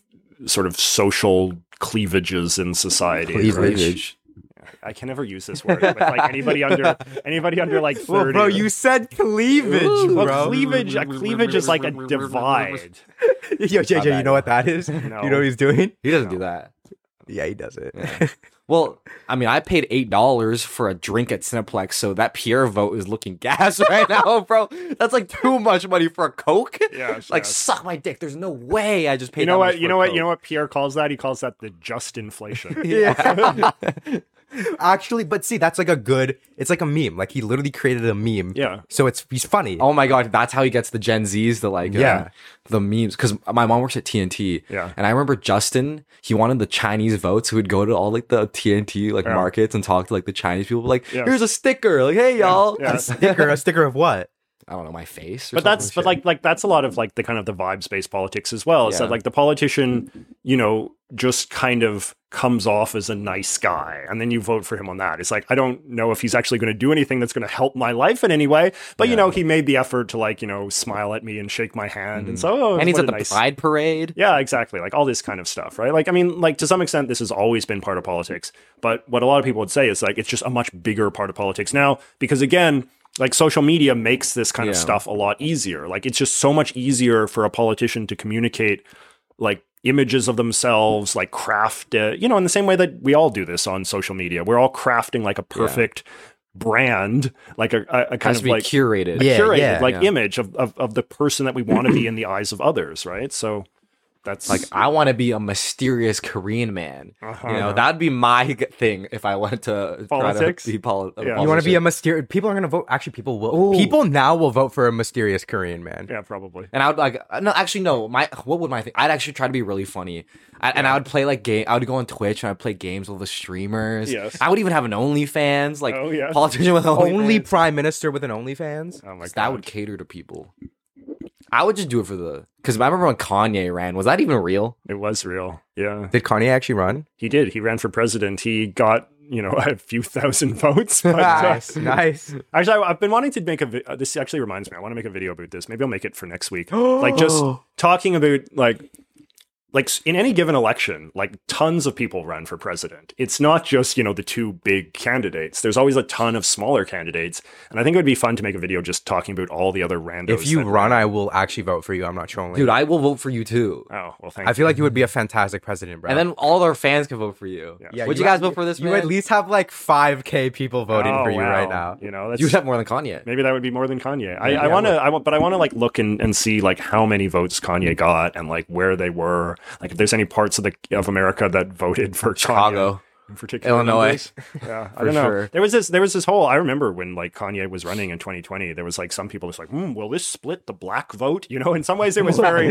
Speaker 6: sort of social cleavages in society. right? I can never use this word with like anybody under anybody under like thirty.
Speaker 5: Well, bro, you said cleavage,
Speaker 6: Well,
Speaker 5: bro.
Speaker 6: cleavage. A cleavage is like a divide.
Speaker 5: Yo, JJ, you know what that is? You know what he's doing?
Speaker 4: He doesn't do that.
Speaker 5: Yeah, he does it.
Speaker 4: Well, I mean, I paid eight dollars for a drink at Cineplex, so that Pierre vote is looking gas right now, bro. That's like too much money for a Coke.
Speaker 6: Yeah,
Speaker 4: like
Speaker 6: yes.
Speaker 4: suck my dick. There's no way I just paid.
Speaker 6: You know
Speaker 4: that much
Speaker 6: what?
Speaker 4: for
Speaker 6: You
Speaker 4: a
Speaker 6: know what? You
Speaker 4: Coke.
Speaker 6: know what Pierre calls that? He calls that the just inflation.
Speaker 4: Yeah.
Speaker 1: Actually, but see, that's like a good. It's like a meme. Like he literally created a meme.
Speaker 6: Yeah.
Speaker 1: So it's he's funny.
Speaker 4: oh my god, that's how he gets the Gen Zs to like
Speaker 1: Yeah.
Speaker 4: yeah the memes. Because my mom works at TNT.
Speaker 6: Yeah.
Speaker 4: And I remember Justin, he wanted the Chinese votes. He would go to all like the TNT like markets and talk to like the Chinese people. Like,
Speaker 6: Yeah.
Speaker 4: here's a sticker. Like, hey y'all.
Speaker 6: Yeah.
Speaker 1: sticker, a sticker of what?
Speaker 4: I don't know my face. Or
Speaker 6: but that's
Speaker 4: something
Speaker 6: but like like that's a lot of like the kind of the vibes based politics as well. Is that
Speaker 4: Yeah.
Speaker 6: like the politician, you know, just kind of comes off as a nice guy, and then you vote for him on that. It's like I don't know if he's actually going to do anything that's going to help my life in any way. But you know, he made the effort to like you know smile at me and shake my hand, and so oh,
Speaker 4: Mm. and he's
Speaker 6: what
Speaker 4: at
Speaker 6: a
Speaker 4: the
Speaker 6: nice-
Speaker 4: Pride Parade.
Speaker 6: Yeah, exactly. Like all this kind of stuff, right? Like, I mean, like to some extent, this has always been part of politics. But what a lot of people would say is like it's just a much bigger part of politics now because, again, like social media makes this kind of
Speaker 4: Yeah.
Speaker 6: stuff a lot easier. Like it's just so much easier for a politician to communicate like images of themselves, like craft, uh, you know, in the same way that we all do this on social media. We're all crafting like a perfect brand, like a, a, a
Speaker 4: Has
Speaker 6: kind
Speaker 4: to
Speaker 6: of
Speaker 4: be
Speaker 6: like
Speaker 4: curated.
Speaker 6: a
Speaker 1: Yeah,
Speaker 6: curated
Speaker 1: yeah,
Speaker 6: like
Speaker 4: yeah.
Speaker 6: image of, of, of the person that we want to be in the eyes of others, right? So that's
Speaker 4: Like I want to be a mysterious Korean man.
Speaker 6: Uh-huh.
Speaker 4: You know, that'd be my g- thing if I went to try to
Speaker 6: Politics?
Speaker 4: be poli- a
Speaker 6: Yeah. You
Speaker 1: You want to be a
Speaker 4: politician.
Speaker 1: mysterious? People are gonna vote. Actually, people will. People now will vote for a mysterious Korean man.
Speaker 6: yeah, probably.
Speaker 4: and I would like uh, no, actually no. My what would my thing? I'd actually try to be really funny, I, and I would play like game. I would go on Twitch and I'd play games with the streamers.
Speaker 6: Yes.
Speaker 4: I would even have an OnlyFans, like
Speaker 6: Oh, yes.
Speaker 4: politician with OnlyFans.
Speaker 1: Only prime minister with an OnlyFans.
Speaker 6: Oh my god,
Speaker 4: that would cater to people. I would just do it for the because I remember when Kanye ran. Was that even real?
Speaker 6: it was real. Yeah,
Speaker 1: Did Kanye actually run?
Speaker 6: he did. He ran for president. He got you know a few thousand votes. But, uh,
Speaker 1: Nice, nice.
Speaker 6: actually, I- I've been wanting to make a. Vi- uh, this actually reminds me. I want to make a video about this. Maybe I'll make it for next week. like just talking about like. Like s- in any given election, like tons of people run for president. It's not just, you know, the two big candidates. There's always a ton of smaller candidates. And I think it would be fun to make a video just talking about all the other randos.
Speaker 1: If you
Speaker 6: that-
Speaker 1: run, I will actually vote for you. I'm not trolling.
Speaker 4: Dude, I will vote for you too.
Speaker 6: Oh, well, thank
Speaker 1: I feel like you would be a fantastic president, bro.
Speaker 4: And then all our fans can vote for you.
Speaker 6: Yeah.
Speaker 1: Yeah,
Speaker 4: Would you, guys vote for this?
Speaker 1: You
Speaker 4: man?
Speaker 1: at least have like five k people voting
Speaker 6: Oh,
Speaker 1: for you right
Speaker 6: wow.
Speaker 1: now.
Speaker 6: You know, that's
Speaker 4: you would have more than Kanye.
Speaker 6: Maybe that would be more than Kanye. I,
Speaker 1: Yeah,
Speaker 6: I
Speaker 1: yeah,
Speaker 6: want to, I want, but I want to like look and, and see like how many votes Kanye got and like where they were. Like if there's any parts of the of America that voted for Kanye
Speaker 4: Chicago.
Speaker 6: in particular,
Speaker 4: Illinois.
Speaker 6: numbers. Yeah, I
Speaker 4: For
Speaker 6: don't know.
Speaker 4: sure.
Speaker 6: There was this, there was this whole. I remember when like Kanye was running in 2020. There was like some people just like, hmm, will this split the black vote? You know, in some ways it was very,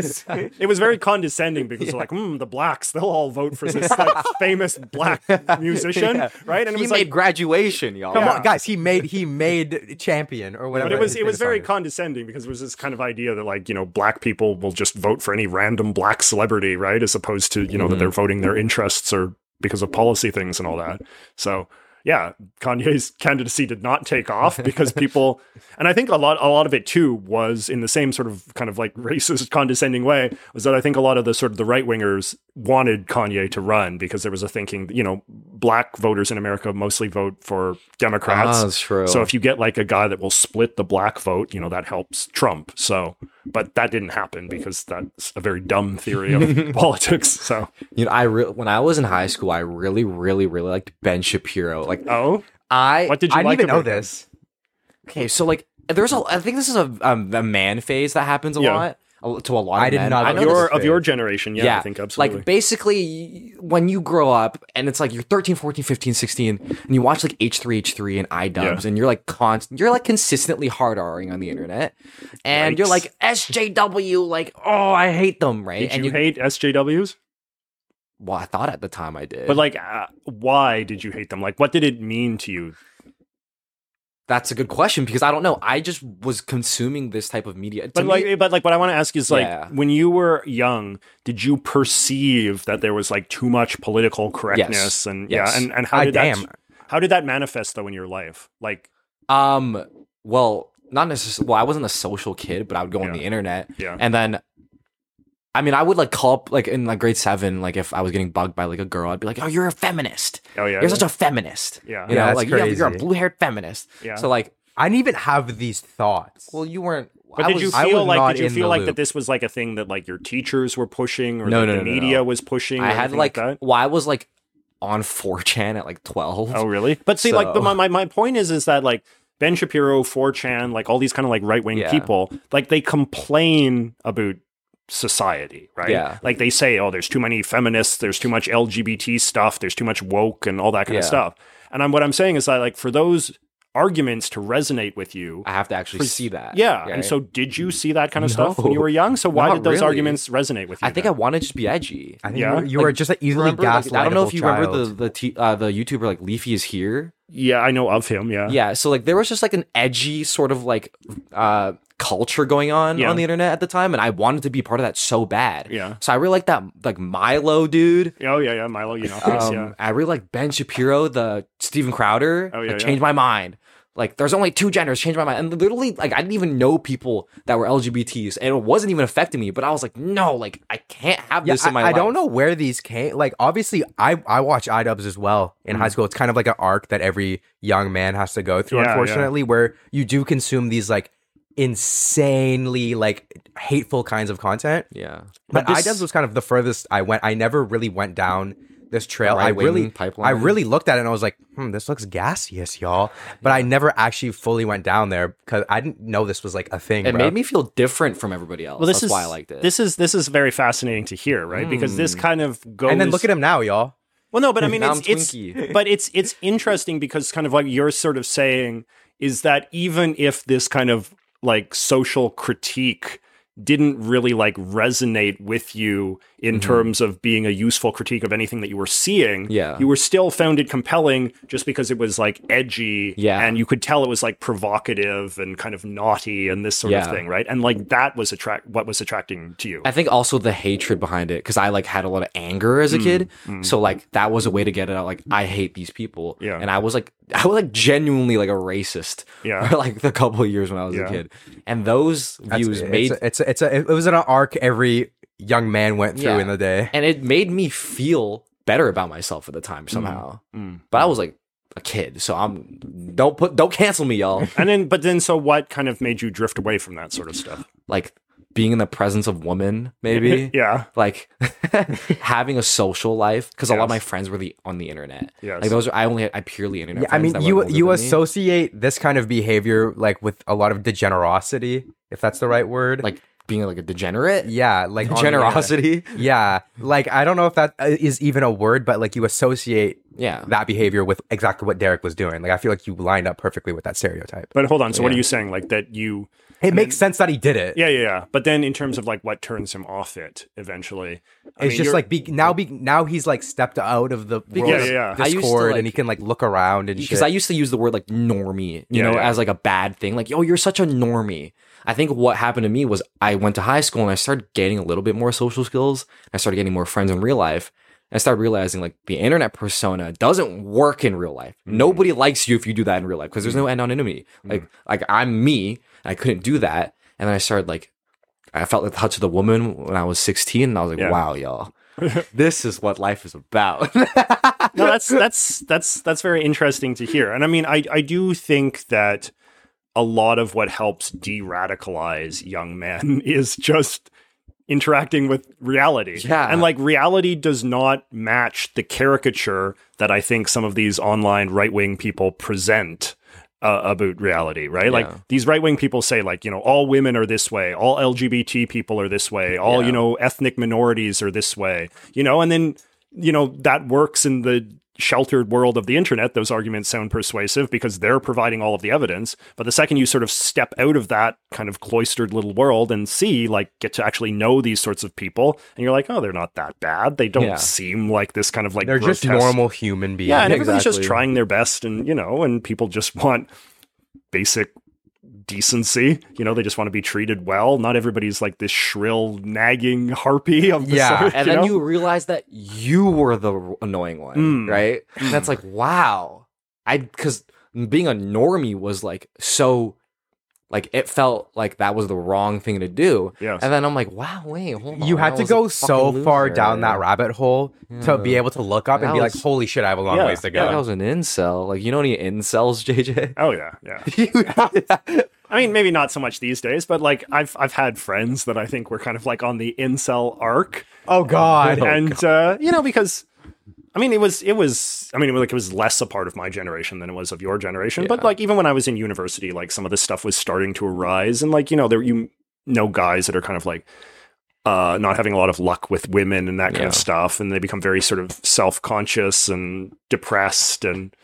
Speaker 6: it was very condescending because they're like, hmm, the blacks they'll all vote for this like, famous black musician, right? And it
Speaker 4: He
Speaker 6: was
Speaker 4: made
Speaker 6: like,
Speaker 4: graduation, y'all.
Speaker 1: Come
Speaker 6: Yeah.
Speaker 1: on, guys. He made he made champion or whatever.
Speaker 6: But it was
Speaker 1: his
Speaker 6: it was
Speaker 1: famous
Speaker 6: very
Speaker 1: song is.
Speaker 6: condescending because it was this kind of idea that like you know black people will just vote for any random black celebrity, right? As opposed to you know that they're voting their interests or because of policy things and all that. So yeah, Kanye's candidacy did not take off because people, and I think a lot a lot of it too was in the same sort of kind of like racist condescending way was that I think a lot of the sort of the right wingers wanted Kanye to run because there was a thinking you know black voters in America mostly vote for Democrats.
Speaker 4: Ah, that's true.
Speaker 6: So if you get like a guy that will split the black vote, you know, that helps Trump. So, but that didn't happen because that's a very dumb theory of politics. So,
Speaker 4: you know, I re- when I was in high school, I really, really, really liked Ben Shapiro. Like
Speaker 6: oh,
Speaker 4: I
Speaker 6: what did you
Speaker 1: I didn't
Speaker 6: like
Speaker 1: even know
Speaker 6: about him?
Speaker 1: this.
Speaker 4: okay, so like there's a. I think this is a um, a man phase that happens a
Speaker 6: Yeah.
Speaker 4: lot a- to a lot.
Speaker 1: I
Speaker 4: of
Speaker 1: did
Speaker 4: men.
Speaker 1: not
Speaker 4: I
Speaker 1: know
Speaker 6: Of
Speaker 4: noticed-
Speaker 6: your
Speaker 1: this
Speaker 6: of your generation, yeah, I think absolutely.
Speaker 4: Like basically when you grow up and it's like you're 13, 14, 15, 16 and you watch like H3H3 and iDubbbz and you're like constant you're like consistently hard Ring on the internet and you're
Speaker 6: Yikes.
Speaker 4: like SJW like oh I hate them right
Speaker 6: did
Speaker 4: and
Speaker 6: you, hate SJWs?
Speaker 4: well I thought at the time I did
Speaker 6: But like, uh, why did you hate them? Like, what did it mean to you?
Speaker 4: that's a good question because I don't know I just was consuming this type of media
Speaker 6: But
Speaker 4: To
Speaker 6: like,
Speaker 4: me-
Speaker 6: but like, what I want to ask is like,
Speaker 4: Yeah.
Speaker 6: when you were young, did you perceive that there was like too much political correctness and
Speaker 4: Yes.
Speaker 6: yeah, and and how
Speaker 1: Ah,
Speaker 6: did
Speaker 1: damn.
Speaker 6: that how did that manifest though in your life? Like,
Speaker 4: Um, well, not necessarily. Well, I wasn't a social kid, but I would go on
Speaker 6: Yeah.
Speaker 4: the internet.
Speaker 6: Yeah.
Speaker 4: And then, I mean, I would like call up, like in like grade seven, like if I was getting bugged by like a girl, I'd be like, "Oh, you're a feminist.
Speaker 6: oh yeah,
Speaker 4: You're such a feminist.
Speaker 6: Yeah.
Speaker 4: You
Speaker 1: Yeah,
Speaker 4: know,
Speaker 1: that's
Speaker 4: like you're- you're a
Speaker 1: crazy.
Speaker 4: blue haired feminist.
Speaker 6: Yeah.
Speaker 4: So like,
Speaker 1: I didn't even have these thoughts.
Speaker 4: well, you weren't.
Speaker 6: But
Speaker 4: I
Speaker 6: did
Speaker 4: was,
Speaker 6: you
Speaker 1: I
Speaker 6: feel
Speaker 1: was
Speaker 6: like
Speaker 1: not
Speaker 6: did you
Speaker 1: in
Speaker 6: feel
Speaker 1: the
Speaker 6: like
Speaker 1: loop.
Speaker 6: that this was like a thing that like your teachers were pushing or
Speaker 4: No,
Speaker 6: that
Speaker 4: no,
Speaker 6: the
Speaker 4: no, no,
Speaker 6: media
Speaker 4: no.
Speaker 6: was pushing?
Speaker 4: I
Speaker 6: or
Speaker 4: had
Speaker 6: anything
Speaker 4: like,
Speaker 6: that?
Speaker 4: well, I was like on 4chan at like 12.
Speaker 6: Oh, really? But see, like, the,
Speaker 4: So-
Speaker 6: my, my- my point is, is that like Ben Shapiro, 4chan, like all these kind of like right wing
Speaker 4: Yeah.
Speaker 6: people, like they complain about society, right?
Speaker 4: Yeah.
Speaker 6: Like they say, oh, there's too many feminists, there's too much LGBT stuff, there's too much woke and all that kind of
Speaker 4: Yeah.
Speaker 6: stuff. And I'm, what I'm saying is that like for those arguments to resonate with you,
Speaker 4: I have to actually
Speaker 6: Pres-
Speaker 4: see that.
Speaker 6: yeah. And
Speaker 4: right?
Speaker 6: so did you see that kind of stuff when you
Speaker 4: No,
Speaker 6: were young? So why
Speaker 4: not
Speaker 6: did those
Speaker 4: really.
Speaker 6: arguments resonate with you?
Speaker 4: I think I
Speaker 6: then?
Speaker 4: want to just be edgy.
Speaker 5: I think
Speaker 6: Yeah.
Speaker 5: you were, you were just an easily
Speaker 4: Remember, like,
Speaker 5: gaslightable
Speaker 4: I don't know if you
Speaker 5: child.
Speaker 4: remember the the t- uh, the YouTuber like Leafy is here.
Speaker 6: yeah, I know of him. Yeah.
Speaker 4: Yeah, so like there was just like an edgy sort of like uh culture going on
Speaker 6: Yeah.
Speaker 4: on the internet at the time, and I wanted to be part of that so bad.
Speaker 6: Yeah.
Speaker 4: So I really like that like Milo dude.
Speaker 6: Oh, yeah, yeah. Milo, you know.
Speaker 4: Um,
Speaker 6: yeah.
Speaker 4: I really like Ben Shapiro, the Steven Crowder.
Speaker 6: Oh, yeah,
Speaker 4: like,
Speaker 6: yeah.
Speaker 4: Changed my mind. Like, there's only two genders. Changed my mind. And literally, like, I didn't even know people that were LGBTs, and it wasn't even affecting me. But I was like, no, like, I can't have
Speaker 5: Yeah,
Speaker 4: this in my
Speaker 5: I, I
Speaker 4: life.
Speaker 5: don't know where these came. Like, obviously, I I watch iDubbbz as well in high school. It's kind of like an arc that every young man has to go through,
Speaker 6: Mm-hmm. Yeah, yeah.
Speaker 5: unfortunately, where you do consume these like insanely like hateful kinds of content.
Speaker 4: Yeah.
Speaker 5: But,
Speaker 6: But this-
Speaker 5: iDubbbz was kind of the furthest I went. I never really went down this trail. I
Speaker 4: Right-wing
Speaker 5: really
Speaker 4: pipeline.
Speaker 5: I really looked at it and I was like, hmm, this looks gaseous, y'all. But I never actually fully went down there because I didn't know this was like a thing.
Speaker 4: It
Speaker 5: bro.
Speaker 4: made me feel different from everybody else.
Speaker 6: Well, this
Speaker 4: That's
Speaker 6: is
Speaker 4: why I liked it.
Speaker 6: This is this is very fascinating to hear, right? Because this kind of goes.
Speaker 5: and then look at him now, y'all.
Speaker 6: Well, no, but I mean,
Speaker 4: Now
Speaker 6: it's,
Speaker 4: I'm
Speaker 6: it's
Speaker 4: Twinkie.
Speaker 6: but it's it's interesting because kind of like you're sort of saying is that even if this kind of like social critique didn't really like resonate with you in
Speaker 4: Mm-hmm.
Speaker 6: terms of being a useful critique of anything that you were seeing
Speaker 4: Yeah.
Speaker 6: you were still found it compelling just because it was like edgy
Speaker 4: Yeah.
Speaker 6: and you could tell it was like provocative and kind of naughty and this sort of
Speaker 4: Yeah.
Speaker 6: thing right and like that was attract what was attracting to you
Speaker 4: I think also the hatred behind it because I like had a lot of anger
Speaker 6: Mm,
Speaker 4: as a kid, so like that was a way to get it out. Like I hate these people,
Speaker 6: Yeah.
Speaker 4: And I was like, I was like genuinely like a racist,
Speaker 6: Yeah.
Speaker 4: For like the couple of years when I was
Speaker 6: Yeah.
Speaker 4: a kid, and those
Speaker 5: That's-
Speaker 4: views
Speaker 5: it's
Speaker 4: made
Speaker 5: a- it's a, it's a, it was an arc every young man went through
Speaker 4: Yeah.
Speaker 5: in the day.
Speaker 4: and it made me feel better about myself at the
Speaker 6: Mm,
Speaker 4: time somehow. But I was like a kid, so I'm don't put don't cancel me, y'all.
Speaker 6: and then but then so what kind of made you drift away from that sort of stuff
Speaker 4: like being in the presence of women, maybe.
Speaker 6: yeah
Speaker 4: like having a social life because a lot
Speaker 6: Yes.
Speaker 4: of my friends were the on the internet.
Speaker 6: Yes.
Speaker 4: like those are I only had I purely internet.
Speaker 5: Yeah, I
Speaker 4: friends
Speaker 5: mean,
Speaker 4: that were
Speaker 5: you
Speaker 4: older
Speaker 5: you
Speaker 4: than me.
Speaker 5: associate this kind of behavior like with a lot of degenerosity, if that's the right word.
Speaker 4: like being like a degenerate.
Speaker 5: yeah, like on the internet.
Speaker 4: generosity.
Speaker 5: Yeah, like I don't know if that uh, is even a word, but like you associate
Speaker 4: Yeah,
Speaker 5: that behavior with exactly what Derek was doing. Like I feel like you lined up perfectly with that stereotype.
Speaker 6: But hold on. So what are
Speaker 4: Yeah.
Speaker 6: you saying? Like that you?
Speaker 5: It makes sense that he did it.
Speaker 6: Yeah, yeah, yeah. But then in terms of like what turns him off it eventually, I
Speaker 5: it's
Speaker 6: mean,
Speaker 5: just
Speaker 6: you're-
Speaker 5: like be, now be now he's like stepped out of the world
Speaker 6: Yeah,
Speaker 5: of
Speaker 6: yeah, yeah.
Speaker 4: I used to,
Speaker 5: Discord
Speaker 4: like-
Speaker 5: and he can like look around and shit.
Speaker 4: because I used to use the word like normie, you
Speaker 6: Yeah,
Speaker 4: know,
Speaker 6: yeah.
Speaker 4: as like a bad thing. Like, oh, you're such a normie. I think what happened to me was I went to high school and I started gaining a little bit more social skills. I started getting more friends in real life. And I started realizing like the internet persona doesn't work in real life.
Speaker 6: Mm.
Speaker 4: Nobody likes you if you do that in real life because there's no anonymity. Like, like I'm me. I couldn't do that. And then I started like, I felt the touch of the woman when I was 16, and I was like,
Speaker 6: Yeah.
Speaker 4: wow, y'all, this is what life is about.
Speaker 6: no, that's that's that's that's very interesting to hear. And I mean, I I do think that a lot of what helps de-radicalize young men is just interacting with reality.
Speaker 4: Yeah.
Speaker 6: And like reality does not match the caricature that I think some of these online right-wing people present uh, about reality, right? Like
Speaker 4: Yeah.
Speaker 6: these right-wing people say like, you know, all women are this way, all LGBT people are this way, all, you
Speaker 4: Yeah.
Speaker 6: know, ethnic minorities are this way, you know, and then, you know, that works in the sheltered world of the internet. Those arguments sound persuasive because they're providing all of the evidence. But the second you sort of step out of that kind of cloistered little world and see, like, get to actually know these sorts of people, and you're like, oh, they're not that bad. They don't
Speaker 4: Yeah.
Speaker 6: seem like this kind of like
Speaker 5: They're just
Speaker 6: grotesque-
Speaker 5: normal human beings.
Speaker 6: yeah, and everybody's just
Speaker 4: exactly.
Speaker 6: trying their best, and you know, and people just want basic decency. You know, they just want to be treated well. Not everybody's like this shrill, nagging harpy of the
Speaker 5: Yeah,
Speaker 6: sort,
Speaker 4: and
Speaker 6: you
Speaker 4: then
Speaker 6: know?
Speaker 4: you realize that you were the r- annoying one,
Speaker 6: Mm.
Speaker 4: right? And that's like, wow. I because being a normie was like so, like it felt like that was the wrong thing to do.
Speaker 6: Yes.
Speaker 4: And then I'm like, wow, wait, hold on.
Speaker 5: you
Speaker 4: I
Speaker 5: had to
Speaker 4: was a
Speaker 5: go
Speaker 4: fucking
Speaker 5: so far
Speaker 4: loser.
Speaker 5: down that rabbit hole to be
Speaker 4: Yeah.
Speaker 5: able to look up and
Speaker 4: That
Speaker 5: be like,
Speaker 4: was-
Speaker 5: "Holy shit, I have a long
Speaker 6: Yeah.
Speaker 5: ways to
Speaker 4: I
Speaker 5: go."
Speaker 4: thought I was an incel. Like you know any incels, JJ?
Speaker 6: Oh yeah, yeah. I mean, maybe not so much these days, but like I've I've had friends that I think were kind of like on the incel arc,
Speaker 5: oh god,
Speaker 6: and uh, you know because I mean, it was it was. I mean, it was like it was less a part of my generation than it was of your generation. But like even when I was in university, like some of this stuff was starting to arise, and like you know there you know guys that are kind of like uh, not having a lot of luck with women and that kind
Speaker 4: Yeah.
Speaker 6: of stuff, and they become very sort of self conscious and depressed, and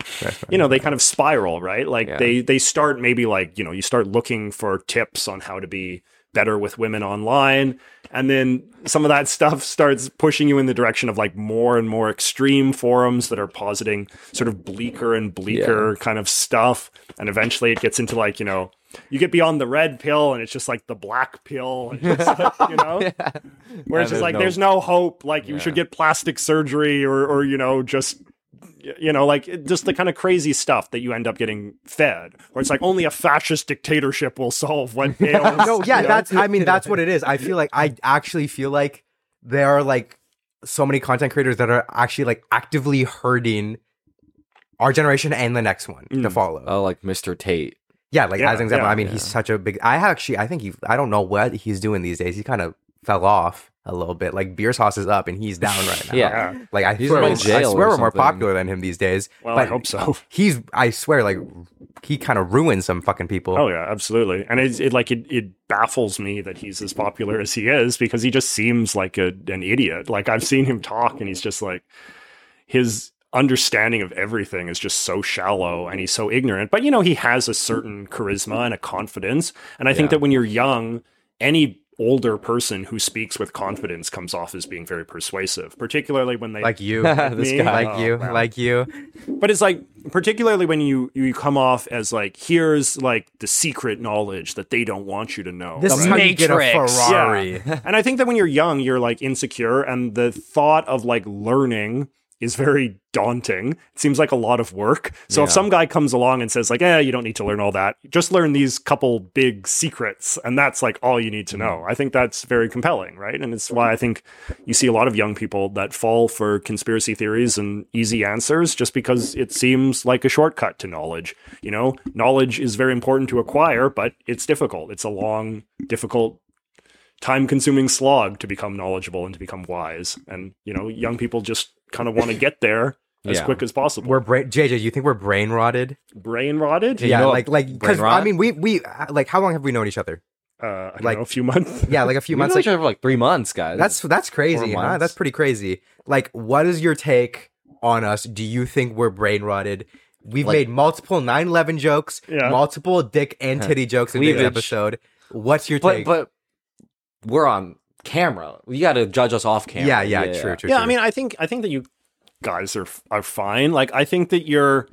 Speaker 6: you know they kind of spiral, right? Like
Speaker 4: Yeah.
Speaker 6: they they start maybe like you know you start looking for tips on how to be better with women online and then some of that stuff starts pushing you in the direction of like more and more extreme forums that are positing sort of bleaker and bleaker kind of stuff and eventually it gets into like you know you get beyond the red pill and it's just like the black pill and it's like, you know where it's
Speaker 4: Yeah,
Speaker 6: just like
Speaker 4: no-
Speaker 6: there's no hope like you
Speaker 4: Yeah.
Speaker 6: should get plastic surgery or or you know just you know, like it- just the kind of crazy stuff that you end up getting fed, or it's like only a fascist dictatorship will solve what ails.
Speaker 5: no, yeah,
Speaker 6: you know?
Speaker 5: that's. I mean, that's what it is. I feel like I actually feel like there are like so many content creators that are actually like actively hurting our generation and the next one to
Speaker 6: Mm.
Speaker 5: follow.
Speaker 4: Oh, like Mr. Tate.
Speaker 5: yeah, like
Speaker 6: yeah,
Speaker 5: as an example,
Speaker 6: yeah,
Speaker 5: I mean, he's such a big. I actually, I think he. I don't know what he's doing these days. He kind of fell off a little bit. Like beer sauce is up and he's down right now.
Speaker 4: Yeah.
Speaker 6: Yeah.
Speaker 5: Like I
Speaker 4: He's
Speaker 5: swear,
Speaker 4: in
Speaker 5: I
Speaker 4: jail or
Speaker 5: swear we're more
Speaker 4: something.
Speaker 5: popular than him these days.
Speaker 6: Well, I
Speaker 5: but
Speaker 6: hope so.
Speaker 5: he's. I swear, like he kind of ruined some fucking people.
Speaker 6: Oh yeah, absolutely. And it's it like it, it baffles me that he's as popular as he is because he just seems like a an idiot. Like I've seen him talk and he's just like his understanding of everything is just so shallow and he's so ignorant. But you know, he has a certain charisma and a confidence. And I think that when you're young, any older person who speaks with confidence comes off as being very persuasive, particularly when they
Speaker 5: Like you,
Speaker 4: This
Speaker 6: Me?
Speaker 4: guy.
Speaker 5: like you,
Speaker 6: Oh, wow.
Speaker 5: like you.
Speaker 6: but it's like particularly when you you come off as like here's like the secret knowledge that they don't want you to know
Speaker 5: This is how you get a
Speaker 4: Matrix.
Speaker 5: Ferrari.
Speaker 6: and i think that when you're young you're like insecure and the thought of like learning is very daunting it seems like a lot of work so if some guy comes along and says like eh you don't need to learn all that just learn these couple big secrets and that's like all you need to know i think that's very compelling right and it's why i think you see a lot of young people that fall for conspiracy theories and easy answers just because it seems like a shortcut to knowledge. You know, knowledge is very important to acquire, but it's difficult. It's a long, difficult, time consuming slog to become knowledgeable and to become wise. And, you know, young people just kind of want to get there as
Speaker 4: Yeah.
Speaker 6: quick as possible.
Speaker 5: We're brain JJ. You think we're brain rotted?
Speaker 6: brain rotted.
Speaker 5: yeah,
Speaker 4: know
Speaker 5: like like because
Speaker 4: brain rot?
Speaker 5: I mean we we uh, like how long have we known each other?
Speaker 6: Uh, I don't
Speaker 5: Like-
Speaker 6: know, a few months.
Speaker 5: Yeah, like a few
Speaker 4: We've
Speaker 5: months.
Speaker 4: known each
Speaker 5: Like
Speaker 4: other for like three months, guys.
Speaker 5: that's that's crazy.
Speaker 4: Four
Speaker 5: Huh? That's
Speaker 4: months.
Speaker 5: pretty crazy. Like, what is your take on us? Do you think we're brain rotted? We've
Speaker 4: Like-
Speaker 5: made multiple 9-11 jokes,
Speaker 6: Yeah.
Speaker 5: multiple dick and titty jokes in this
Speaker 4: Cleavage.
Speaker 5: episode. What's your
Speaker 4: but
Speaker 5: take?
Speaker 4: but we're on camera. You got to judge us off camera.
Speaker 5: yeah, yeah, true, true.
Speaker 6: yeah,
Speaker 5: true.
Speaker 6: I mean, I think I think that you guys are are fine. Like, I think that you're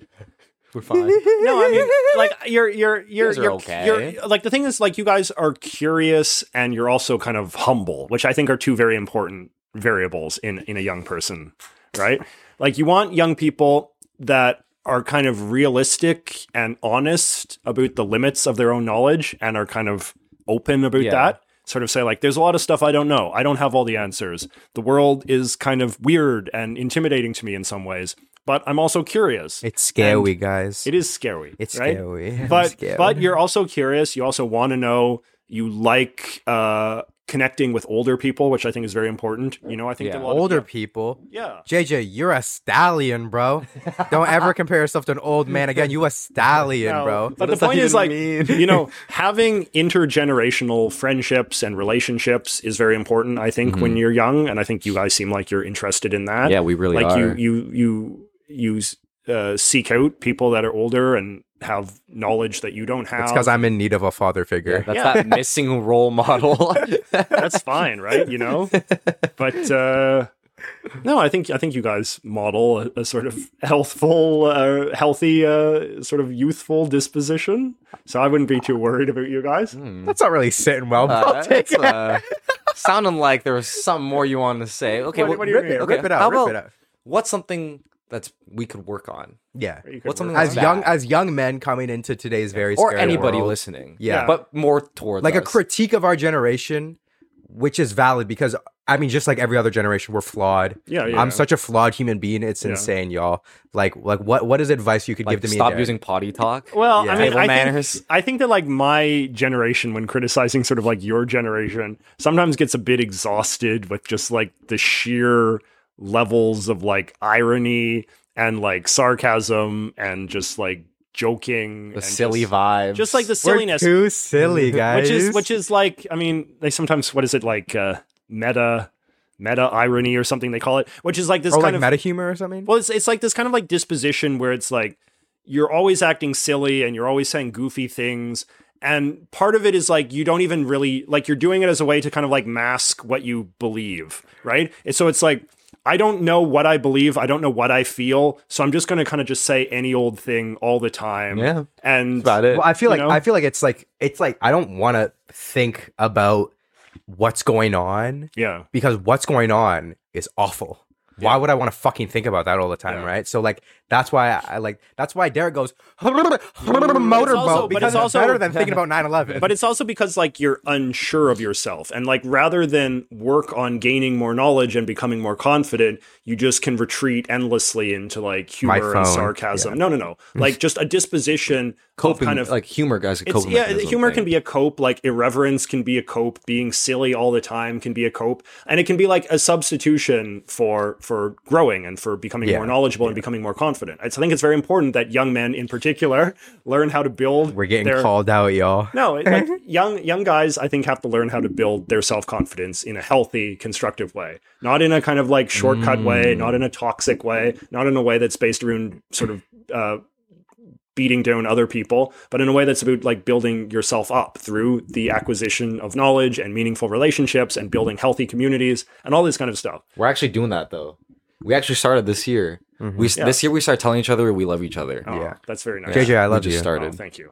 Speaker 4: We're fine.
Speaker 6: no, I mean, like you're you're you're
Speaker 4: guys are
Speaker 6: you're,
Speaker 4: okay.
Speaker 6: you're like the thing is like you guys are curious and you're also kind of humble, which I think are two very important variables in in a young person, right? Like you want young people that are kind of realistic and honest about the limits of their own knowledge and are kind of open about
Speaker 4: Yeah.
Speaker 6: that. Sort of say like, there's a lot of stuff I don't know. I don't have all the answers. The world is kind of weird and intimidating to me in some ways, but I'm also curious.
Speaker 5: it's scary, guys.
Speaker 6: It is scary.
Speaker 5: it's
Speaker 6: right?
Speaker 5: scary.
Speaker 6: But
Speaker 5: it's scary.
Speaker 6: but you're also curious. You also want to know. You like uh, connecting with older people, which I think is very important. You know, I think that
Speaker 4: Yeah.
Speaker 6: a lot of-
Speaker 5: older people.
Speaker 6: yeah.
Speaker 5: JJ, you're a stallion, bro. Don't ever compare yourself to an old man again. You a stallion,
Speaker 6: No,
Speaker 5: bro.
Speaker 6: But the
Speaker 4: that
Speaker 6: point
Speaker 4: even
Speaker 6: is, like,
Speaker 4: mean?
Speaker 6: you know, having intergenerational friendships and relationships is very important. I think when you're young, and I think you guys seem like you're interested in that.
Speaker 4: Mm-hmm. yeah, we really
Speaker 6: like
Speaker 4: are.
Speaker 6: you you you you uh, seek out people that are older and have knowledge that you don't have.
Speaker 5: It's because I'm in need of a father figure.
Speaker 4: That's that missing role model. Uh,
Speaker 6: that's fine, right? You know, but uh, no, I think I think you guys model a, a sort of healthful, uh, healthy, uh, sort of youthful disposition. So I wouldn't be too worried about you guys.
Speaker 5: That's not really sitting well. but
Speaker 4: Uh,
Speaker 5: I'll take
Speaker 4: that's,
Speaker 5: it.
Speaker 4: uh, sounding like there was something more you wanted to say. Okay,
Speaker 6: What-
Speaker 4: well,
Speaker 6: what do you
Speaker 4: rip
Speaker 6: mean?
Speaker 4: it-
Speaker 5: Rip it out,
Speaker 4: how
Speaker 5: rip
Speaker 4: about
Speaker 5: it out.
Speaker 4: What's something that's we could work on,
Speaker 5: Yeah.
Speaker 6: You could
Speaker 4: What's
Speaker 6: work-
Speaker 4: something
Speaker 5: As
Speaker 4: That's
Speaker 5: young
Speaker 4: bad.
Speaker 5: as young men coming into today's very
Speaker 4: or
Speaker 5: scary
Speaker 4: anybody
Speaker 5: world,
Speaker 4: listening?
Speaker 5: Yeah.
Speaker 4: but more towards
Speaker 5: like a
Speaker 4: us.
Speaker 5: critique of our generation, which is valid because I mean, just like every other generation, we're flawed.
Speaker 6: Yeah, yeah.
Speaker 5: I'm such a flawed human being. It's
Speaker 6: Yeah.
Speaker 5: insane, y'all. Like, like what what is advice you could
Speaker 4: Like,
Speaker 5: give to me?
Speaker 4: stop
Speaker 5: there?
Speaker 4: using potty talk.
Speaker 6: Well,
Speaker 5: Yeah.
Speaker 6: I mean,
Speaker 4: Table
Speaker 6: I
Speaker 4: manners.
Speaker 6: think, I think that like my generation, when criticizing sort of like your generation, sometimes gets a bit exhausted with just like the sheer levels of like irony and like sarcasm and just like joking
Speaker 4: The
Speaker 6: and
Speaker 4: silly
Speaker 6: just,
Speaker 4: vibes.
Speaker 6: just like the silliness
Speaker 5: We're too silly, guys.
Speaker 6: which is which is like I mean they sometimes what is it like uh, meta meta irony or something they call it which is like this
Speaker 5: or like
Speaker 6: kind of
Speaker 5: meta humor or something.
Speaker 6: well it's it's like this kind of like disposition where it's like you're always acting silly and you're always saying goofy things and part of it is like you don't even really like you're doing it as a way to kind of like mask what you believe right and so it's like I don't know what I believe. I don't know what I feel. So I'm just going to kind of just say any old thing all the time.
Speaker 4: Yeah.
Speaker 6: And
Speaker 4: about it.
Speaker 5: Well, I feel
Speaker 6: you
Speaker 5: like
Speaker 6: know?
Speaker 5: I feel like it's like it's like I don't want to think about what's going on
Speaker 6: yeah.
Speaker 5: because what's going on is awful. Why would I want to fucking think about that all the time,
Speaker 6: Yeah.
Speaker 5: right? So like that's why I, I like that's why Derek goes motorboat
Speaker 6: also- but
Speaker 5: because it's
Speaker 6: it's also-
Speaker 5: better than thinking about 9-11.
Speaker 6: but it's also because like you're unsure of yourself and like rather than work on gaining more knowledge and becoming more confident you just can retreat endlessly into like
Speaker 5: My
Speaker 6: humor
Speaker 5: phone.
Speaker 6: and sarcasm no no no like just a disposition
Speaker 4: coping,
Speaker 6: of kind
Speaker 5: uh,
Speaker 6: of
Speaker 4: like humor, guys.
Speaker 6: it's, yeah humor can be a cope like irreverence can be a cope being silly all the time can be a cope and it can be like a substitution for for growing and for becoming
Speaker 5: Yeah.
Speaker 6: more knowledgeable and becoming more confident i think it's very important that young men in particular learn how to build
Speaker 5: We're getting
Speaker 6: their,
Speaker 5: called out, y'all.
Speaker 6: no, it- like young young guys, I think have to learn how to build their self confidence in a healthy, constructive way, not in a kind of like shortcut
Speaker 4: Mm.
Speaker 6: way, not in a toxic way, not in a way that's based around sort of uh, beating down other people, but in a way that's about like building yourself up through the acquisition of knowledge and meaningful relationships and building healthy communities and all this kind of stuff.
Speaker 4: We're actually doing that though. We actually started this year. We
Speaker 6: Yeah.
Speaker 4: this year we started telling each other we love each other.
Speaker 6: Oh,
Speaker 5: Yeah.
Speaker 6: that's very nice.
Speaker 5: JJ, I
Speaker 4: We
Speaker 5: love
Speaker 4: just
Speaker 5: you.
Speaker 6: Oh,
Speaker 4: started.
Speaker 6: thank you.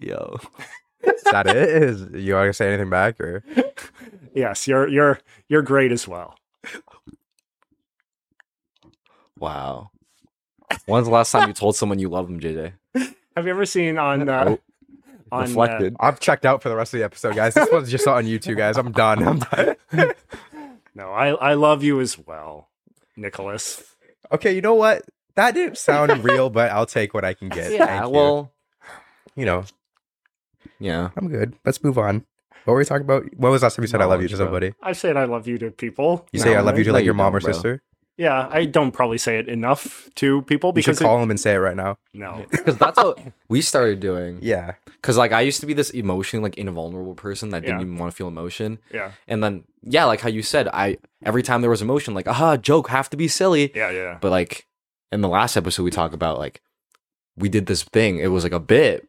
Speaker 4: Yo,
Speaker 5: Is that it? Is you want to say anything back or
Speaker 6: Yes, you're you're you're great as well.
Speaker 4: wow. When's the last time you told someone you love them, JJ?
Speaker 6: Have you ever seen on uh,
Speaker 4: Oh,
Speaker 6: on uh,
Speaker 4: Reflected.
Speaker 5: I've checked out for the rest of the episode, guys. This one's just on YouTube, guys. I'm done. I'm done.
Speaker 6: No, I I love you as well, Nicholas.
Speaker 5: Okay, you know what? That didn't sound real, but I'll take what I can get. Thank
Speaker 4: yeah.
Speaker 5: you.
Speaker 4: Well.
Speaker 5: you know,
Speaker 4: Yeah.
Speaker 5: I'm good. Let's move on. What were we talking about? When was the last time you said I love you to
Speaker 4: Knowledge, bro.
Speaker 5: somebody?
Speaker 6: I've said I love you to people.
Speaker 5: You say I love you to
Speaker 4: No,
Speaker 5: like
Speaker 4: you
Speaker 5: your mom
Speaker 4: don't,
Speaker 5: or
Speaker 4: bro.
Speaker 5: sister?
Speaker 6: Yeah, I don't probably say it enough to people
Speaker 5: You should
Speaker 6: because it-
Speaker 5: call them and say it right now.
Speaker 6: no.
Speaker 4: Because that's what we started doing.
Speaker 5: Yeah.
Speaker 4: Because like I used to be this emotionally like invulnerable person that didn't
Speaker 6: Yeah.
Speaker 4: even want to feel emotion.
Speaker 6: Yeah.
Speaker 4: And then yeah, like how you said, I every time there was emotion, like aha, joke, have to be silly.
Speaker 6: Yeah, yeah.
Speaker 4: But like in the last episode, we talk about like we did this thing. It was like a bit,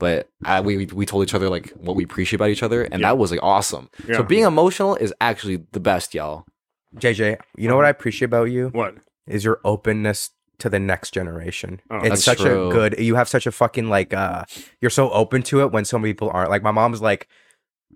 Speaker 4: but I, we we told each other like what we appreciate about each other, and
Speaker 6: Yeah.
Speaker 4: that was like awesome.
Speaker 6: yeah.
Speaker 4: So being emotional is actually the best, y'all.
Speaker 5: JJ, you know what I appreciate about you
Speaker 6: what?
Speaker 5: is your openness to the next generation.
Speaker 6: Oh,
Speaker 5: it's
Speaker 4: that's
Speaker 5: such
Speaker 4: true.
Speaker 5: a good. You have such a fucking like. uh You're so open to it when so many people aren't. Like my mom's like,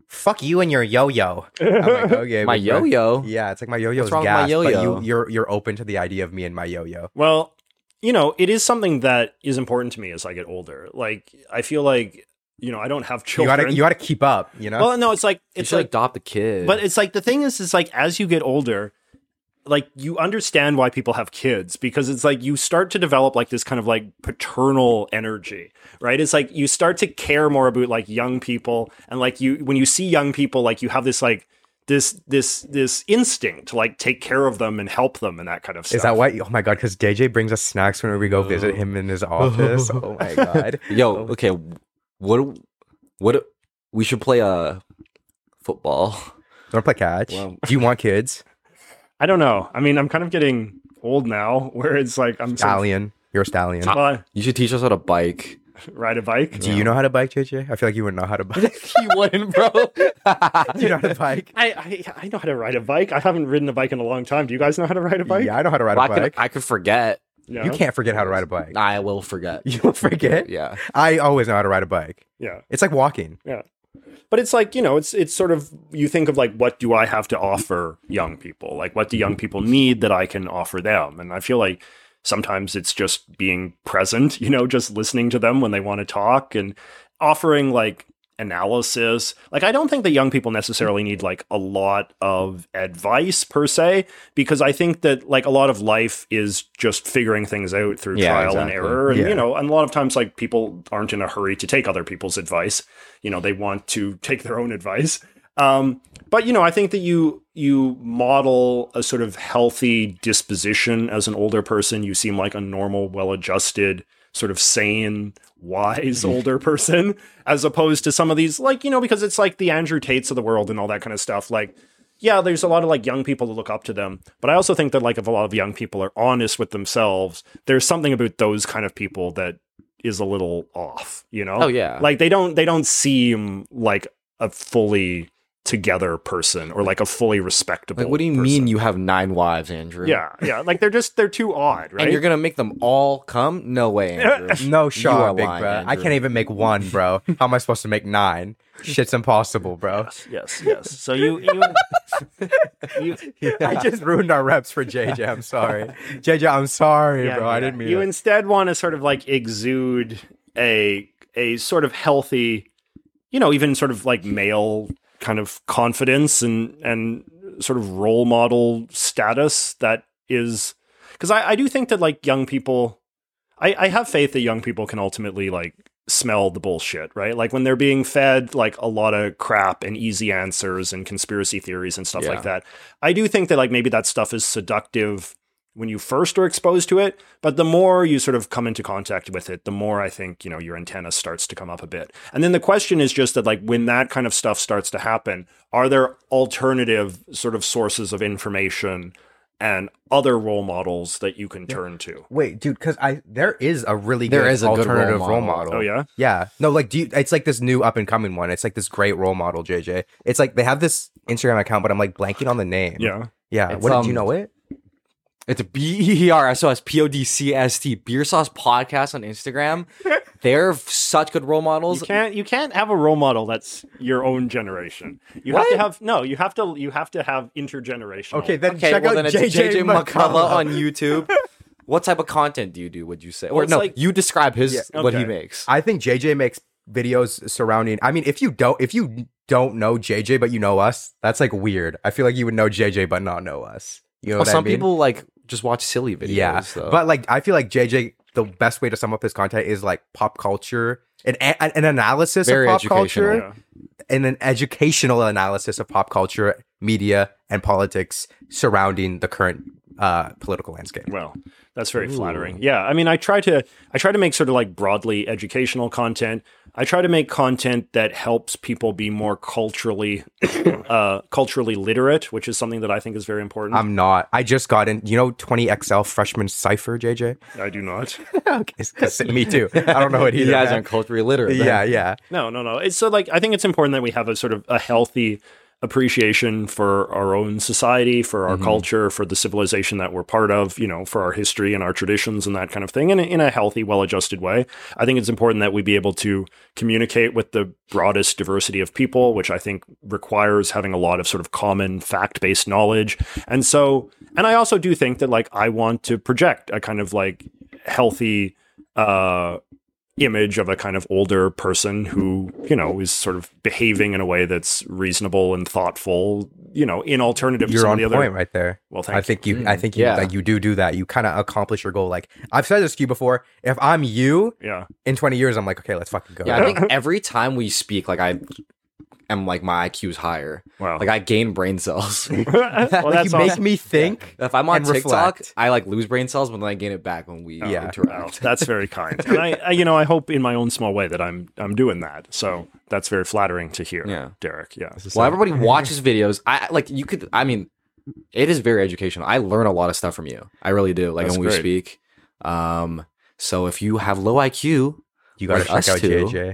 Speaker 5: "Fuck you and your yo-yo." I'm like, uh, okay,
Speaker 4: My
Speaker 5: well, bro."
Speaker 4: yo-yo.
Speaker 5: Yeah, it's like my yo-yo's
Speaker 4: What's wrong with my
Speaker 5: gas, but
Speaker 4: yo-yo?
Speaker 5: you, you're you're open to the idea of me and my yo-yo.
Speaker 6: Well, you know, it is something that is important to me as I get older. Like I feel like, you know, I don't have
Speaker 5: You
Speaker 6: children.
Speaker 5: gotta you gotta keep up. You know.
Speaker 6: well, no, it's like
Speaker 4: You
Speaker 6: it's
Speaker 4: should
Speaker 6: like
Speaker 4: adopt a kid.
Speaker 6: But it's like the thing is, is like as you get older, like you understand why people have kids because it's like you start to develop like this kind of like paternal energy, right? It's like you start to care more about like young people and like you when you see young people, like you have this like this this this instinct to like take care of them and help them and that kind of stuff.
Speaker 5: Is that why? Oh my god! Because JJ brings us snacks whenever we go visit him in his office. Oh my god!
Speaker 4: yo, okay, what what we should play a football.
Speaker 5: Don't play catch.
Speaker 4: Wow.
Speaker 5: Do you want kids?
Speaker 6: I don't know. I mean, I'm kind of getting old now, where it's like I'm sort of-
Speaker 5: Stallion, you're a stallion.
Speaker 6: Well,
Speaker 4: You should teach us how to bike.
Speaker 6: ride a bike.
Speaker 5: Do you know how to bike, JJ? I feel like you would know how to bike.
Speaker 4: you wouldn't, bro.
Speaker 5: Do you know how to bike?
Speaker 6: I, I I know how to ride a bike. I haven't ridden a bike in a long time. Do you guys know how to ride a bike?
Speaker 5: Yeah, I know how to ride
Speaker 4: I,
Speaker 5: a bike.
Speaker 4: could, I could forget.
Speaker 6: No?
Speaker 5: You can't forget how to ride a bike.
Speaker 4: I will forget.
Speaker 5: You'll forget.
Speaker 4: Yeah.
Speaker 5: I always know how to ride a bike.
Speaker 6: Yeah.
Speaker 5: It's like walking.
Speaker 6: but it's like you know it's it's sort of you think of like what do i have to offer young people like what do young people need that i can offer them and i feel like sometimes it's just being present you know just listening to them when they want to talk and offering like analysis like i don't think that young people necessarily need like a lot of advice per se because i think that like a lot of life is just figuring things out through
Speaker 4: Yeah,
Speaker 6: trial and
Speaker 4: exactly.
Speaker 6: error and
Speaker 5: Yeah.
Speaker 6: you know and a lot of times like people aren't in a hurry to take other people's advice you know they want to take their own advice Um, but you know, I think that you you model a sort of healthy disposition as an older person. You seem like a normal, well-adjusted, sort of sane, wise older person, as opposed to some of these, like you know, because it's like the Andrew Tates of the world and all that kind of stuff. Like, yeah, there's a lot of like young people that look up to them, but I also think that like if a lot of young people are honest with themselves, there's something about those kind of people that is a little off. You know?
Speaker 4: Oh, yeah.
Speaker 6: Like they don't they don't seem like a fully together person or like a fully respectable.
Speaker 4: Like, what do you
Speaker 6: person.
Speaker 4: mean you have nine wives, Andrew?
Speaker 6: Yeah, yeah. Like they're just they're too odd, right?
Speaker 4: And you're gonna make them all come? No way, Andrew.
Speaker 5: No Shaw,
Speaker 4: are
Speaker 5: big
Speaker 4: lying,
Speaker 5: bro. I
Speaker 4: Andrew.
Speaker 5: can't even make one, bro. How am I supposed to make nine? Shit's impossible, bro.
Speaker 6: yes, yes. So you you
Speaker 5: I just ruined our reps for JJ. I'm sorry, JJ. I'm sorry,
Speaker 6: yeah,
Speaker 5: bro.
Speaker 6: yeah.
Speaker 5: I didn't mean
Speaker 6: You
Speaker 5: it.
Speaker 6: instead want to sort of like exude a a sort of healthy, you know, even sort of like male kind of confidence and and sort of role model status that is because I, I do think that like young people I, I have faith that young people can ultimately like smell the bullshit, right? Like when they're being fed like a lot of crap and easy answers and conspiracy theories and stuff
Speaker 4: Yeah.
Speaker 6: like that. I do think that like maybe that stuff is seductive when you first are exposed to it, but the more you sort of come into contact with it, the more I think, you know, your antenna starts to come up a bit. And then the question is just that like when that kind of stuff starts to happen, are there alternative sort of sources of information and other role models that you can turn to?
Speaker 5: Wait, dude, because I there is a really
Speaker 4: There
Speaker 5: good
Speaker 4: is a good role
Speaker 5: alternative role,
Speaker 4: model.
Speaker 5: model.
Speaker 6: Oh yeah.
Speaker 5: yeah. No, like, do you? It's like this new up and coming one. It's like this great role model, JJ. It's like they have this Instagram account, but I'm like blanking on the name.
Speaker 6: Yeah.
Speaker 5: yeah.
Speaker 4: It's,
Speaker 5: what did you
Speaker 4: um,
Speaker 5: know it?
Speaker 4: It's B E E R S O S P O D C S T Beer Sauce Podcast on Instagram. They're such good role models.
Speaker 6: You can't you can't have a role model that's your own generation. You have to have no, you have to you have to have intergenerational.
Speaker 5: Okay, then
Speaker 4: Okay,
Speaker 5: check
Speaker 4: well
Speaker 5: out
Speaker 4: then it's
Speaker 5: JJ,
Speaker 4: JJ
Speaker 5: McCullough.
Speaker 4: McCullough on YouTube. what type of content do you do? Would you say,
Speaker 6: Well,
Speaker 4: or
Speaker 6: it's
Speaker 4: no?
Speaker 6: like-
Speaker 4: you describe his
Speaker 6: Yeah,
Speaker 4: what he
Speaker 6: okay.
Speaker 4: makes.
Speaker 5: I think JJ makes videos surrounding. I mean, if you don't, if you don't know JJ but you know us, that's like weird. I feel like you would know JJ but not know us. You know
Speaker 4: Well,
Speaker 5: what
Speaker 4: some
Speaker 5: I mean?
Speaker 4: people like just watch silly videos.
Speaker 5: yeah.
Speaker 4: though.
Speaker 5: But like, I feel like JJ. The best way to sum up his content is like pop culture, an an analysis
Speaker 4: Very
Speaker 5: of pop
Speaker 4: educational.
Speaker 5: culture,
Speaker 6: Yeah.
Speaker 5: and an educational analysis of pop culture, media, and politics surrounding the current uh, political landscape.
Speaker 6: Well, that's very flattering. Yeah, I mean, I try to I try to make sort of like broadly educational content. I try to make content that helps people be more culturally uh, culturally literate, which is something that I think is very important.
Speaker 5: I'm not. I just got in. You know, 20XL freshman cipher, JJ.
Speaker 6: I do not.
Speaker 5: okay, it's- it's- me too. I don't know what
Speaker 4: you
Speaker 5: either.
Speaker 4: guys
Speaker 5: man.
Speaker 4: aren't culturally literate.
Speaker 5: Yeah, yeah.
Speaker 6: No, no, no. It's so like I think it's important that we have a sort of a healthy appreciation for our own society, for our culture, for the civilization that we're part of, you know, for our history and our traditions and that kind of thing in a, in a healthy, well-adjusted way. I think it's important that we be able to communicate with the broadest diversity of people, which I think requires having a lot of sort of common fact-based knowledge. And so and I also do think that like I want to project a kind of like healthy uh image of a kind of older person who you know is sort of behaving in a way that's reasonable and thoughtful you know in alternative to
Speaker 5: You're
Speaker 6: some
Speaker 5: on
Speaker 6: of the
Speaker 5: point
Speaker 6: other
Speaker 5: right there.
Speaker 6: well
Speaker 5: I
Speaker 6: thank you.
Speaker 5: think you. I think you.
Speaker 4: Mm, Yeah.
Speaker 5: Like you do do that. You kind of accomplish your goal. Like I've said this to you before. If I'm you
Speaker 6: yeah
Speaker 5: in 20 years, I'm like, okay, let's fucking go.
Speaker 4: Yeah, I think every time we speak, like I am like my IQ's higher.
Speaker 6: wow
Speaker 4: Like I gain brain cells.
Speaker 6: well
Speaker 5: like
Speaker 6: that's
Speaker 5: you make
Speaker 6: awesome.
Speaker 5: me think.
Speaker 4: if I'm on
Speaker 5: And
Speaker 4: TikTok,
Speaker 5: reflect.
Speaker 4: I like lose brain cells, but then I gain it back when we
Speaker 5: Yeah.
Speaker 6: Wow,
Speaker 4: interact.
Speaker 6: that's very kind and I, I you know i hope in my own small way that i'm i'm doing that so that's very flattering to hear
Speaker 4: Yeah.
Speaker 6: derek yeah
Speaker 4: Well, everybody watches videos. I I- like you could. I mean, it is very educational. I learn a lot of stuff from you. I really do. Like
Speaker 6: That's
Speaker 4: when we
Speaker 6: great.
Speaker 4: speak. Um. So if you have low IQ,
Speaker 5: You gotta
Speaker 4: Like
Speaker 5: check
Speaker 4: us
Speaker 5: out
Speaker 4: two.
Speaker 5: JJ.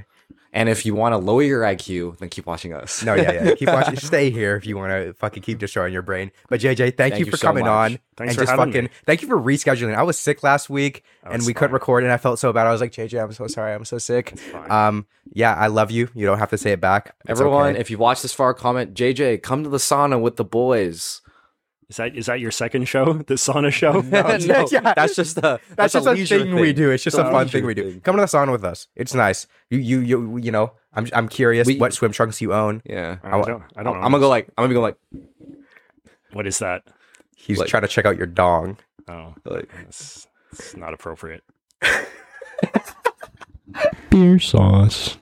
Speaker 4: and if you want to lower your IQ, then keep watching us.
Speaker 5: No, yeah, yeah. Keep watching. Stay here if you want to fucking keep destroying your brain. But JJ, thank, you
Speaker 4: you
Speaker 5: for
Speaker 4: so
Speaker 5: coming
Speaker 4: much.
Speaker 5: on.
Speaker 6: Thanks
Speaker 5: and
Speaker 6: for
Speaker 5: just
Speaker 6: having
Speaker 5: fucking
Speaker 6: me.
Speaker 5: thank you for rescheduling. I was sick last week and
Speaker 6: it's
Speaker 5: we couldn't
Speaker 6: fine.
Speaker 5: record, and I felt so bad. I was like, JJ, I'm so sorry. I'm so sick.
Speaker 6: fine.
Speaker 4: uh,
Speaker 5: Um, yeah, I love you. You don't have to say it back. It's
Speaker 4: Everyone,
Speaker 5: okay.
Speaker 4: if you watch this far, comment JJ, come to the sauna with the boys.
Speaker 6: is that is that your second show the sauna show
Speaker 4: No,
Speaker 5: Yeah.
Speaker 4: that's just a
Speaker 5: that's,
Speaker 4: a
Speaker 5: just a,
Speaker 4: leisure
Speaker 5: thing, we do. It's just
Speaker 4: It's
Speaker 5: a
Speaker 4: a
Speaker 5: fun
Speaker 4: leisure
Speaker 5: thing we do.
Speaker 4: thing.
Speaker 5: Come to the sauna with us. It's nice. You you you you know. I'm I'm curious
Speaker 4: We-
Speaker 5: what swim trunks you own.
Speaker 4: Yeah,
Speaker 6: I don't, I don't know.
Speaker 4: I'm gonna go like I'm gonna go like
Speaker 6: What is that?
Speaker 5: He's
Speaker 4: Like-
Speaker 5: trying to check out your dong.
Speaker 6: Oh,
Speaker 4: like
Speaker 6: it's, it's not appropriate.